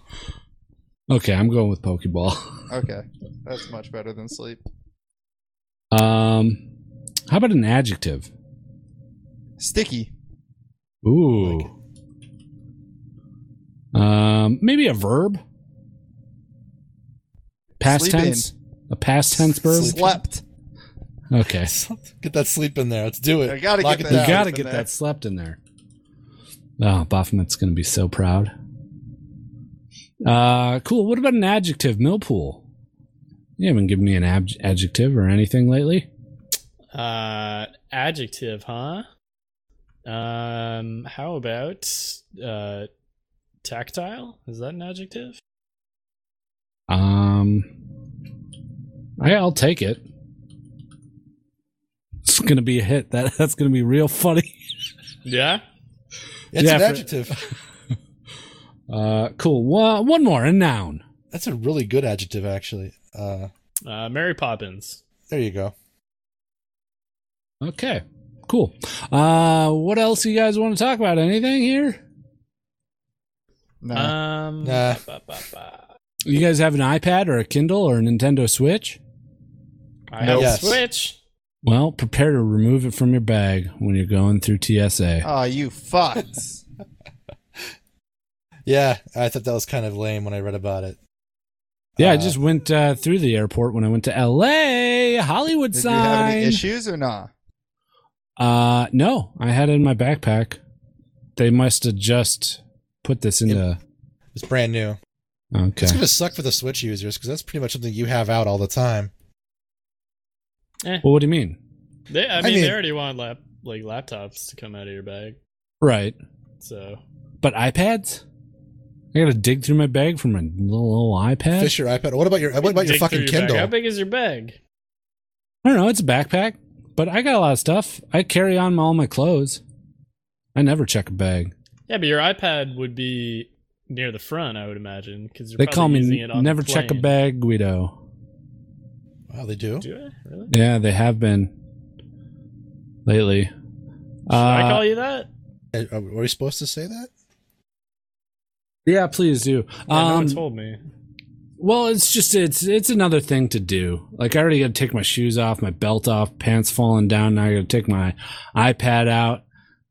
[SPEAKER 1] Okay, I'm going with Pokeball.
[SPEAKER 2] Okay. That's much better than sleep.
[SPEAKER 1] Um, how about an adjective?
[SPEAKER 2] Sticky.
[SPEAKER 1] Ooh. um, maybe a verb. Past
[SPEAKER 2] Sleep in.
[SPEAKER 1] tense. A past tense verb.
[SPEAKER 2] Slept.
[SPEAKER 1] Okay.
[SPEAKER 4] Get that sleep in there. Let's do it.
[SPEAKER 2] I gotta
[SPEAKER 4] Lock
[SPEAKER 2] get
[SPEAKER 4] it
[SPEAKER 1] You
[SPEAKER 2] that.
[SPEAKER 4] down.
[SPEAKER 1] gotta
[SPEAKER 2] sleep in
[SPEAKER 1] get
[SPEAKER 2] there.
[SPEAKER 1] that slept in there. Oh, Baphomet's gonna be so proud. Uh, cool. What about an adjective, Millpool? You haven't given me an ab- adjective or anything lately.
[SPEAKER 3] Uh, adjective, huh? Um, how about uh, tactile? Is that an adjective?
[SPEAKER 1] Um, I, I'll take it. It's gonna be a hit. That that's gonna be real funny.
[SPEAKER 3] Yeah.
[SPEAKER 4] It's
[SPEAKER 1] Yeah,
[SPEAKER 4] an
[SPEAKER 1] for-
[SPEAKER 4] adjective.
[SPEAKER 1] Uh, cool. One, one more, a noun.
[SPEAKER 4] That's a really good adjective, actually. Uh,
[SPEAKER 3] Uh, Mary Poppins.
[SPEAKER 4] there you go.
[SPEAKER 1] Okay, cool. Uh, what else you guys want to talk about? Anything here?
[SPEAKER 2] Nah.
[SPEAKER 1] Uh,
[SPEAKER 3] Um,
[SPEAKER 4] Nah.
[SPEAKER 3] ba, ba, ba.
[SPEAKER 1] You guys have an iPad or a Kindle or a Nintendo Switch?
[SPEAKER 3] I have a
[SPEAKER 4] Yes.
[SPEAKER 3] Switch.
[SPEAKER 1] Well, prepare to remove it from your bag when you're going through TSA.
[SPEAKER 2] Aw, Ah, you fucks.
[SPEAKER 4] Yeah, I thought that was kind of lame when I read about it.
[SPEAKER 1] yeah, I
[SPEAKER 4] uh,
[SPEAKER 1] just went uh, through the airport when I went to LA, Hollywood
[SPEAKER 2] Did you have any
[SPEAKER 1] sign.
[SPEAKER 2] issues or not?
[SPEAKER 1] Uh, no, I had it in my backpack. They must have just put this into.
[SPEAKER 4] It's brand new.
[SPEAKER 1] Okay.
[SPEAKER 4] It's gonna suck for the Switch users because that's pretty much something you have out all the time.
[SPEAKER 1] Well, what do you mean?
[SPEAKER 3] They, I,
[SPEAKER 4] I
[SPEAKER 3] mean,
[SPEAKER 4] mean-
[SPEAKER 3] they already want lap like laptops to come out of your bag.
[SPEAKER 1] Right.
[SPEAKER 3] So
[SPEAKER 1] But iPads? I gotta dig through my bag for my little, little iPad.
[SPEAKER 4] Fish your iPad. What about your What about your
[SPEAKER 3] Dig through
[SPEAKER 4] fucking
[SPEAKER 3] bag.
[SPEAKER 4] Kindle?
[SPEAKER 3] How big is your bag?
[SPEAKER 1] I don't know. It's a backpack, but I got a lot of stuff. I carry on all my clothes. I never check a bag.
[SPEAKER 3] Yeah, but your iPad would be near the front, I would imagine, because
[SPEAKER 1] They call me n- never check a bag, Guido.
[SPEAKER 4] Wow, they do.
[SPEAKER 3] Do I really?
[SPEAKER 1] Yeah, they have been lately.
[SPEAKER 3] Should I
[SPEAKER 1] Uh,
[SPEAKER 3] call you that?
[SPEAKER 4] Are, are we supposed to say that?
[SPEAKER 1] yeah, please do.
[SPEAKER 3] Yeah, no one
[SPEAKER 1] Um,
[SPEAKER 3] told me.
[SPEAKER 1] well, it's just it's it's another thing to do. Like I already got to take my shoes off, my belt off, pants falling down. Now I got to take my iPad out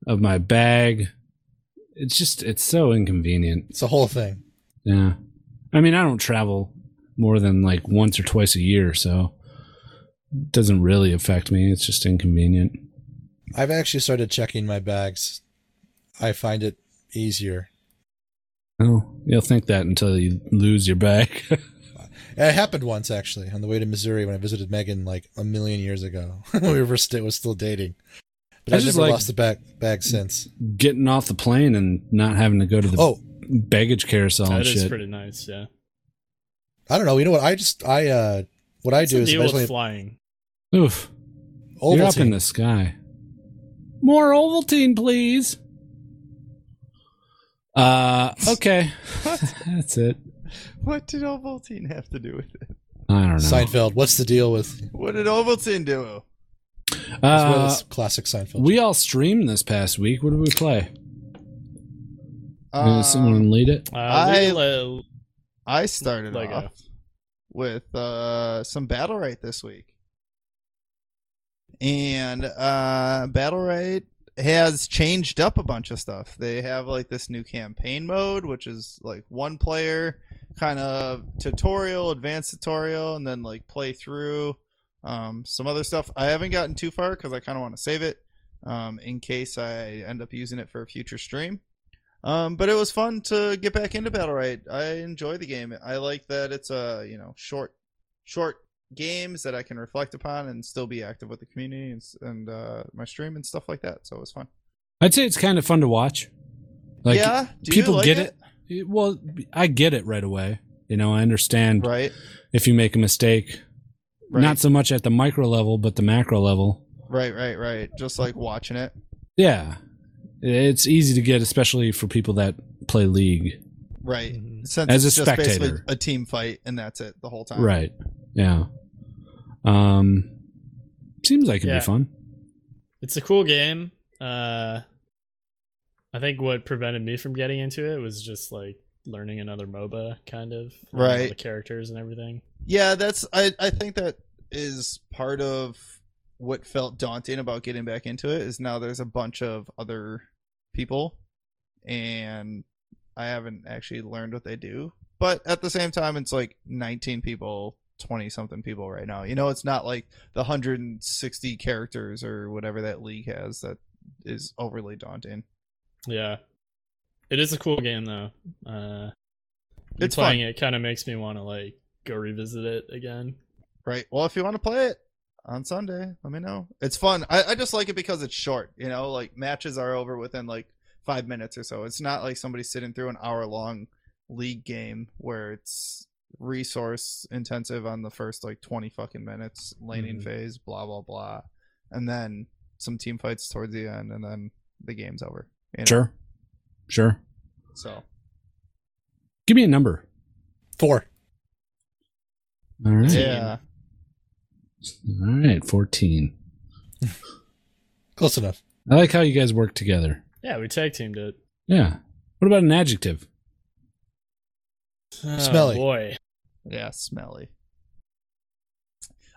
[SPEAKER 1] of my bag. It's just it's so inconvenient.
[SPEAKER 4] It's a whole thing.
[SPEAKER 1] Yeah. I mean, I don't travel more than like once or twice a year, so it doesn't really affect me. It's just inconvenient.
[SPEAKER 4] I've actually started checking my bags. I find it easier.
[SPEAKER 1] Oh, you'll think that until you lose your bag.
[SPEAKER 4] And It happened once actually on the way to Missouri when I visited Megan like a million years ago when we were st- was still dating. But
[SPEAKER 1] I
[SPEAKER 4] I have
[SPEAKER 1] just
[SPEAKER 4] never
[SPEAKER 1] like-
[SPEAKER 4] lost the bag bag since.
[SPEAKER 1] Getting off the plane and not having to go to the
[SPEAKER 4] Oh,
[SPEAKER 1] baggage carousel
[SPEAKER 3] That
[SPEAKER 1] and
[SPEAKER 3] is
[SPEAKER 1] shit.
[SPEAKER 3] pretty nice. Yeah.
[SPEAKER 4] I don't know. You know what? I just I uh what I
[SPEAKER 3] What's
[SPEAKER 4] do
[SPEAKER 3] the
[SPEAKER 4] is
[SPEAKER 3] deal
[SPEAKER 4] basically
[SPEAKER 3] with flying.
[SPEAKER 1] Oof. You're up in
[SPEAKER 4] Ovaltine.
[SPEAKER 1] the sky. More Ovaltine, please. Uh, okay. That's it.
[SPEAKER 2] What did Ovaltine have to do with it?
[SPEAKER 1] I don't know.
[SPEAKER 4] Seinfeld. What's the deal with
[SPEAKER 2] What did Ovaltine do?
[SPEAKER 4] as
[SPEAKER 1] Uh,
[SPEAKER 4] well as classic Seinfeld?
[SPEAKER 1] we all streamed this past week. What did we play?
[SPEAKER 2] Um,
[SPEAKER 1] Did someone lead it?
[SPEAKER 3] Uh,
[SPEAKER 2] I-
[SPEAKER 3] Leela-
[SPEAKER 2] I started
[SPEAKER 3] Lego.
[SPEAKER 2] off with uh, some battle right this week, and uh, battle right has changed up a bunch of stuff. They have like this new campaign mode, which is like one player kind of tutorial, advanced tutorial, and then like play through um, some other stuff. I haven't gotten too far because I kind of want to save it um, in case I end up using it for a future stream. Um, but it was fun to get back into Battle Right. I enjoy the game. I like that it's a you know short, short games that I can reflect upon and still be active with the community and, s- and uh, my stream and stuff like that. So it was fun.
[SPEAKER 1] I'd say it's kind of fun to watch. Like,
[SPEAKER 2] yeah, do you
[SPEAKER 1] people
[SPEAKER 2] like
[SPEAKER 1] get it? it- Well, I get it right away. You know, I understand
[SPEAKER 2] right?
[SPEAKER 1] if you make a mistake,
[SPEAKER 2] Right,
[SPEAKER 1] not so much at the micro level, but the macro level.
[SPEAKER 2] right, right, right. Just like watching it.
[SPEAKER 1] Yeah. It's easy to get, especially for people that play League.
[SPEAKER 2] Right.
[SPEAKER 3] Mhm.
[SPEAKER 2] Since
[SPEAKER 1] As
[SPEAKER 2] it's
[SPEAKER 1] a
[SPEAKER 2] just basically
[SPEAKER 1] spectator.
[SPEAKER 2] a team fight and that's it the whole time.
[SPEAKER 1] Right. Yeah. Um, seems like it'd
[SPEAKER 3] Yeah.
[SPEAKER 1] be fun.
[SPEAKER 3] It's a cool game. Uh, I think what prevented me from getting into it was just like learning another MOBA, kind of. learning all
[SPEAKER 2] Right.
[SPEAKER 3] The characters and everything.
[SPEAKER 2] Yeah, that's I I think that is part of what felt daunting about getting back into it is now there's a bunch of other people and I haven't actually learned what they do. But at the same time it's like 19 people, 20 something people right now. You know, it's not like the 160 characters or whatever that league has that is overly daunting.
[SPEAKER 3] Yeah. It is a cool game though. Uh, you
[SPEAKER 2] It's
[SPEAKER 3] playing it kind of makes me want to like go revisit it again.
[SPEAKER 2] Right. Well, if you want to play it on Sunday, let me know. It's fun. I, I just like it because it's short. You know, like matches are over within like five minutes or so. It's not like somebody sitting through an hour long league game where it's resource intensive on the first like 20 fucking minutes, laning
[SPEAKER 3] Mhm.
[SPEAKER 2] phase, blah, blah, blah. And then some team fights towards the end, and then the game's over. you know?
[SPEAKER 1] Sure. Sure.
[SPEAKER 2] So,
[SPEAKER 1] Give me a number.
[SPEAKER 4] Four.
[SPEAKER 1] All right.
[SPEAKER 2] yeah.
[SPEAKER 1] All right. 14.
[SPEAKER 4] Close enough.
[SPEAKER 1] I like how you guys work together.
[SPEAKER 3] Yeah, we tag teamed it.
[SPEAKER 1] Yeah. What about an adjective?
[SPEAKER 3] Oh,
[SPEAKER 4] Smelly.
[SPEAKER 3] boy.
[SPEAKER 2] Yeah, smelly.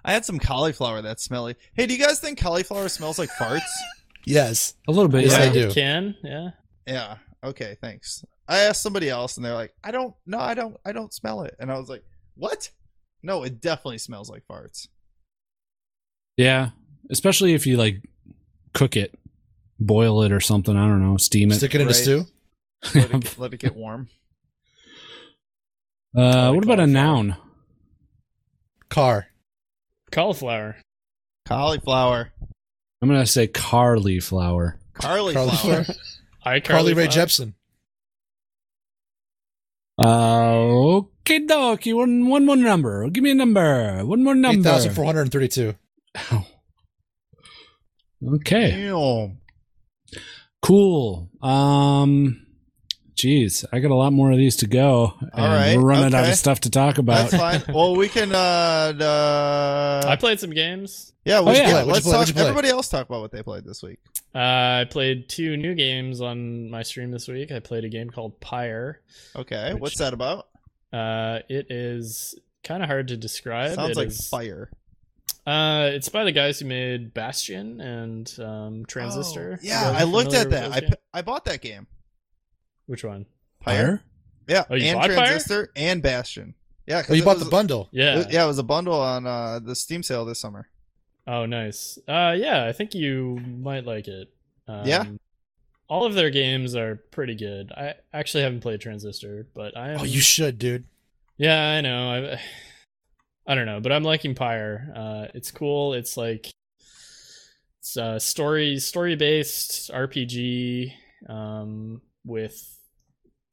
[SPEAKER 2] I had some cauliflower that's smelly. Hey, do you guys think cauliflower smells like farts?
[SPEAKER 4] Yes.
[SPEAKER 1] A little bit.
[SPEAKER 4] Yes,
[SPEAKER 1] yeah.
[SPEAKER 4] I do.
[SPEAKER 3] Can yeah.
[SPEAKER 2] Yeah. Okay, thanks. I asked somebody else and they're like, I don't no, I don't I don't smell it. And I was like, What? No, it definitely smells like farts.
[SPEAKER 1] Yeah. Especially if you like cook it, boil it or something. I don't know, steam it.
[SPEAKER 4] Stick it in a
[SPEAKER 2] Right.
[SPEAKER 4] stew.
[SPEAKER 2] Let it get, let it get warm.
[SPEAKER 1] uh,
[SPEAKER 2] like
[SPEAKER 1] what about a
[SPEAKER 2] cauliflower.
[SPEAKER 1] noun?
[SPEAKER 4] Car.
[SPEAKER 3] Cauliflower.
[SPEAKER 2] Cauliflower.
[SPEAKER 1] I'm gonna say carly flower.
[SPEAKER 2] Carly
[SPEAKER 4] Cauliflower.
[SPEAKER 2] flower.
[SPEAKER 3] I
[SPEAKER 4] Carly Ray
[SPEAKER 3] cauliflower.
[SPEAKER 4] Jepsen.
[SPEAKER 1] Uh, okay, dokie. One, one more number. Give me a number. One more number.
[SPEAKER 4] 8,432.
[SPEAKER 1] Okay.
[SPEAKER 2] Damn.
[SPEAKER 1] Cool. Um, geez, I got a lot more of these to go. and
[SPEAKER 2] right,
[SPEAKER 1] We're running out
[SPEAKER 2] okay.
[SPEAKER 1] of stuff to talk about.
[SPEAKER 2] That's fine. Well, we can. uh,
[SPEAKER 3] I
[SPEAKER 2] uh
[SPEAKER 3] played some games.
[SPEAKER 2] Yeah,
[SPEAKER 1] Oh,
[SPEAKER 2] we
[SPEAKER 1] yeah.
[SPEAKER 2] yeah.
[SPEAKER 4] What'd you
[SPEAKER 2] let's
[SPEAKER 4] play? What'd you
[SPEAKER 2] talk.
[SPEAKER 4] play?
[SPEAKER 2] Everybody else talk about what they played this week.
[SPEAKER 3] Uh, I played two new games on my stream this week. I played a game called Pyre.
[SPEAKER 2] Okay,
[SPEAKER 3] Which-
[SPEAKER 2] what's that about?
[SPEAKER 3] Uh, it is kind of hard to describe.
[SPEAKER 2] Sounds
[SPEAKER 3] It
[SPEAKER 2] like
[SPEAKER 3] is-
[SPEAKER 2] fire.
[SPEAKER 3] Uh, it's by the guys who made Bastion and um, Transistor.
[SPEAKER 2] Oh,
[SPEAKER 3] You
[SPEAKER 2] yeah,
[SPEAKER 3] guys
[SPEAKER 2] I
[SPEAKER 3] are
[SPEAKER 2] looked
[SPEAKER 3] familiar
[SPEAKER 2] at
[SPEAKER 3] with
[SPEAKER 2] that.
[SPEAKER 3] those
[SPEAKER 2] I,
[SPEAKER 3] games?
[SPEAKER 2] p- I bought that game.
[SPEAKER 3] Which one?
[SPEAKER 1] Fire?
[SPEAKER 2] Yeah,
[SPEAKER 3] Oh, you
[SPEAKER 2] and
[SPEAKER 3] bought Pyre?
[SPEAKER 2] Transistor and Bastion. Yeah, 'cause
[SPEAKER 4] Oh, you
[SPEAKER 2] it
[SPEAKER 4] bought
[SPEAKER 2] was-
[SPEAKER 4] the bundle.
[SPEAKER 3] Yeah.
[SPEAKER 2] it- yeah, it was a bundle on uh, the Steam sale this summer.
[SPEAKER 3] Oh, nice. Uh, yeah, I think you might like it. Um,
[SPEAKER 2] Yeah?
[SPEAKER 3] All of their games are pretty good. I actually haven't played Transistor, but I am.
[SPEAKER 4] Oh, you should, dude.
[SPEAKER 3] Yeah, I know. I, I don't know, but I'm liking Pyre. Uh, it's cool. It's like it's uh, story story based RPG um, with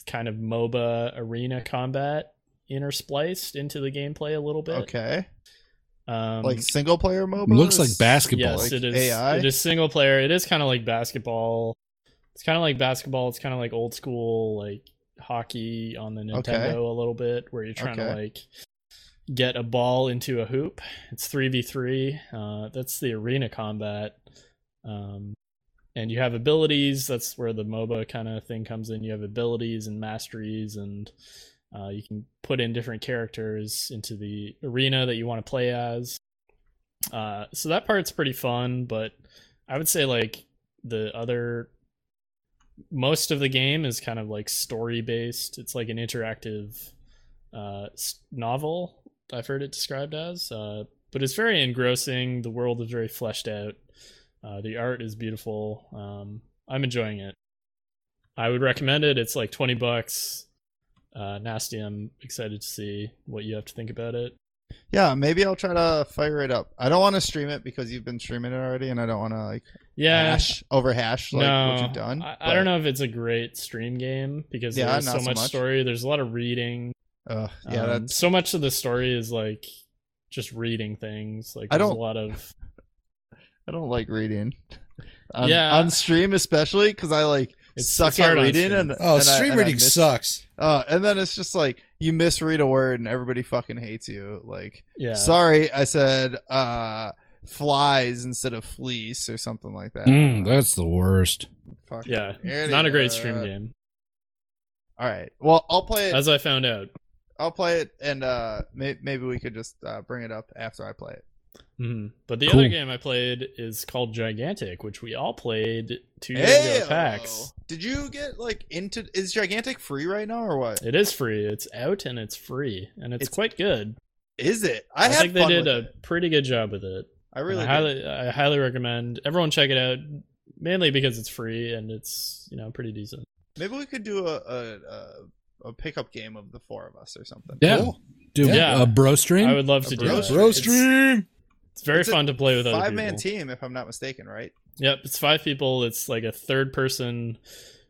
[SPEAKER 3] kind of MOBA arena combat interspliced into the gameplay a little bit.
[SPEAKER 2] Okay,
[SPEAKER 3] Um,
[SPEAKER 2] like single player MOBA.
[SPEAKER 1] Looks like basketball.
[SPEAKER 3] yes,
[SPEAKER 2] like
[SPEAKER 3] it is.
[SPEAKER 2] AI?
[SPEAKER 3] It is single player. It is kind of like basketball. It's kind of like basketball. It's kind of like old school like hockey on the Nintendo
[SPEAKER 2] Okay.
[SPEAKER 3] a little bit, where you're trying to
[SPEAKER 2] Okay.
[SPEAKER 3] like get a ball into a hoop. It's three v three. Uh, That's the arena combat. Um, and you have abilities. That's where the MOBA kind of thing comes in. You have abilities and masteries, and uh, you can put in different characters into the arena that you want to play as. Uh, so that part's pretty fun, but I would say like the other most of the game is kind of like story based. It's like an interactive uh, s- novel. I've heard it described as, uh, but it's very engrossing. The world is very fleshed out. Uh, the art is beautiful. Um, I'm enjoying it. I would recommend it. It's like 20 bucks. Uh, nasty. I'm excited to see what you have to think about it.
[SPEAKER 2] Yeah, maybe I'll try to fire it up. I don't want to stream it because you've been streaming it already, and I don't want to like
[SPEAKER 3] Yeah.
[SPEAKER 2] hash over hash like what you've done.
[SPEAKER 3] I, I
[SPEAKER 2] but-
[SPEAKER 3] don't know if it's a great stream game because
[SPEAKER 2] Yeah,
[SPEAKER 3] there's
[SPEAKER 2] not
[SPEAKER 3] so
[SPEAKER 2] so
[SPEAKER 3] much,
[SPEAKER 2] much.
[SPEAKER 3] story. There's a lot of reading.
[SPEAKER 2] Ugh, yeah,
[SPEAKER 3] Um,
[SPEAKER 2] that's
[SPEAKER 3] so much of the story is like just reading things. Like
[SPEAKER 2] I
[SPEAKER 3] there's a
[SPEAKER 2] don't-
[SPEAKER 3] lot of
[SPEAKER 2] I don't like reading. On,
[SPEAKER 3] Yeah.
[SPEAKER 2] on stream especially because I like
[SPEAKER 3] It's-
[SPEAKER 2] suck
[SPEAKER 3] it's
[SPEAKER 2] at
[SPEAKER 3] hard on
[SPEAKER 2] reading
[SPEAKER 3] stream.
[SPEAKER 2] and and
[SPEAKER 4] Oh,
[SPEAKER 2] I-
[SPEAKER 4] stream
[SPEAKER 2] and I
[SPEAKER 4] reading
[SPEAKER 2] miss-
[SPEAKER 4] sucks.
[SPEAKER 2] Uh, and then it's just like you misread a word and everybody fucking hates you. Like,
[SPEAKER 3] yeah.
[SPEAKER 2] sorry, I said uh, flies instead of fleece or something like that.
[SPEAKER 1] Mm, that's the worst.
[SPEAKER 2] Fuck.
[SPEAKER 3] yeah. It's not a great stream
[SPEAKER 2] Anyway.
[SPEAKER 3] game.
[SPEAKER 2] All right, well I'll play it.
[SPEAKER 3] As I found out.
[SPEAKER 2] I'll play it, and uh, may- maybe we could just uh, bring it up after I play it.
[SPEAKER 3] Mhm. But the
[SPEAKER 1] Cool.
[SPEAKER 3] other game I played is called Gigantic, which we all played two years ago
[SPEAKER 2] Hey,
[SPEAKER 3] at PAX.
[SPEAKER 2] did you get like into? Is Gigantic free right now or what?
[SPEAKER 3] It is free. It's out and it's free, and it's,
[SPEAKER 2] It's-
[SPEAKER 3] quite good.
[SPEAKER 2] Is it? I, had
[SPEAKER 3] think they
[SPEAKER 2] fun
[SPEAKER 3] did
[SPEAKER 2] with
[SPEAKER 3] a
[SPEAKER 2] it.
[SPEAKER 3] pretty good job with it.
[SPEAKER 2] I
[SPEAKER 3] And
[SPEAKER 2] really
[SPEAKER 3] I
[SPEAKER 2] did.
[SPEAKER 3] highly, I highly recommend everyone check it out, mainly because it's free and it's you know pretty decent.
[SPEAKER 2] Maybe we could do a a, a a pickup game of the four of us or something.
[SPEAKER 1] Yeah.
[SPEAKER 4] Cool.
[SPEAKER 1] Do
[SPEAKER 3] Yeah.
[SPEAKER 1] a bro stream?
[SPEAKER 3] I would love to do
[SPEAKER 2] bro
[SPEAKER 3] that.
[SPEAKER 2] stream.
[SPEAKER 4] Bro
[SPEAKER 2] It's-
[SPEAKER 4] stream.
[SPEAKER 3] It's very
[SPEAKER 2] It's a
[SPEAKER 3] fun to play with other
[SPEAKER 2] Five
[SPEAKER 3] people.
[SPEAKER 2] man team, if I'm not mistaken, right?
[SPEAKER 3] Yep, it's five people. It's like a third person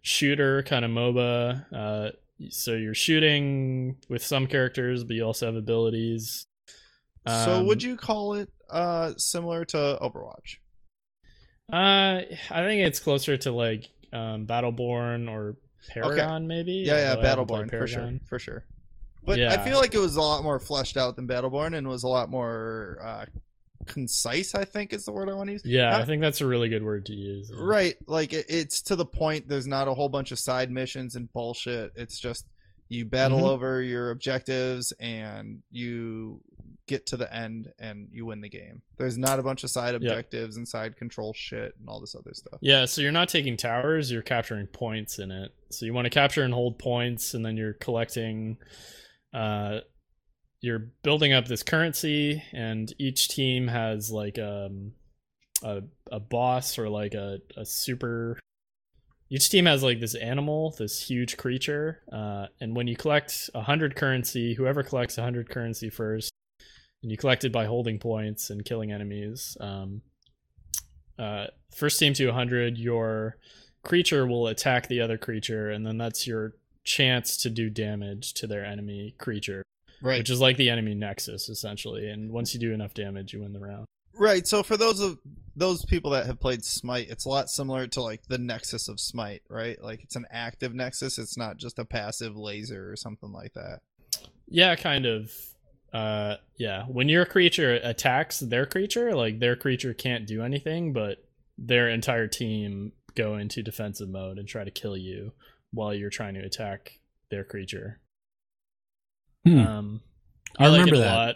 [SPEAKER 3] shooter kind of MOBA. Uh, so you're shooting with some characters, but you also have abilities.
[SPEAKER 2] so
[SPEAKER 3] Um,
[SPEAKER 2] would you call it uh similar to Overwatch?
[SPEAKER 3] Uh, I think it's closer to like um, Battleborn or Paragon, maybe.
[SPEAKER 2] Yeah, yeah,
[SPEAKER 3] although I haven't
[SPEAKER 2] Battleborn
[SPEAKER 3] played
[SPEAKER 2] for sure,
[SPEAKER 3] Paragon.
[SPEAKER 2] for sure. But
[SPEAKER 3] Yeah.
[SPEAKER 2] I feel like it was a lot more fleshed out than Battleborn, and was a lot more uh, concise. I think is the word I want to use.
[SPEAKER 3] Yeah,
[SPEAKER 2] Not-
[SPEAKER 3] I think that's a really good word to use.
[SPEAKER 2] Right, like it, it's to the point. There's not a whole bunch of side missions and bullshit. It's just You battle
[SPEAKER 4] Mhm.
[SPEAKER 2] over your objectives and you get to the end and you win the game. There's not a bunch of side objectives and side control shit and all this other stuff.
[SPEAKER 3] Yeah, so you're not taking towers, you're capturing points in it. So you want to capture and hold points, and then you're collecting, uh, you're building up this currency, and each team has like um, a a boss or like a a super. Each team has like this animal, this huge creature, uh, and when you collect a hundred currency, whoever collects a hundred currency first, and you collect it by holding points and killing enemies. Um, uh, first team to 100 your creature will attack the other creature and then that's your chance to do damage to their enemy creature which is like the enemy nexus essentially and once you do enough damage you win the round
[SPEAKER 2] Right. So for those of those people that have played Smite, it's a lot similar to like the Nexus of Smite, right? Like it's an active Nexus. It's not just a passive laser or something like that.
[SPEAKER 3] yeah kind of uh yeah when your creature attacks their creature like their creature can't do anything but their entire team go into defensive mode and try to kill you while you're trying to attack their creature
[SPEAKER 1] Hmm.
[SPEAKER 3] um
[SPEAKER 1] I, remember
[SPEAKER 3] like it
[SPEAKER 1] that.
[SPEAKER 3] a lot.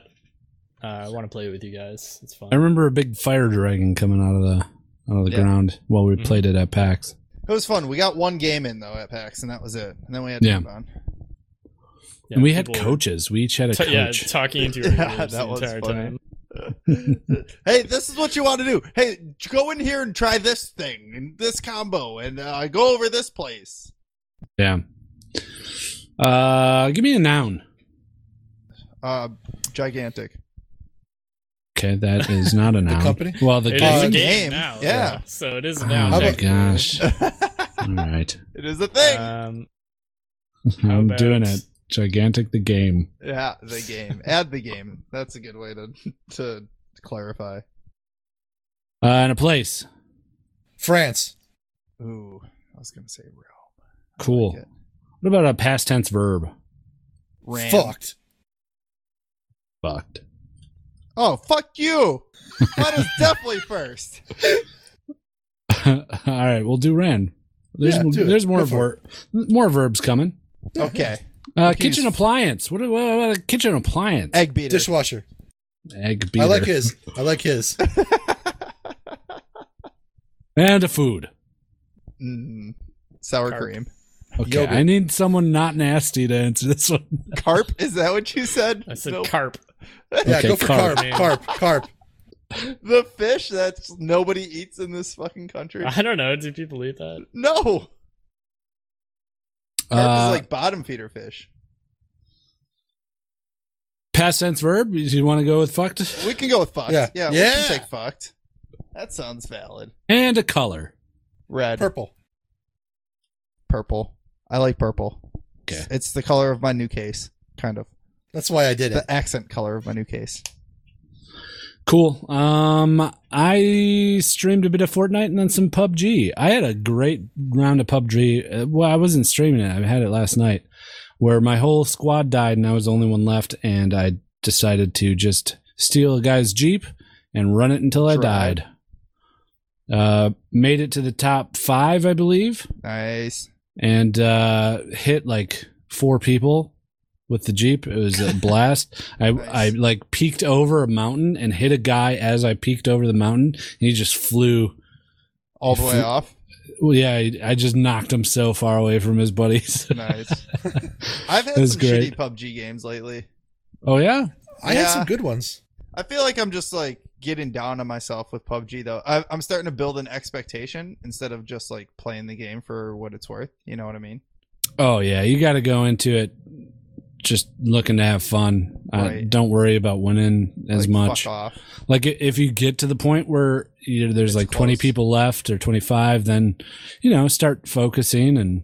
[SPEAKER 3] Uh, I want to play it with you guys. It's fun.
[SPEAKER 1] I remember a big fire dragon coming out of the out of the
[SPEAKER 2] Yeah.
[SPEAKER 1] ground while we
[SPEAKER 3] Mhm.
[SPEAKER 1] played it at PAX.
[SPEAKER 2] It was fun. We got one game in though at PAX, and that was it. And then we had to
[SPEAKER 1] Yeah.
[SPEAKER 2] move on.
[SPEAKER 3] Yeah,
[SPEAKER 1] and we had
[SPEAKER 3] people were
[SPEAKER 1] coaches. We each had a
[SPEAKER 3] ta-
[SPEAKER 1] coach.
[SPEAKER 3] yeah, talking to
[SPEAKER 2] Yeah,
[SPEAKER 3] her
[SPEAKER 2] that
[SPEAKER 3] the
[SPEAKER 2] was
[SPEAKER 3] entire
[SPEAKER 2] funny.
[SPEAKER 3] time.
[SPEAKER 2] hey, this is what you want to do. Hey, go in here and try this thing and this combo, and uh, go over this place.
[SPEAKER 1] yeah. Uh, give me a noun.
[SPEAKER 2] Uh, gigantic.
[SPEAKER 1] Okay, that is not a noun.
[SPEAKER 4] company?
[SPEAKER 1] Well, the
[SPEAKER 3] It is
[SPEAKER 1] game.
[SPEAKER 2] Uh,
[SPEAKER 3] a
[SPEAKER 2] game,
[SPEAKER 3] game now.
[SPEAKER 2] yeah.
[SPEAKER 3] So it is
[SPEAKER 1] Oh
[SPEAKER 3] now.
[SPEAKER 4] How
[SPEAKER 1] my
[SPEAKER 4] about-
[SPEAKER 1] gosh!
[SPEAKER 2] it
[SPEAKER 1] All right,
[SPEAKER 2] is a thing.
[SPEAKER 3] Um, how
[SPEAKER 1] I'm
[SPEAKER 3] about-
[SPEAKER 1] doing it. Gigantic the game.
[SPEAKER 2] yeah, the game. Add the game. That's a good way to to clarify.
[SPEAKER 1] Uh, and a place.
[SPEAKER 4] France.
[SPEAKER 2] Ooh, I was gonna say Rome. I
[SPEAKER 1] Cool.
[SPEAKER 2] like it.
[SPEAKER 1] What about a past tense verb?
[SPEAKER 2] Ram.
[SPEAKER 4] Fucked.
[SPEAKER 1] Fucked.
[SPEAKER 2] Oh, fuck you. That was definitely first.
[SPEAKER 1] All right, we'll do ran. There's
[SPEAKER 4] Yeah, do it.
[SPEAKER 1] there's more
[SPEAKER 4] Go for
[SPEAKER 1] ver- more verbs coming.
[SPEAKER 2] Okay.
[SPEAKER 1] Uh,
[SPEAKER 2] Okay,
[SPEAKER 1] kitchen
[SPEAKER 2] s-
[SPEAKER 1] appliance. What, what, what a kitchen appliance?
[SPEAKER 2] Egg beater.
[SPEAKER 4] Dishwasher.
[SPEAKER 1] Egg beater.
[SPEAKER 4] I like his. I like his.
[SPEAKER 1] And a food.
[SPEAKER 2] Mm, sour
[SPEAKER 3] Carp.
[SPEAKER 2] cream.
[SPEAKER 1] Okay,
[SPEAKER 4] Yogurt.
[SPEAKER 1] I need someone not nasty to answer this one.
[SPEAKER 2] Carp? Is that what you said?
[SPEAKER 3] I said
[SPEAKER 2] Nope.
[SPEAKER 3] carp.
[SPEAKER 4] Yeah,
[SPEAKER 1] Okay,
[SPEAKER 4] go for
[SPEAKER 1] carp.
[SPEAKER 4] carp.
[SPEAKER 3] Man.
[SPEAKER 4] Carp. Carp.
[SPEAKER 2] the fish that nobody eats in this fucking country?
[SPEAKER 3] I don't know. Do people eat that?
[SPEAKER 2] No. Carp
[SPEAKER 1] Uh,
[SPEAKER 2] is like bottom feeder fish.
[SPEAKER 1] past tense verb. You- You want to go with fucked?
[SPEAKER 2] We can go with fucked.
[SPEAKER 4] Yeah.
[SPEAKER 2] Yeah, we can
[SPEAKER 4] Yeah.
[SPEAKER 2] take fucked. That sounds valid.
[SPEAKER 1] And a color.
[SPEAKER 2] Red.
[SPEAKER 4] Purple.
[SPEAKER 2] purple. I like purple.
[SPEAKER 1] Okay.
[SPEAKER 2] It's the color of my new case, kind of.
[SPEAKER 4] That's why I did it.
[SPEAKER 2] The accent color of my new case.
[SPEAKER 1] Cool. Um, I streamed a bit of Fortnite and then some PUBG. I had a great round of PUBG. Uh, Well, I wasn't streaming it. I had it last night, where my whole squad died and I was the only one left, and I decided to just steal a guy's jeep and run it until I
[SPEAKER 2] Drive.
[SPEAKER 1] died. Uh, made it to the top five, I believe,
[SPEAKER 2] Nice.
[SPEAKER 1] and uh, hit like four people with the jeep. It was a blast. I
[SPEAKER 2] Nice.
[SPEAKER 1] I like peeked over a mountain and hit a guy as I peeked over the mountain. And he just flew.
[SPEAKER 2] All the way off.
[SPEAKER 1] Well, yeah, I, I just knocked him so far away from his buddies.
[SPEAKER 2] Nice. I've had
[SPEAKER 1] That's
[SPEAKER 2] some
[SPEAKER 1] great.
[SPEAKER 2] shitty PUBG games lately.
[SPEAKER 1] oh yeah,
[SPEAKER 4] I had
[SPEAKER 2] Yeah.
[SPEAKER 4] some good ones.
[SPEAKER 2] I feel like I'm just like getting down on myself with PUBG though. I, I'm starting to build an expectation instead of just like playing the game for what it's worth. You know what I mean?
[SPEAKER 1] oh yeah. You got to go into it just looking to have fun. Uh,
[SPEAKER 2] Right.
[SPEAKER 1] don't worry about winning as
[SPEAKER 2] Like,
[SPEAKER 1] much.
[SPEAKER 2] Fuck off.
[SPEAKER 1] like i- if you get to the point where you there's
[SPEAKER 2] It's
[SPEAKER 1] like 20
[SPEAKER 2] close.
[SPEAKER 1] people left or 25 then you know start focusing and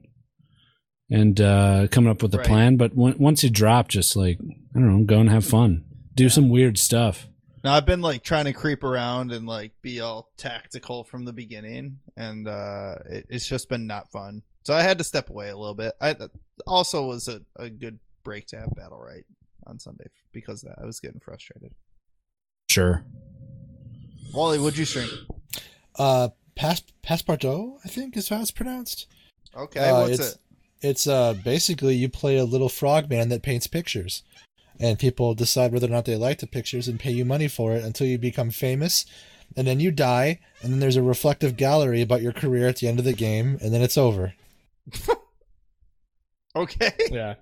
[SPEAKER 1] and uh coming up with a
[SPEAKER 2] Right.
[SPEAKER 1] plan but on- once you drop just like i don't know go and have fun do some weird stuff
[SPEAKER 2] Now I've been like trying to creep around and like be all tactical from the beginning, and uh, it, it's just been not fun. So I had to step away a little bit. I that also was a, a good break to have battle right on Sunday because of that I was getting frustrated.
[SPEAKER 1] sure
[SPEAKER 2] Wally, would you stream?
[SPEAKER 4] Uh, Pas- Passepartout, I think is how it's pronounced.
[SPEAKER 2] Okay,
[SPEAKER 4] Uh,
[SPEAKER 2] what's
[SPEAKER 4] it's-
[SPEAKER 2] it?
[SPEAKER 4] It's uh basically you play a little frogman that paints pictures, and people decide whether or not they like the pictures and pay you money for it until you become famous, and then you die, and then there's a reflective gallery about your career at the end of the game, and then it's over.
[SPEAKER 2] Okay.
[SPEAKER 3] Yeah.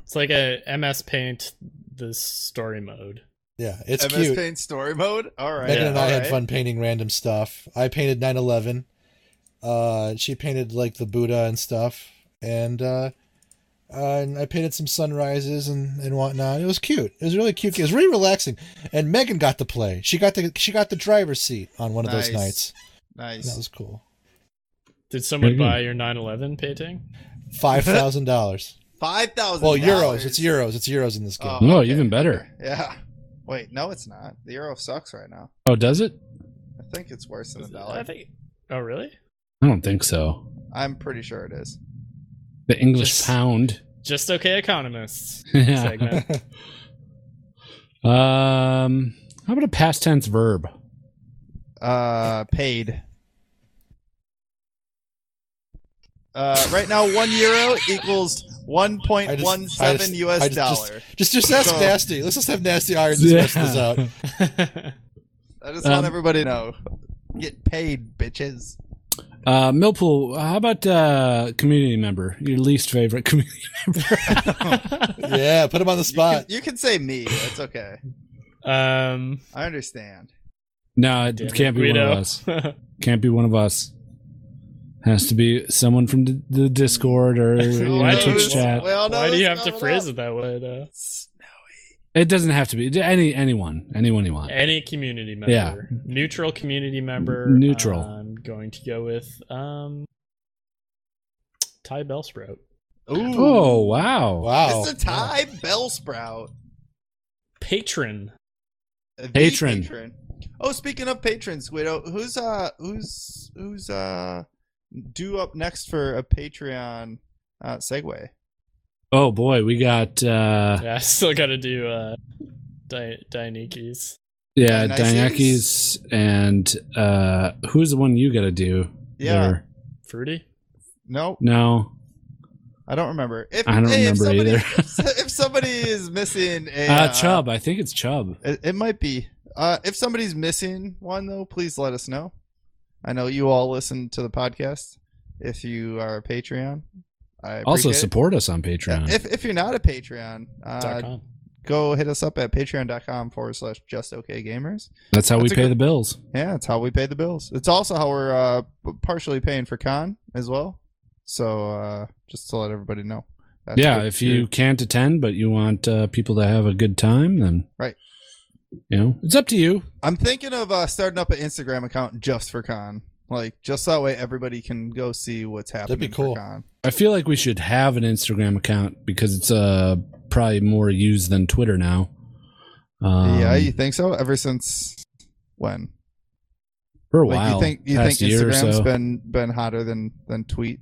[SPEAKER 3] It's like a MS Paint this story mode.
[SPEAKER 4] Yeah, it's
[SPEAKER 2] MS
[SPEAKER 4] cute.
[SPEAKER 2] Paint story mode. All right.
[SPEAKER 4] Megan and I
[SPEAKER 2] all
[SPEAKER 4] had
[SPEAKER 2] right.
[SPEAKER 4] fun painting random stuff. I painted 9/11. Uh, she painted like the Buddha and stuff, and uh, uh, and I painted some sunrises and and whatnot. It was cute. It was really cute. It was really relaxing. And Megan got to play. She got the she got the driver's seat on one of those
[SPEAKER 2] Nice.
[SPEAKER 4] nights. That
[SPEAKER 2] Nice.
[SPEAKER 4] was cool.
[SPEAKER 3] Did someone
[SPEAKER 1] Mhm.
[SPEAKER 3] buy your 911 painting?
[SPEAKER 4] Five thousand dollars.
[SPEAKER 2] Five thousand.
[SPEAKER 4] Well, euros. It's euros. It's euros in this game.
[SPEAKER 2] Oh,
[SPEAKER 1] Oh,
[SPEAKER 2] okay.
[SPEAKER 1] even better.
[SPEAKER 2] Yeah. Wait, no, it's not. The euro sucks right now.
[SPEAKER 1] Oh, does it?
[SPEAKER 2] I think it's worse than a
[SPEAKER 3] I
[SPEAKER 2] dollar.
[SPEAKER 3] think. Oh, really?
[SPEAKER 1] I don't think so.
[SPEAKER 2] I'm pretty sure it is.
[SPEAKER 1] The English
[SPEAKER 3] Just-
[SPEAKER 1] pound.
[SPEAKER 3] Just okay, economists.
[SPEAKER 1] um,
[SPEAKER 3] segment.
[SPEAKER 1] how about a past tense verb?
[SPEAKER 2] Uh, paid. Uh, right now, one euro equals one point one
[SPEAKER 4] I
[SPEAKER 2] seven
[SPEAKER 4] just-
[SPEAKER 2] U.S.
[SPEAKER 4] I just-
[SPEAKER 2] dollar.
[SPEAKER 4] Just just ask
[SPEAKER 2] So-
[SPEAKER 4] Nasty. Let's just have Nasty Iron discuss this out.
[SPEAKER 2] I just want
[SPEAKER 1] um,
[SPEAKER 2] everybody to know. Get paid, bitches.
[SPEAKER 1] Uh, Millpool, how about uh, community member? Your least favorite community
[SPEAKER 4] Yeah, put him on
[SPEAKER 2] You can,
[SPEAKER 4] the spot.
[SPEAKER 2] you can say me. That's okay.
[SPEAKER 3] um,
[SPEAKER 2] I understand.
[SPEAKER 1] No, it
[SPEAKER 3] damn
[SPEAKER 1] can't
[SPEAKER 3] it,
[SPEAKER 1] be one of
[SPEAKER 3] Guido.
[SPEAKER 1] us. Can't be one of us. Has to be someone from the, the Discord or you know,
[SPEAKER 3] Why do you-
[SPEAKER 1] Twitch chat.
[SPEAKER 2] we all know
[SPEAKER 3] Why do
[SPEAKER 2] this
[SPEAKER 3] you have to
[SPEAKER 2] coming
[SPEAKER 3] phrase
[SPEAKER 2] up.
[SPEAKER 3] it that way? Though?
[SPEAKER 1] It doesn't have to be any anyone, anyone you want.
[SPEAKER 3] Any community member,
[SPEAKER 1] Yeah.
[SPEAKER 3] neutral community member.
[SPEAKER 1] Neutral.
[SPEAKER 3] I'm going to go with um, Ty Bellsprout.
[SPEAKER 2] Ooh.
[SPEAKER 1] Oh wow!
[SPEAKER 4] Wow.
[SPEAKER 2] It's a Thai bell sprout.
[SPEAKER 3] Patron.
[SPEAKER 2] Uh, The
[SPEAKER 1] Patron.
[SPEAKER 2] patron. Oh, speaking of patrons, Guido, who's uh who's who's uh due up next for a Patreon uh segue?
[SPEAKER 1] Oh boy, we got uh
[SPEAKER 3] Yeah, I still got to do uh, Di- Dianiki's.
[SPEAKER 1] yeah,
[SPEAKER 2] Dionysius?
[SPEAKER 1] Dianakis and uh who's the one you got to do?
[SPEAKER 2] Yeah.
[SPEAKER 1] Or-
[SPEAKER 3] Fruity?
[SPEAKER 2] No,
[SPEAKER 1] no.
[SPEAKER 2] I don't remember. If,
[SPEAKER 1] I don't
[SPEAKER 2] hey,
[SPEAKER 1] remember
[SPEAKER 2] if somebody,
[SPEAKER 1] either.
[SPEAKER 2] if, so- if somebody is missing a
[SPEAKER 1] Uh Chubb, I think it's Chubb.
[SPEAKER 2] it, it might be. Uh if somebody's missing one though, please let us know. I know you all listen to the podcast. If you are a Patreon, I
[SPEAKER 1] Also
[SPEAKER 2] appreciate it.
[SPEAKER 1] support us on Patreon.
[SPEAKER 2] If if you're not a Patreon, uh,
[SPEAKER 3] dot com.
[SPEAKER 2] go hit us up at patreon.com forward slash just okay gamers
[SPEAKER 1] That's how
[SPEAKER 2] that's
[SPEAKER 1] we
[SPEAKER 2] a
[SPEAKER 1] pay
[SPEAKER 2] good-
[SPEAKER 1] the bills.
[SPEAKER 2] yeah it's how we pay the bills it's also how we're uh, p- partially paying for con as well so uh, just to let everybody know That's
[SPEAKER 1] yeah,
[SPEAKER 2] what
[SPEAKER 1] if you can't attend but you want uh, people to have a good time, then
[SPEAKER 2] Right.
[SPEAKER 1] You know, it's up to you.
[SPEAKER 2] i'm thinking of uh, starting up an instagram account just for con like just that way everybody can go see what's happening
[SPEAKER 4] That'd be
[SPEAKER 2] for
[SPEAKER 4] cool.
[SPEAKER 2] con.
[SPEAKER 1] I feel like we should have an Instagram account because it's uh probably more used than Twitter now. Um,
[SPEAKER 2] yeah you think so ever since when
[SPEAKER 1] for a
[SPEAKER 2] like
[SPEAKER 1] while,
[SPEAKER 2] you think you think
[SPEAKER 1] past year or
[SPEAKER 2] instagram's
[SPEAKER 1] so.
[SPEAKER 2] been been hotter than than tweet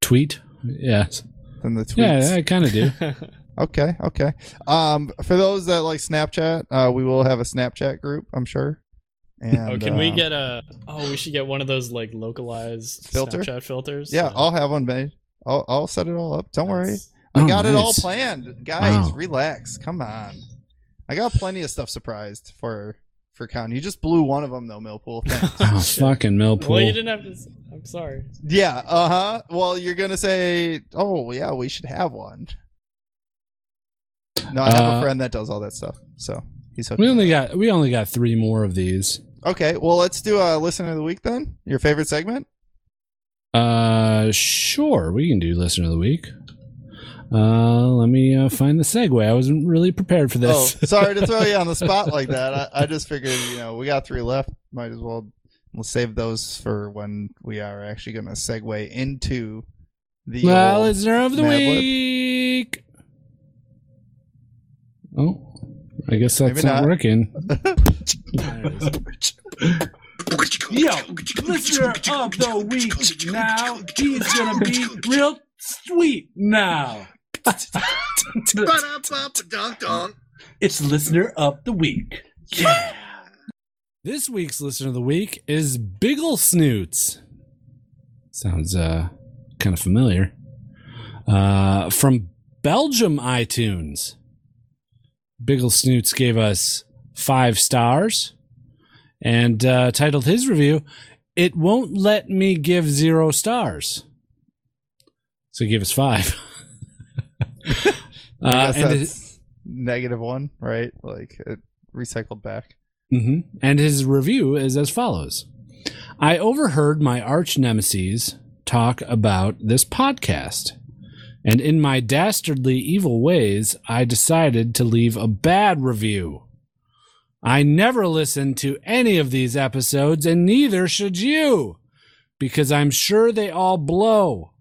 [SPEAKER 1] tweet? Yes.
[SPEAKER 2] than the tweets
[SPEAKER 1] Yeah, I kind of do.
[SPEAKER 2] Okay, okay. Um, for those that like Snapchat, uh, we will have a Snapchat group, I'm sure. And,
[SPEAKER 3] oh, can we
[SPEAKER 2] uh,
[SPEAKER 3] get a? Oh, we should get one of those like localized
[SPEAKER 2] Filter?
[SPEAKER 3] Snapchat filters.
[SPEAKER 2] Yeah,
[SPEAKER 3] so
[SPEAKER 2] I'll have one made. I'll I'll set it all up. Don't worry,
[SPEAKER 3] that's-
[SPEAKER 2] I
[SPEAKER 1] Oh,
[SPEAKER 2] got it all
[SPEAKER 1] nice.
[SPEAKER 2] planned, guys.
[SPEAKER 1] Wow.
[SPEAKER 2] Relax. Come on, I got plenty of stuff surprised for for Con. You just blew one of them though, Millpool. Thanks.
[SPEAKER 1] Oh, fucking Millpool.
[SPEAKER 3] Well, you didn't have to. s- I'm sorry.
[SPEAKER 2] yeah. Uh huh. Well, you're gonna say, oh yeah, we should have one. No, I have
[SPEAKER 1] Uh,
[SPEAKER 2] a friend that does all that stuff, so he's hooked.
[SPEAKER 1] we only got we only got three more of these.
[SPEAKER 2] Okay, well, let's do a listener of the week then. Your favorite segment?
[SPEAKER 1] Uh, sure, we can do listener of the week. Uh, let me uh, find the segue. I wasn't really prepared for
[SPEAKER 2] Oh,
[SPEAKER 1] this.
[SPEAKER 2] sorry to throw you on the spot like that. I, I just figured, you know, we got three left. Might as well we'll save those for when we are actually going to segue into the.
[SPEAKER 1] well,
[SPEAKER 2] old-
[SPEAKER 1] listener of the
[SPEAKER 2] Mad Lib.
[SPEAKER 1] week. Oh, I guess that's
[SPEAKER 2] Maybe
[SPEAKER 1] not,
[SPEAKER 2] not.
[SPEAKER 1] working.
[SPEAKER 5] Yo, listener of the week now. He's gonna be real sweet now. It's listener of the week. Yeah.
[SPEAKER 1] This week's listener of the week is Biggle Snoots. Sounds uh kind of familiar. Uh, from Belgium iTunes, Biggle Snoots gave us five stars and uh, titled his review, It Won't Let Me Give Zero Stars. So he gave us five.
[SPEAKER 2] I
[SPEAKER 1] uh,
[SPEAKER 2] guess
[SPEAKER 1] and, his,
[SPEAKER 2] that's negative one, right? Like it recycled back.
[SPEAKER 1] mhm. and his review is as follows I overheard my arch nemesis talk about this podcast. And in my dastardly evil ways, I decided to leave a bad review. I never listened to any of these episodes, and neither should you, because I'm sure they all blow.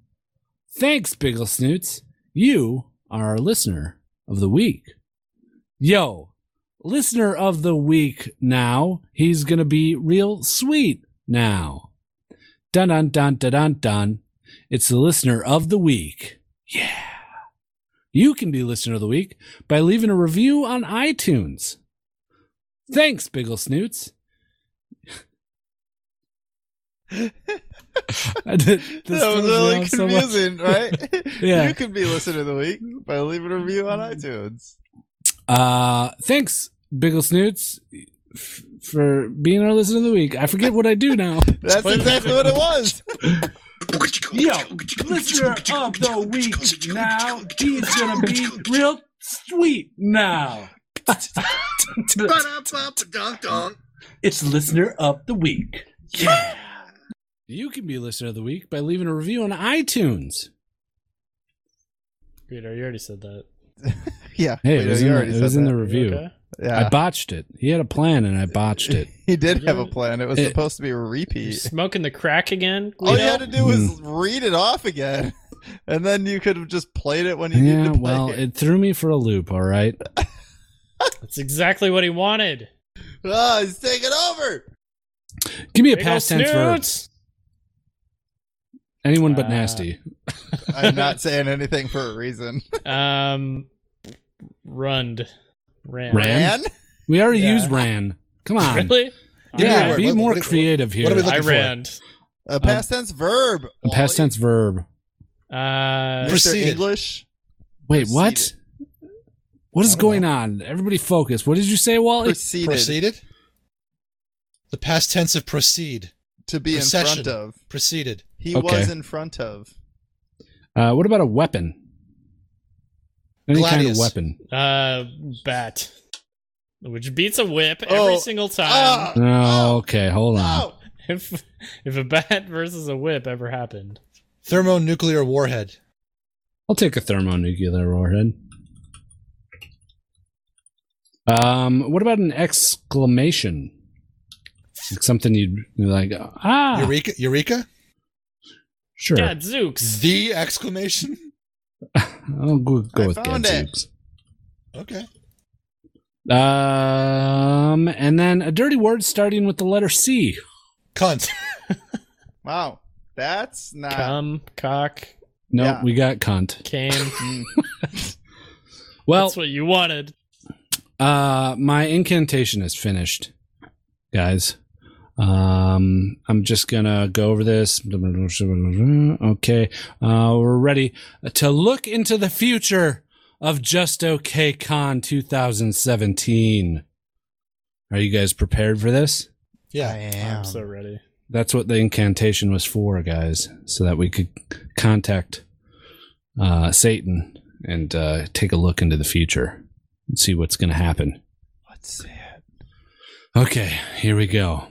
[SPEAKER 1] Thanks, Biggle Snoots. You are our listener of the week. Yo, listener of the week now. He's going to be real sweet now. Dun dun dun dun dun dun. It's the listener of the week. Yeah. You can be listener of the week by leaving a review on iTunes. Thanks, Biggle Snoots. that
[SPEAKER 2] that was really confusing, right?
[SPEAKER 1] Yeah. Mm.
[SPEAKER 2] You could be listener of the week by leaving a review on iTunes.
[SPEAKER 1] Uh, thanks, Biggle Snoots, f- for being our listener of the week. I forget what I do now.
[SPEAKER 2] That's exactly what it was.
[SPEAKER 5] Yo, listener of the week now. He's gonna be real sweet now. it's listener of the week. Yeah.
[SPEAKER 1] You can be listener of the week by leaving a review on iTunes.
[SPEAKER 3] Guido, you already said that.
[SPEAKER 2] Yeah.
[SPEAKER 1] Hey,
[SPEAKER 2] Wait,
[SPEAKER 1] it was
[SPEAKER 2] you
[SPEAKER 1] in, the,
[SPEAKER 2] already
[SPEAKER 1] it
[SPEAKER 2] said
[SPEAKER 1] was in
[SPEAKER 2] that.
[SPEAKER 1] the
[SPEAKER 3] You
[SPEAKER 1] review.
[SPEAKER 3] okay?
[SPEAKER 2] Yeah.
[SPEAKER 1] I botched it. He had a plan, and I botched it.
[SPEAKER 2] He did
[SPEAKER 3] You
[SPEAKER 2] have a
[SPEAKER 3] already-
[SPEAKER 2] plan. It was
[SPEAKER 1] It-
[SPEAKER 2] supposed to be a
[SPEAKER 3] You
[SPEAKER 2] repeat.
[SPEAKER 3] smoking the crack again?
[SPEAKER 2] All you
[SPEAKER 3] Guido?
[SPEAKER 2] had to do was
[SPEAKER 1] Hmm.
[SPEAKER 2] read it off again, and then you could have just played it when you
[SPEAKER 1] yeah,
[SPEAKER 2] needed to play
[SPEAKER 1] well,
[SPEAKER 2] it.
[SPEAKER 1] it threw me for a loop. All right.
[SPEAKER 3] That's exactly what he wanted.
[SPEAKER 2] Ah, he's taking over.
[SPEAKER 1] Give me a
[SPEAKER 3] Big ol'
[SPEAKER 1] past tense for
[SPEAKER 3] snoots!
[SPEAKER 1] anyone but
[SPEAKER 3] Uh,
[SPEAKER 1] nasty.
[SPEAKER 2] I'm not saying anything for a reason.
[SPEAKER 3] Um, rund, ran.
[SPEAKER 1] Ran?
[SPEAKER 2] Ran?
[SPEAKER 1] We already
[SPEAKER 3] yeah.
[SPEAKER 1] used ran. Come on.
[SPEAKER 3] Really?
[SPEAKER 4] Give me a
[SPEAKER 1] Yeah,
[SPEAKER 4] word.
[SPEAKER 1] be
[SPEAKER 4] What-
[SPEAKER 1] more
[SPEAKER 4] what- what-
[SPEAKER 1] creative here.
[SPEAKER 4] what are we
[SPEAKER 3] I
[SPEAKER 4] looking for?
[SPEAKER 3] ran.
[SPEAKER 2] A past tense verb.
[SPEAKER 1] Um, A past
[SPEAKER 2] Wally.
[SPEAKER 1] tense verb.
[SPEAKER 3] Uh,
[SPEAKER 4] Pers-
[SPEAKER 2] Mr.
[SPEAKER 4] Proceeded.
[SPEAKER 2] English.
[SPEAKER 1] Wait, what?
[SPEAKER 2] Proceeded.
[SPEAKER 1] What is
[SPEAKER 4] I don't
[SPEAKER 1] going on? Everybody focus. What did you say, Wally?
[SPEAKER 2] Proceeded.
[SPEAKER 4] Proceeded? The past tense of proceed.
[SPEAKER 2] To be in
[SPEAKER 4] Procession.
[SPEAKER 2] front of.
[SPEAKER 4] Proceeded.
[SPEAKER 2] He
[SPEAKER 1] Okay.
[SPEAKER 2] was in front of.
[SPEAKER 1] Uh, what about a weapon? Any kind of
[SPEAKER 4] Gladius.
[SPEAKER 1] weapon.
[SPEAKER 3] uh, bat, which beats a whip
[SPEAKER 2] Oh.
[SPEAKER 3] every single time.
[SPEAKER 2] Ah!
[SPEAKER 1] Oh, okay, hold on.
[SPEAKER 2] Oh,
[SPEAKER 3] If if a bat versus a whip ever happened,
[SPEAKER 4] Thermonuclear warhead.
[SPEAKER 1] I'll take a thermonuclear warhead. Um, what about an exclamation? Like something you'd be like, ah,
[SPEAKER 4] Eureka? Eureka?
[SPEAKER 1] sure.
[SPEAKER 3] God, Zooks.
[SPEAKER 4] The exclamation?
[SPEAKER 1] I'll go, go
[SPEAKER 2] I
[SPEAKER 1] with
[SPEAKER 2] found
[SPEAKER 1] Gadzooks.
[SPEAKER 4] Okay.
[SPEAKER 1] Um, and then a dirty word starting with the letter C.
[SPEAKER 4] Cunt.
[SPEAKER 2] wow. That's not.
[SPEAKER 3] Come, cock,
[SPEAKER 1] No,
[SPEAKER 2] Yeah.
[SPEAKER 1] we got cunt.
[SPEAKER 3] came.
[SPEAKER 2] Mm.
[SPEAKER 1] Well,
[SPEAKER 3] That's what you wanted.
[SPEAKER 1] Uh, my incantation is finished, guys. Um, I'm just gonna go over this. Okay, uh, we're ready to look into the future of Just Okay Con 2017. Are you guys prepared for this?
[SPEAKER 4] Yeah.
[SPEAKER 3] I'm so ready.
[SPEAKER 1] That's what the incantation was for, guys, so that we could contact uh, Satan and uh, take a look into the future and see what's gonna happen.
[SPEAKER 2] What's that?
[SPEAKER 1] Okay, here we go.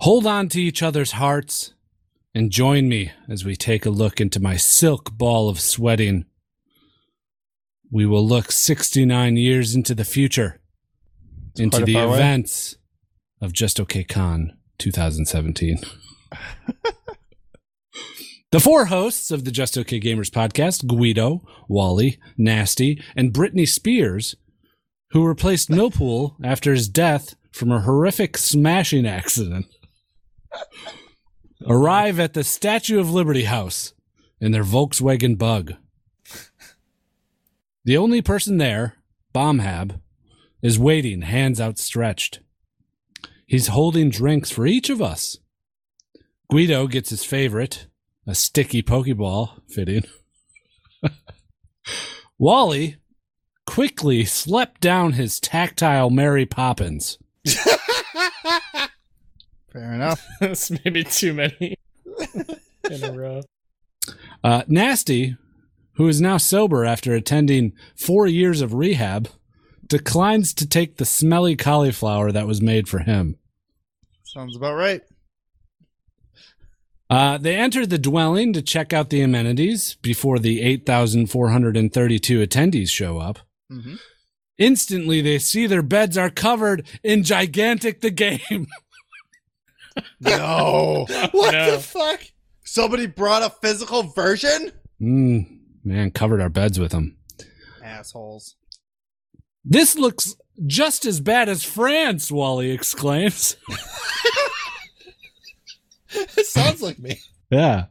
[SPEAKER 1] Hold on to each other's hearts and join me as we take a look into my silk ball of sweating. We will look 69 years into the future, into
[SPEAKER 2] quite a
[SPEAKER 1] the
[SPEAKER 2] far away.
[SPEAKER 1] events of Just Okay Con 2017. the four hosts of the Just Okay Gamers podcast, Guido, Wally, Nasty, and Britney Spears, who replaced Millpool after his death from a horrific smashing accident, arrive at the Statue of Liberty House in their Volkswagen Bug. The only person there, Bombhab, is waiting, hands outstretched. He's holding drinks for each of us. Guido gets his favorite, a sticky Pokeball fitting. Wally quickly slept down his tactile Mary Poppins.
[SPEAKER 2] Fair enough.
[SPEAKER 3] That's maybe too many in a row.
[SPEAKER 1] Uh, Nasty, who is now sober after attending four years of rehab, declines to take the smelly cauliflower that was made for him.
[SPEAKER 2] Sounds about right.
[SPEAKER 1] Uh, they enter the dwelling to check out the amenities before the 8,432 attendees show up.
[SPEAKER 2] Mhm.
[SPEAKER 1] Instantly, they see their beds are covered in Gigantic the Game.
[SPEAKER 2] No.
[SPEAKER 4] what
[SPEAKER 3] No.
[SPEAKER 4] the fuck?
[SPEAKER 2] Somebody brought a physical version?
[SPEAKER 1] Mm, man, covered our beds with them.
[SPEAKER 2] Assholes.
[SPEAKER 1] This looks just as bad as France, Wally exclaims.
[SPEAKER 4] It sounds like me.
[SPEAKER 1] Yeah.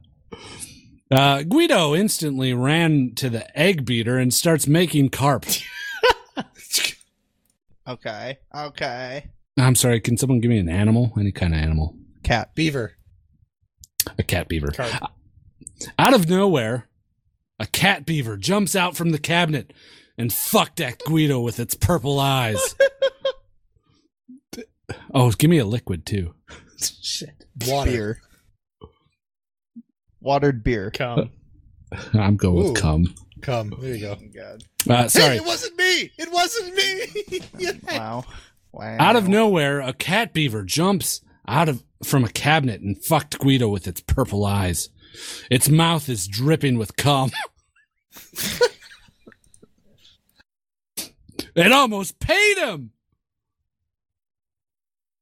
[SPEAKER 1] Uh, Guido instantly ran to the egg beater and starts making carp.
[SPEAKER 2] Okay. Okay.
[SPEAKER 1] I'm sorry, can someone give me an animal? Any kind of animal.
[SPEAKER 2] Cat.
[SPEAKER 4] Beaver.
[SPEAKER 1] A cat beaver. Uh,
[SPEAKER 3] Carp.
[SPEAKER 1] Out of nowhere, a cat beaver jumps out from the cabinet and fucked at Guido with its purple eyes. oh, give me a liquid too.
[SPEAKER 3] Shit.
[SPEAKER 4] Water.
[SPEAKER 2] Beer. Watered beer.
[SPEAKER 3] Come.
[SPEAKER 1] I'm going
[SPEAKER 4] Ooh.
[SPEAKER 1] with cum.
[SPEAKER 4] Come. There you go.
[SPEAKER 2] God.
[SPEAKER 1] Uh, sorry.
[SPEAKER 4] it wasn't me. It wasn't me.
[SPEAKER 2] Wow. Wow.
[SPEAKER 1] Out of nowhere, a cat beaver jumps out of from a cabinet and fucked Guido with its purple eyes. Its mouth is dripping with cum. it almost paid him.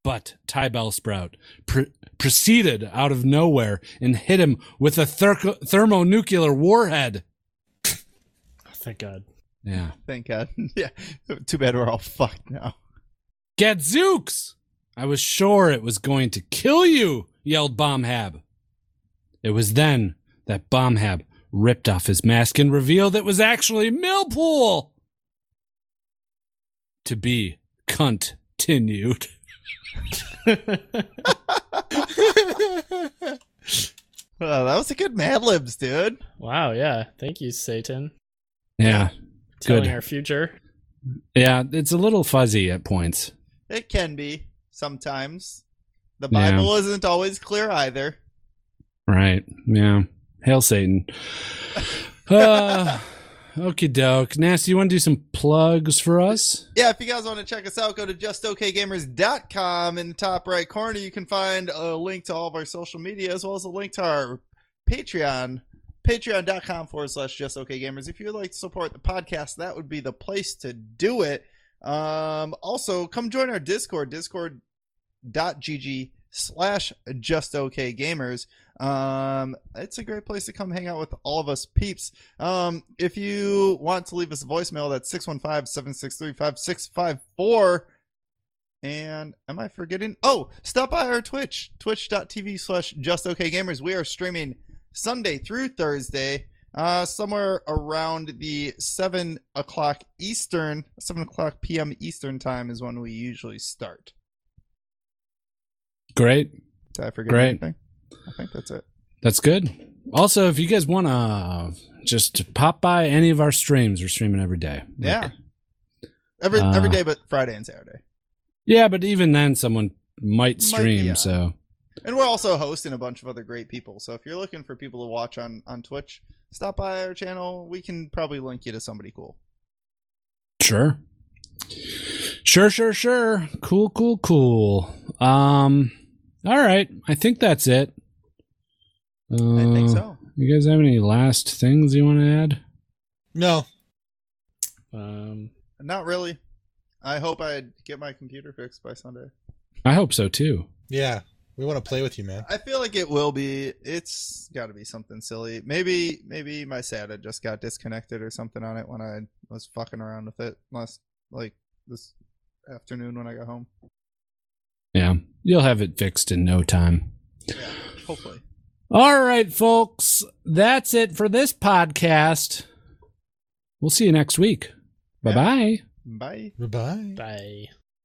[SPEAKER 1] But Ty Bellsprout pre- proceeded out of nowhere and hit him with a therco- thermonuclear warhead.
[SPEAKER 3] Oh, Thank God.
[SPEAKER 1] Yeah.
[SPEAKER 2] Thank God. yeah. Too bad we're all fucked now.
[SPEAKER 1] Gadzooks! I was sure it was going to kill you, yelled Bombhab. It was then that Bombhab ripped off his mask and revealed it was actually Millpool! To be continued.
[SPEAKER 2] Oh, that was a good Mad Libs, dude.
[SPEAKER 3] wow. Yeah. Thank you, Satan.
[SPEAKER 1] Yeah,
[SPEAKER 3] Telling
[SPEAKER 1] Good.
[SPEAKER 3] our future.
[SPEAKER 1] yeah, it's a little fuzzy at points.
[SPEAKER 2] It can be sometimes. The
[SPEAKER 1] Yeah.
[SPEAKER 2] Bible isn't always clear either.
[SPEAKER 1] Right. Yeah. Hail Satan. Uh, Okie doke. Nasty, you want to do some plugs for us?
[SPEAKER 2] Yeah, if you guys want to check us out, go to justokgamers.com. In the top right corner, you can find a link to all of our social media as well as a link to our Patreon. Patreon.com forward slash justokgamers. If you would like to support the podcast, that would be the place to do it. Um, also, come join our Discord, discord.gg slash justokgamers. Um, it's a great place to come hang out with all of us peeps. Um, if you want to leave us a voicemail, that's 615 763 5654. And am I forgetting? Oh, stop by our Twitch, twitch.tv slash justokgamers. We are streaming Sunday through Thursday, uh, somewhere around the 7 o'clock Eastern, 7 o'clock p.m. Eastern time is when we usually start.
[SPEAKER 1] Great.
[SPEAKER 2] Did I forget
[SPEAKER 1] Great.
[SPEAKER 2] anything? I think that's it.
[SPEAKER 1] That's good. Also, if you guys want to just pop by any of our streams, we're streaming every day.
[SPEAKER 2] Yeah. Every,
[SPEAKER 1] Uh,
[SPEAKER 2] every day but Friday and Saturday.
[SPEAKER 1] Yeah, but even then, someone might stream.
[SPEAKER 2] yeah.
[SPEAKER 1] So,
[SPEAKER 2] And we're also hosting a bunch of other great people. So if you're looking for people to watch on on Twitch, stop by our channel. We can probably link you to somebody cool.
[SPEAKER 1] sure. Sure, sure, sure. Cool, cool, cool. Um, all right. I think that's it. Uh,
[SPEAKER 2] I think so.
[SPEAKER 1] You guys have any last things you want to add?
[SPEAKER 4] no.
[SPEAKER 3] Um,
[SPEAKER 2] Not really. I hope I get my computer fixed by Sunday.
[SPEAKER 1] I hope so too.
[SPEAKER 4] Yeah. We want to play with you, man.
[SPEAKER 2] I feel like it will be. It's got to be something silly. Maybe maybe my SATA just got disconnected or something on it when I was fucking around with it last like this afternoon when I got home.
[SPEAKER 1] Yeah. You'll have it fixed in no time.
[SPEAKER 2] Yeah, hopefully.
[SPEAKER 1] All right, folks. That's it for this podcast. We'll see you next week. Bye bye.
[SPEAKER 2] Bye.
[SPEAKER 4] Goodbye.
[SPEAKER 3] bye.